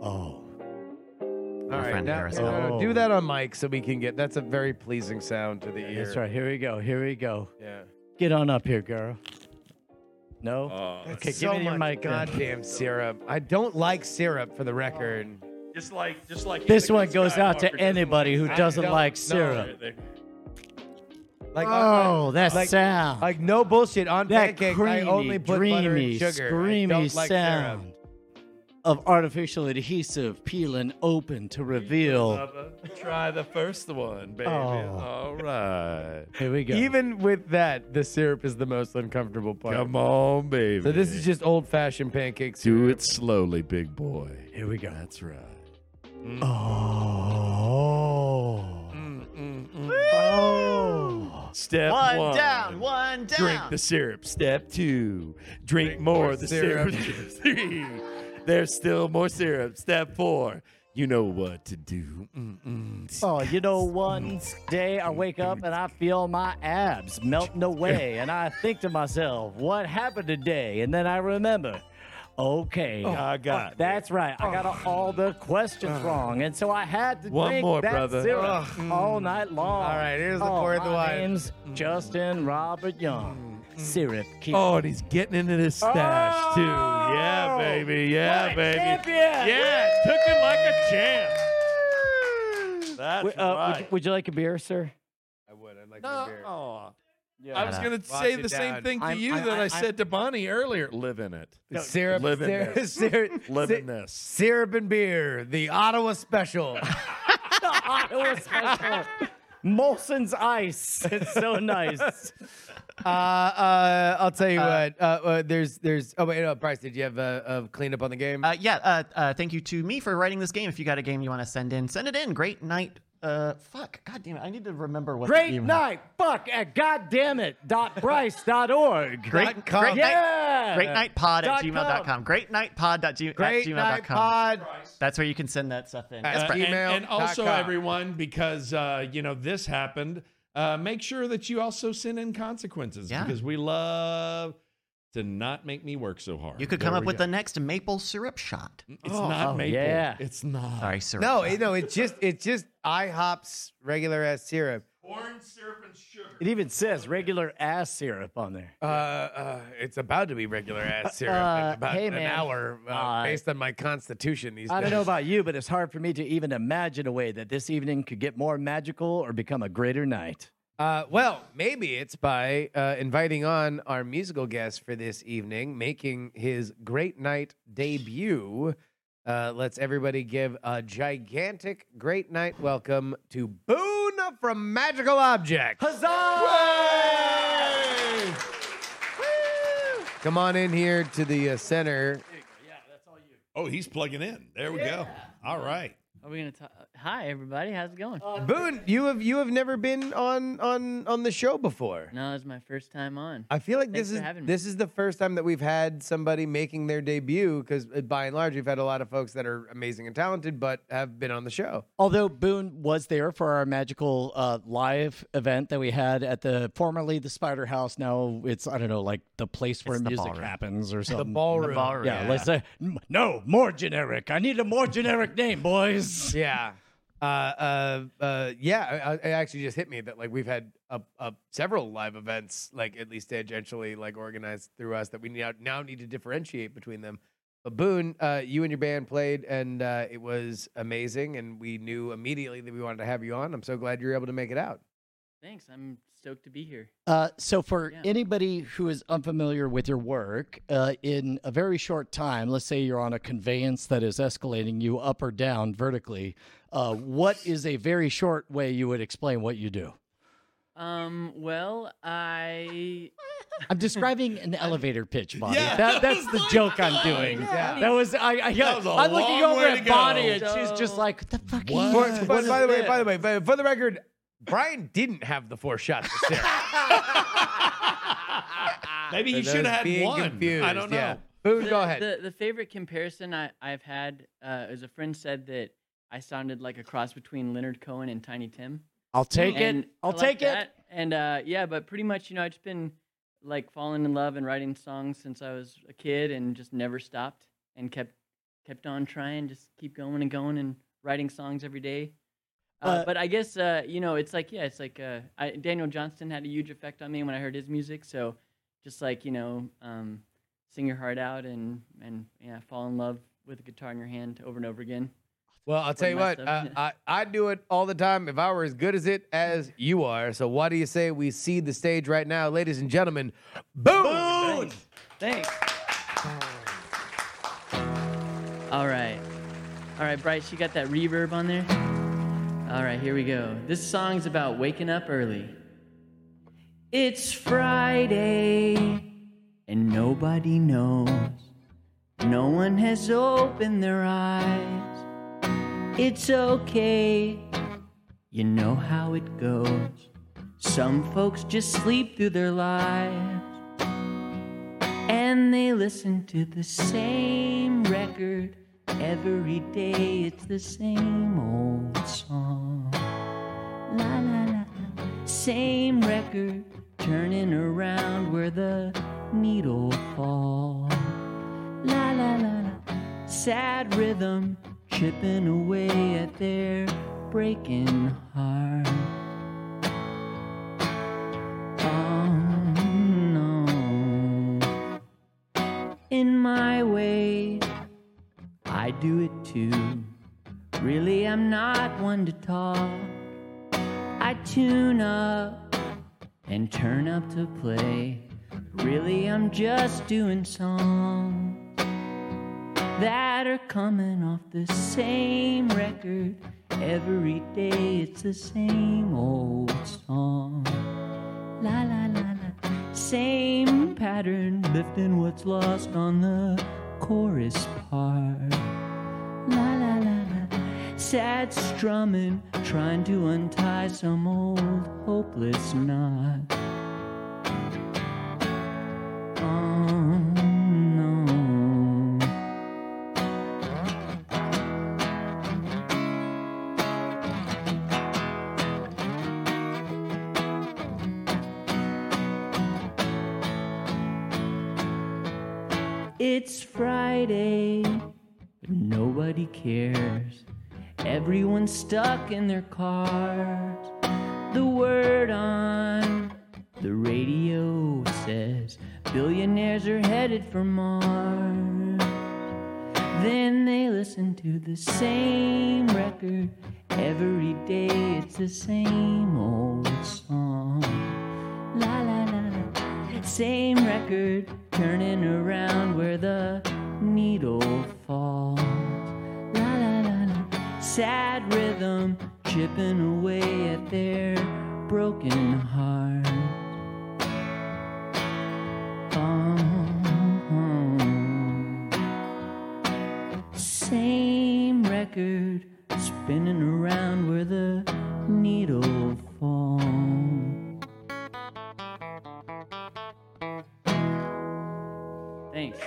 Speaker 3: All right,
Speaker 5: friend
Speaker 3: now,
Speaker 5: Harrison.
Speaker 3: no, no, do that on mic so we can get. That's a very pleasing sound to the ear.
Speaker 4: That's right. Here we go. Here we go.
Speaker 3: Yeah.
Speaker 4: Get on up here, girl. No. okay,
Speaker 3: so
Speaker 4: give me your
Speaker 3: much
Speaker 4: mic. then.
Speaker 3: goddamn syrup. I don't like syrup for the record.
Speaker 7: Just like, just like
Speaker 4: This one goes out to anybody who doesn't
Speaker 3: don't know.
Speaker 4: like syrup.
Speaker 3: Like, uh,
Speaker 4: Oh, that
Speaker 3: Like-
Speaker 4: sound.
Speaker 3: like no bullshit. On
Speaker 4: that
Speaker 3: pancake,
Speaker 4: creamy,
Speaker 3: I only put
Speaker 4: dreamy,
Speaker 3: butter and sugar. I
Speaker 4: screamy
Speaker 3: don't like
Speaker 4: sound
Speaker 3: syrup.
Speaker 4: of artificial adhesive peeling open to reveal.
Speaker 7: Try the first one, baby.
Speaker 4: Oh.
Speaker 7: All right.
Speaker 4: Here we go.
Speaker 3: Even with that, the syrup is the most uncomfortable part.
Speaker 7: Come on, baby.
Speaker 3: So this is just old-fashioned pancakes.
Speaker 7: do it slowly, big boy. Here we go. That's right.
Speaker 4: oh.
Speaker 7: Step
Speaker 5: one,
Speaker 7: one,
Speaker 5: down, one down.
Speaker 7: Drink the syrup. Step two. Drink, more,
Speaker 3: more
Speaker 7: of the
Speaker 3: syrup.
Speaker 7: syrup. Three. There's still more syrup. Step four. You know what to do. Mm. Mm-mm.
Speaker 4: Oh, you know, one day I wake up and I feel my abs melting away, and I think to myself, what happened today? And then I remember, okay,
Speaker 7: I got
Speaker 4: Oh, that's right, I got all the questions wrong, and so I had to
Speaker 7: One
Speaker 4: drink
Speaker 7: more,
Speaker 4: that
Speaker 7: brother.
Speaker 4: syrup Mm. all night long.
Speaker 3: All right, here's the
Speaker 4: oh,
Speaker 3: fourth
Speaker 4: my
Speaker 3: one.
Speaker 4: name's Mm. Justin Robert Young. Syrup Oh, keeps
Speaker 7: Oh, and he's getting into this stash too. Yeah,
Speaker 4: Oh,
Speaker 7: baby. Yeah,
Speaker 4: what a
Speaker 7: baby.
Speaker 4: champion.
Speaker 7: Yeah, took him like a champ. That's
Speaker 4: Wait, uh, would, you,
Speaker 7: right.
Speaker 4: would you like a beer, sir?
Speaker 3: I would. I'd like
Speaker 7: No,
Speaker 3: my beer.
Speaker 4: Oh.
Speaker 7: aw.
Speaker 4: Yeah.
Speaker 7: I was gonna
Speaker 3: Wash
Speaker 7: say
Speaker 3: it
Speaker 7: the same
Speaker 3: down.
Speaker 7: thing to
Speaker 4: I'm-
Speaker 7: you
Speaker 4: I-
Speaker 7: that I,
Speaker 4: I- I'm-
Speaker 7: said to Bonnie earlier. Live in it.
Speaker 3: syrup,
Speaker 7: live in
Speaker 3: syrup,
Speaker 7: this.
Speaker 3: syrup,
Speaker 7: Live
Speaker 3: sy-
Speaker 7: in this.
Speaker 3: syrup and beer, the Ottawa special.
Speaker 4: Iowa special. Molson's ice. It's so nice.
Speaker 3: uh, uh, I'll tell you what. Uh, uh, there's, there's. Oh wait, no, Bryce, did you have uh, uh, cleanup on the game?
Speaker 5: Uh, yeah, uh, uh, thank you to me for writing this game. If you got a game you want to send in, send it in. Great night. Uh, fuck. God damn it. I need to remember what. the
Speaker 4: Great
Speaker 5: email-
Speaker 4: night. Fuck at goddammit dot Bryce dot org.
Speaker 5: Great,
Speaker 3: Dot com.
Speaker 5: great night.
Speaker 4: Yeah.
Speaker 5: Great night pod
Speaker 4: Dot
Speaker 5: at gmail.com. Great night pod at gmail
Speaker 3: Great
Speaker 5: dot
Speaker 3: night,
Speaker 5: com.
Speaker 3: pod.
Speaker 5: That's where you can send that stuff in. That's
Speaker 7: Uh,
Speaker 5: right.
Speaker 7: and,
Speaker 3: Email
Speaker 7: and also
Speaker 3: dot com.
Speaker 7: everyone, because uh, you know this happened. Uh, make sure that you also send in consequences
Speaker 5: Yeah.
Speaker 7: because we
Speaker 4: Uh,
Speaker 7: love to not make me work so hard.
Speaker 5: You could come up with the next maple syrup shot.
Speaker 7: It's not
Speaker 4: oh,
Speaker 7: maple.
Speaker 4: yeah.
Speaker 7: It's not.
Speaker 5: Sorry, syrup.
Speaker 3: No,
Speaker 5: shot.
Speaker 3: it, no, it's just, it's just IHOP's regular ass syrup.
Speaker 7: Orange syrup
Speaker 4: It even says regular ass syrup on there.
Speaker 5: Oh.
Speaker 3: Uh, uh, it's about to be regular ass syrup
Speaker 4: Uh,
Speaker 3: in about
Speaker 4: hey,
Speaker 3: an
Speaker 4: man.
Speaker 3: hour, uh,
Speaker 4: Uh,
Speaker 3: based on my constitution these
Speaker 4: I
Speaker 3: days.
Speaker 4: don't know about you, but it's hard for me to even imagine a way that this evening could get more magical or become a greater night.
Speaker 3: Uh, well, maybe it's by uh, inviting on our musical guest for this evening, making his great night debut. Uh, let's everybody give a gigantic great night welcome to Boone from Magical Object. Huzzah! Come on in here to the uh, center.
Speaker 1: Oh, he's plugging in. There we go. All right.
Speaker 11: Are we gonna talk? Hi, everybody. How's it going?
Speaker 3: Boone, you have you have never been on on on the show before.
Speaker 11: no, it's my first time on.
Speaker 3: I feel like
Speaker 11: Thanks
Speaker 3: this
Speaker 11: for
Speaker 3: is
Speaker 11: having me.
Speaker 3: this is the first time that we've had somebody making their debut because by and large we've had a lot of folks that are amazing and talented but have been on the show.
Speaker 4: Although Boone was there for our magical uh, live event that we had at the formerly the Spider House, now it's I don't know like the place where
Speaker 5: It's the
Speaker 4: music
Speaker 5: ballroom.
Speaker 4: happens or something.
Speaker 3: ballroom.
Speaker 5: ballroom.
Speaker 4: Yeah, let's say "M- no more generic. I need a more generic name, boys.
Speaker 3: Yeah. Uh, uh, uh, yeah. It it actually just hit me that like we've had a, a several live events like at least tangentially like organized through us that we now now need to differentiate between them. But Boone, uh, you and your band played and uh, it was amazing, and we knew immediately that we wanted to have you on. I'm so glad you were able to make it out.
Speaker 11: Thanks. I'm stoked to be here.
Speaker 4: Uh, so, for
Speaker 11: Yeah.
Speaker 4: anybody who is unfamiliar with your work, uh, in a very short time, let's say you're on a conveyance that is escalating you up or down vertically, uh, what is a very short way you would explain what you do?
Speaker 11: Um. Well, I.
Speaker 4: I'm describing an elevator pitch, Bonnie.
Speaker 1: Yeah.
Speaker 4: That, that's the joke I'm doing.
Speaker 3: Yeah.
Speaker 4: That was I. I
Speaker 1: That was a
Speaker 4: I'm looking
Speaker 1: long
Speaker 4: over
Speaker 1: way to
Speaker 4: at Bonnie,
Speaker 1: go.
Speaker 4: and she's just like, "What the fuck?"
Speaker 1: What?
Speaker 4: Are
Speaker 3: For,
Speaker 4: you doing?"
Speaker 3: but by the way, by the way, for, for the record, Brian didn't have the four shots. of Sarah.
Speaker 1: Maybe he
Speaker 3: For
Speaker 1: should
Speaker 3: those
Speaker 1: have had
Speaker 3: being
Speaker 1: one.
Speaker 3: confused,
Speaker 1: I don't know.
Speaker 3: yeah. Boone,
Speaker 11: the,
Speaker 3: go ahead.
Speaker 11: The, the favorite comparison I, I've had uh, is a friend said that I sounded like a cross between Leonard Cohen and Tiny Tim.
Speaker 4: I'll take
Speaker 11: And
Speaker 4: it. I'll
Speaker 11: I like
Speaker 4: take it.
Speaker 11: that. And uh, yeah, but pretty much, you know, I've just been like falling in love and writing songs since I was a kid, and just never stopped and kept kept on trying, just keep going and going and writing songs every day. Uh,
Speaker 4: Uh,
Speaker 11: but I guess uh, you know, it's like yeah, it's like uh, I, Daniel Johnston had a huge effect on me when I heard his music. So just like you know, um, sing your heart out and and yeah, fall in love with a guitar in your hand over and over again.
Speaker 3: well, I'll tell you what,
Speaker 11: Wouldn't
Speaker 3: uh,
Speaker 11: mess
Speaker 3: I, I do it all the time if I were as good as it as you are. So why do you say we see the stage right now, ladies and gentlemen? Boone!
Speaker 11: Thanks. All right. All right, Bryce, you got that reverb on there? All right, here we go. This song's about waking up early. It's Friday, and nobody knows. No one has opened their eyes. It's okay, you know how it goes. Some folks just sleep through their lives and they listen to the same record every day. It's the same old song. La la la, la. same record turning around where the needle falls. La la la, la. sad rhythm chipping away at their breaking heart. On, on in my way. I do it too. Really, I'm not one to talk. I tune up and turn up to play. Really, I'm just doing songs that are coming off the same record. Every day it's the same old song. La la la la. Same pattern, lifting what's lost on the chorus part. La la la la. Sad strumming, trying to untie some old hopeless knot. On, on. It's Friday, but nobody cares. Everyone's stuck in their cars. The word on Billionaires are headed for Mars. Then they listen to the same record. Every day it's the same old song. La la la. la. Same record turning around where the needle falls. La la la la. Sad rhythm chipping away at their broken heart. Uh-huh. Same record spinning around where the needle falls. Thanks.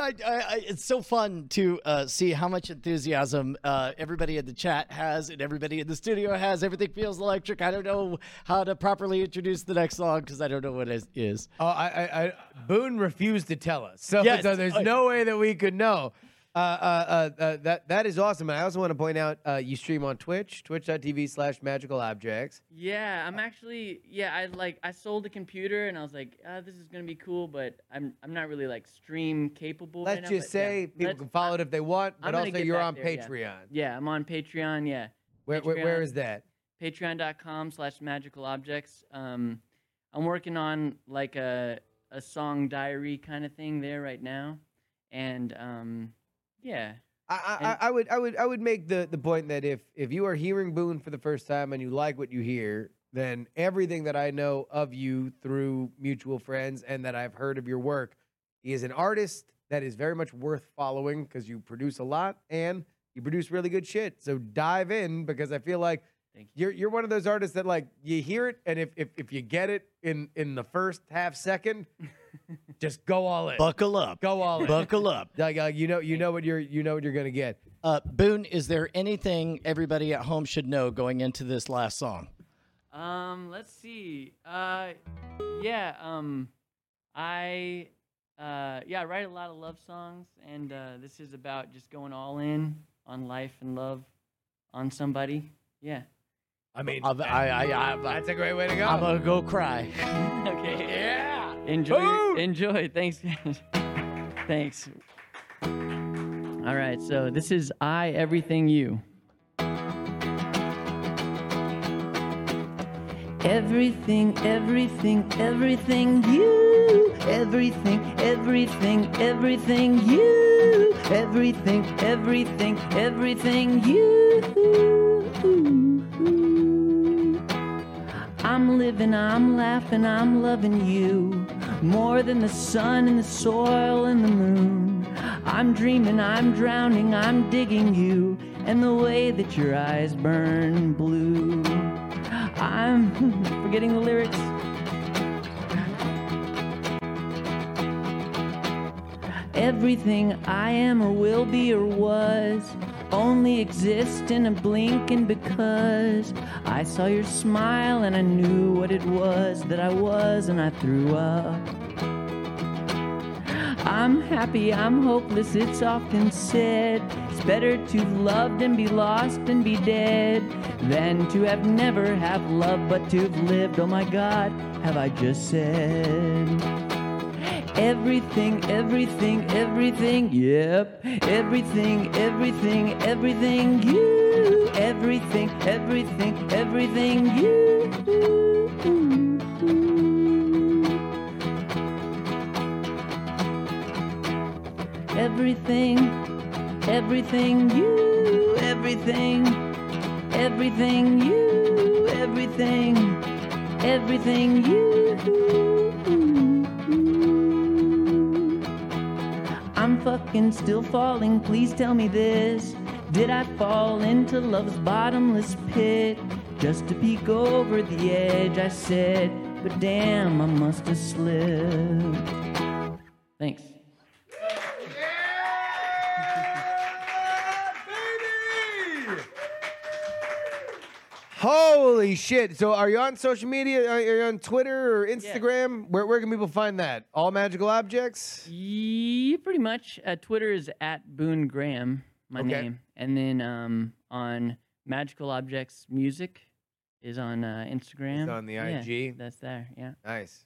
Speaker 4: I, I, I, it's so fun to uh, see how much enthusiasm uh, everybody in the chat has and everybody in the studio has. Everything feels electric. I don't know how to properly introduce the next song because I don't know what it is.
Speaker 3: Oh, I, I, I Boone refused to tell us, so,
Speaker 4: Yes.
Speaker 3: so there's
Speaker 4: Oh,
Speaker 3: no way that we could know. Uh, uh, uh, uh, that that is awesome. And I also want to point out uh, you stream on Twitch, twitch.tv slash magical objects.
Speaker 12: Yeah, I'm actually yeah, I like I sold the computer and I was like, uh, this is gonna be cool, but I'm I'm not really like stream capable. right
Speaker 3: Let's
Speaker 12: now,
Speaker 3: just
Speaker 12: but, yeah,
Speaker 3: say people
Speaker 12: let's-
Speaker 3: can follow it if they want,
Speaker 12: I'm
Speaker 3: but
Speaker 12: gonna
Speaker 3: also
Speaker 12: get
Speaker 3: you're
Speaker 12: back
Speaker 3: on
Speaker 12: there, yeah.
Speaker 3: Patreon.
Speaker 12: Yeah. I'm on Patreon, yeah.
Speaker 3: Where, where, where
Speaker 12: Patreon.
Speaker 3: is that?
Speaker 12: patreon.com slash magical objects um i'm working on like a a song diary kind of thing there right now and um yeah
Speaker 3: I, I, I would I would I would make the, the point that if if you are hearing Boone for the first time and you like what you hear, then everything that I know of you through mutual friends and that I've heard of your work is an artist that is very much worth following because you produce a lot and you produce really good shit. So dive in because I feel like you. are you're one of those artists that like you hear it and if if, if you get it in in the first half second, just go all in.
Speaker 4: Buckle up.
Speaker 3: Go all in.
Speaker 4: Buckle up.
Speaker 3: Like, like you know you know what you're you know what you're gonna get.
Speaker 4: Uh, Boone, is there anything everybody at home should know going into this last song?
Speaker 12: um let's see uh yeah um i uh yeah i write a lot of love songs and uh this is about just going all in on life and love on somebody yeah
Speaker 3: I mean,
Speaker 4: I, I, I,
Speaker 3: that's a great way to go.
Speaker 4: I'm gonna go cry.
Speaker 12: okay. Yeah. Enjoy. Enjoy. Thanks, guys. Thanks. All right. So this is I Everything You.
Speaker 11: Everything, everything, everything you. Everything, everything, everything you. Everything, everything, everything you. I'm living, I'm laughing, I'm loving you. More than the sun and the soil and the moon. I'm dreaming, I'm drowning, I'm digging you. And the way that your eyes burn blue. I'm forgetting the lyrics. Everything I am or will be or was only exists in a blink, and because I saw your smile and I knew what it was that I was, and I threw up. I'm happy, I'm hopeless, it's often said. It's better to have loved and be lost and be dead than to have never have loved but to have lived. Oh my God, have I just said? Everything, everything, everything, yep. Everything, everything, everything, you. Everything, everything, everything, you. Everything, everything, you. Everything, everything, you. Everything, everything, you. I'm fucking still falling, please tell me this. Did I fall into love's bottomless pit? Just to peek over the edge, I said, but damn, I must have slipped.
Speaker 12: Thanks.
Speaker 3: Holy shit! So, are you on social media? Are you on Twitter or Instagram? Where, where can people find that? All magical objects.
Speaker 12: Yeah, pretty much. Uh, Twitter is at Boone Graham, my
Speaker 3: Okay.
Speaker 12: name, and then um, on Magical Objects Music is on uh, Instagram.
Speaker 3: on the
Speaker 12: Yeah,
Speaker 3: IG.
Speaker 12: that's there. Yeah.
Speaker 3: Nice.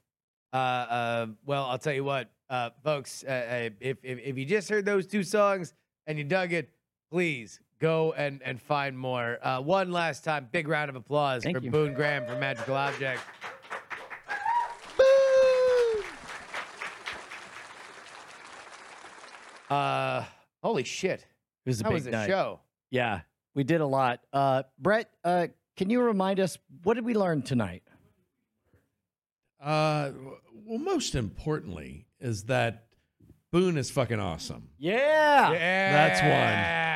Speaker 3: Uh, uh, well, I'll tell you what, uh, folks. Uh, uh, if, if if you just heard those two songs and you dug it, please go and and find more. Uh, one last time, big round of applause
Speaker 12: Thank
Speaker 3: for
Speaker 12: you.
Speaker 3: Boone Graham for Magical Objects. Uh, holy shit!
Speaker 4: It was a
Speaker 3: that
Speaker 4: big
Speaker 3: was a
Speaker 4: night.
Speaker 3: show.
Speaker 4: Yeah, we did a lot. Uh, Brett, uh, can you remind us what did we learn tonight?
Speaker 7: Uh, w- well, most importantly is that Boone is fucking awesome.
Speaker 4: Yeah.
Speaker 7: That's one.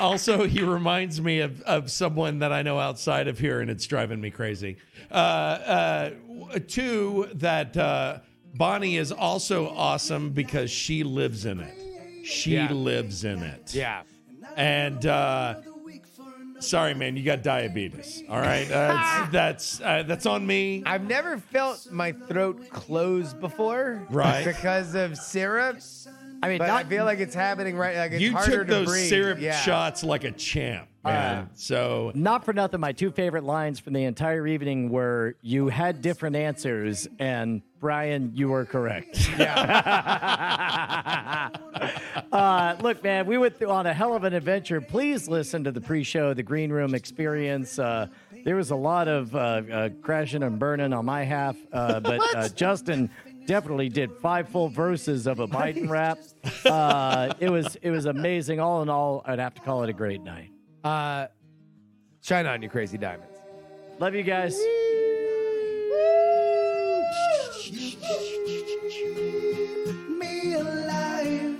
Speaker 7: Also, he reminds me of, of someone that I know outside of here, and it's driving me crazy. Uh, uh, w- two, that uh, Bonnie is also awesome because she lives in it. She
Speaker 3: Yeah.
Speaker 7: lives in it.
Speaker 3: Yeah.
Speaker 7: And uh, sorry, man, you got diabetes. All right, uh, that's that's, uh, that's on me.
Speaker 3: I've never felt my throat close before,
Speaker 7: Right.
Speaker 3: Because of syrup.
Speaker 4: I mean,
Speaker 3: but I
Speaker 4: not-
Speaker 3: feel like it's happening right. Like it's
Speaker 7: you
Speaker 3: harder
Speaker 7: took
Speaker 3: to
Speaker 7: those
Speaker 3: breathe.
Speaker 7: syrup
Speaker 3: yeah. Uh-huh.
Speaker 7: shots like a champ, man. so
Speaker 4: Not for nothing, my two favorite lines from the entire evening were you had different answers, and Brian, you were correct. uh, look, man, we went through on a hell of an adventure. Please listen to the pre show, the Green Room Experience. Uh, there was a lot of uh, uh, crashing and burning on my half, uh, but uh, Justin. Definitely did five full verses of a Biden rap. Uh, it was it was amazing. All in all, I'd have to call it a great night.
Speaker 3: Uh, shine on, you crazy diamonds.
Speaker 4: Love you guys.
Speaker 8: me alive.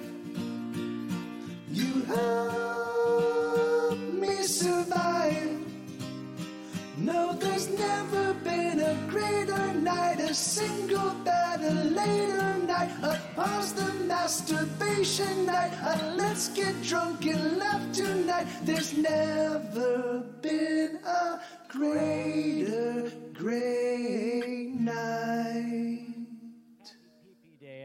Speaker 8: You help me survive. No, there's never been a greater night, a single better later night. A pause the masturbation night. A let's get drunk and laugh tonight. There's never been a greater, great night.
Speaker 4: Happy day,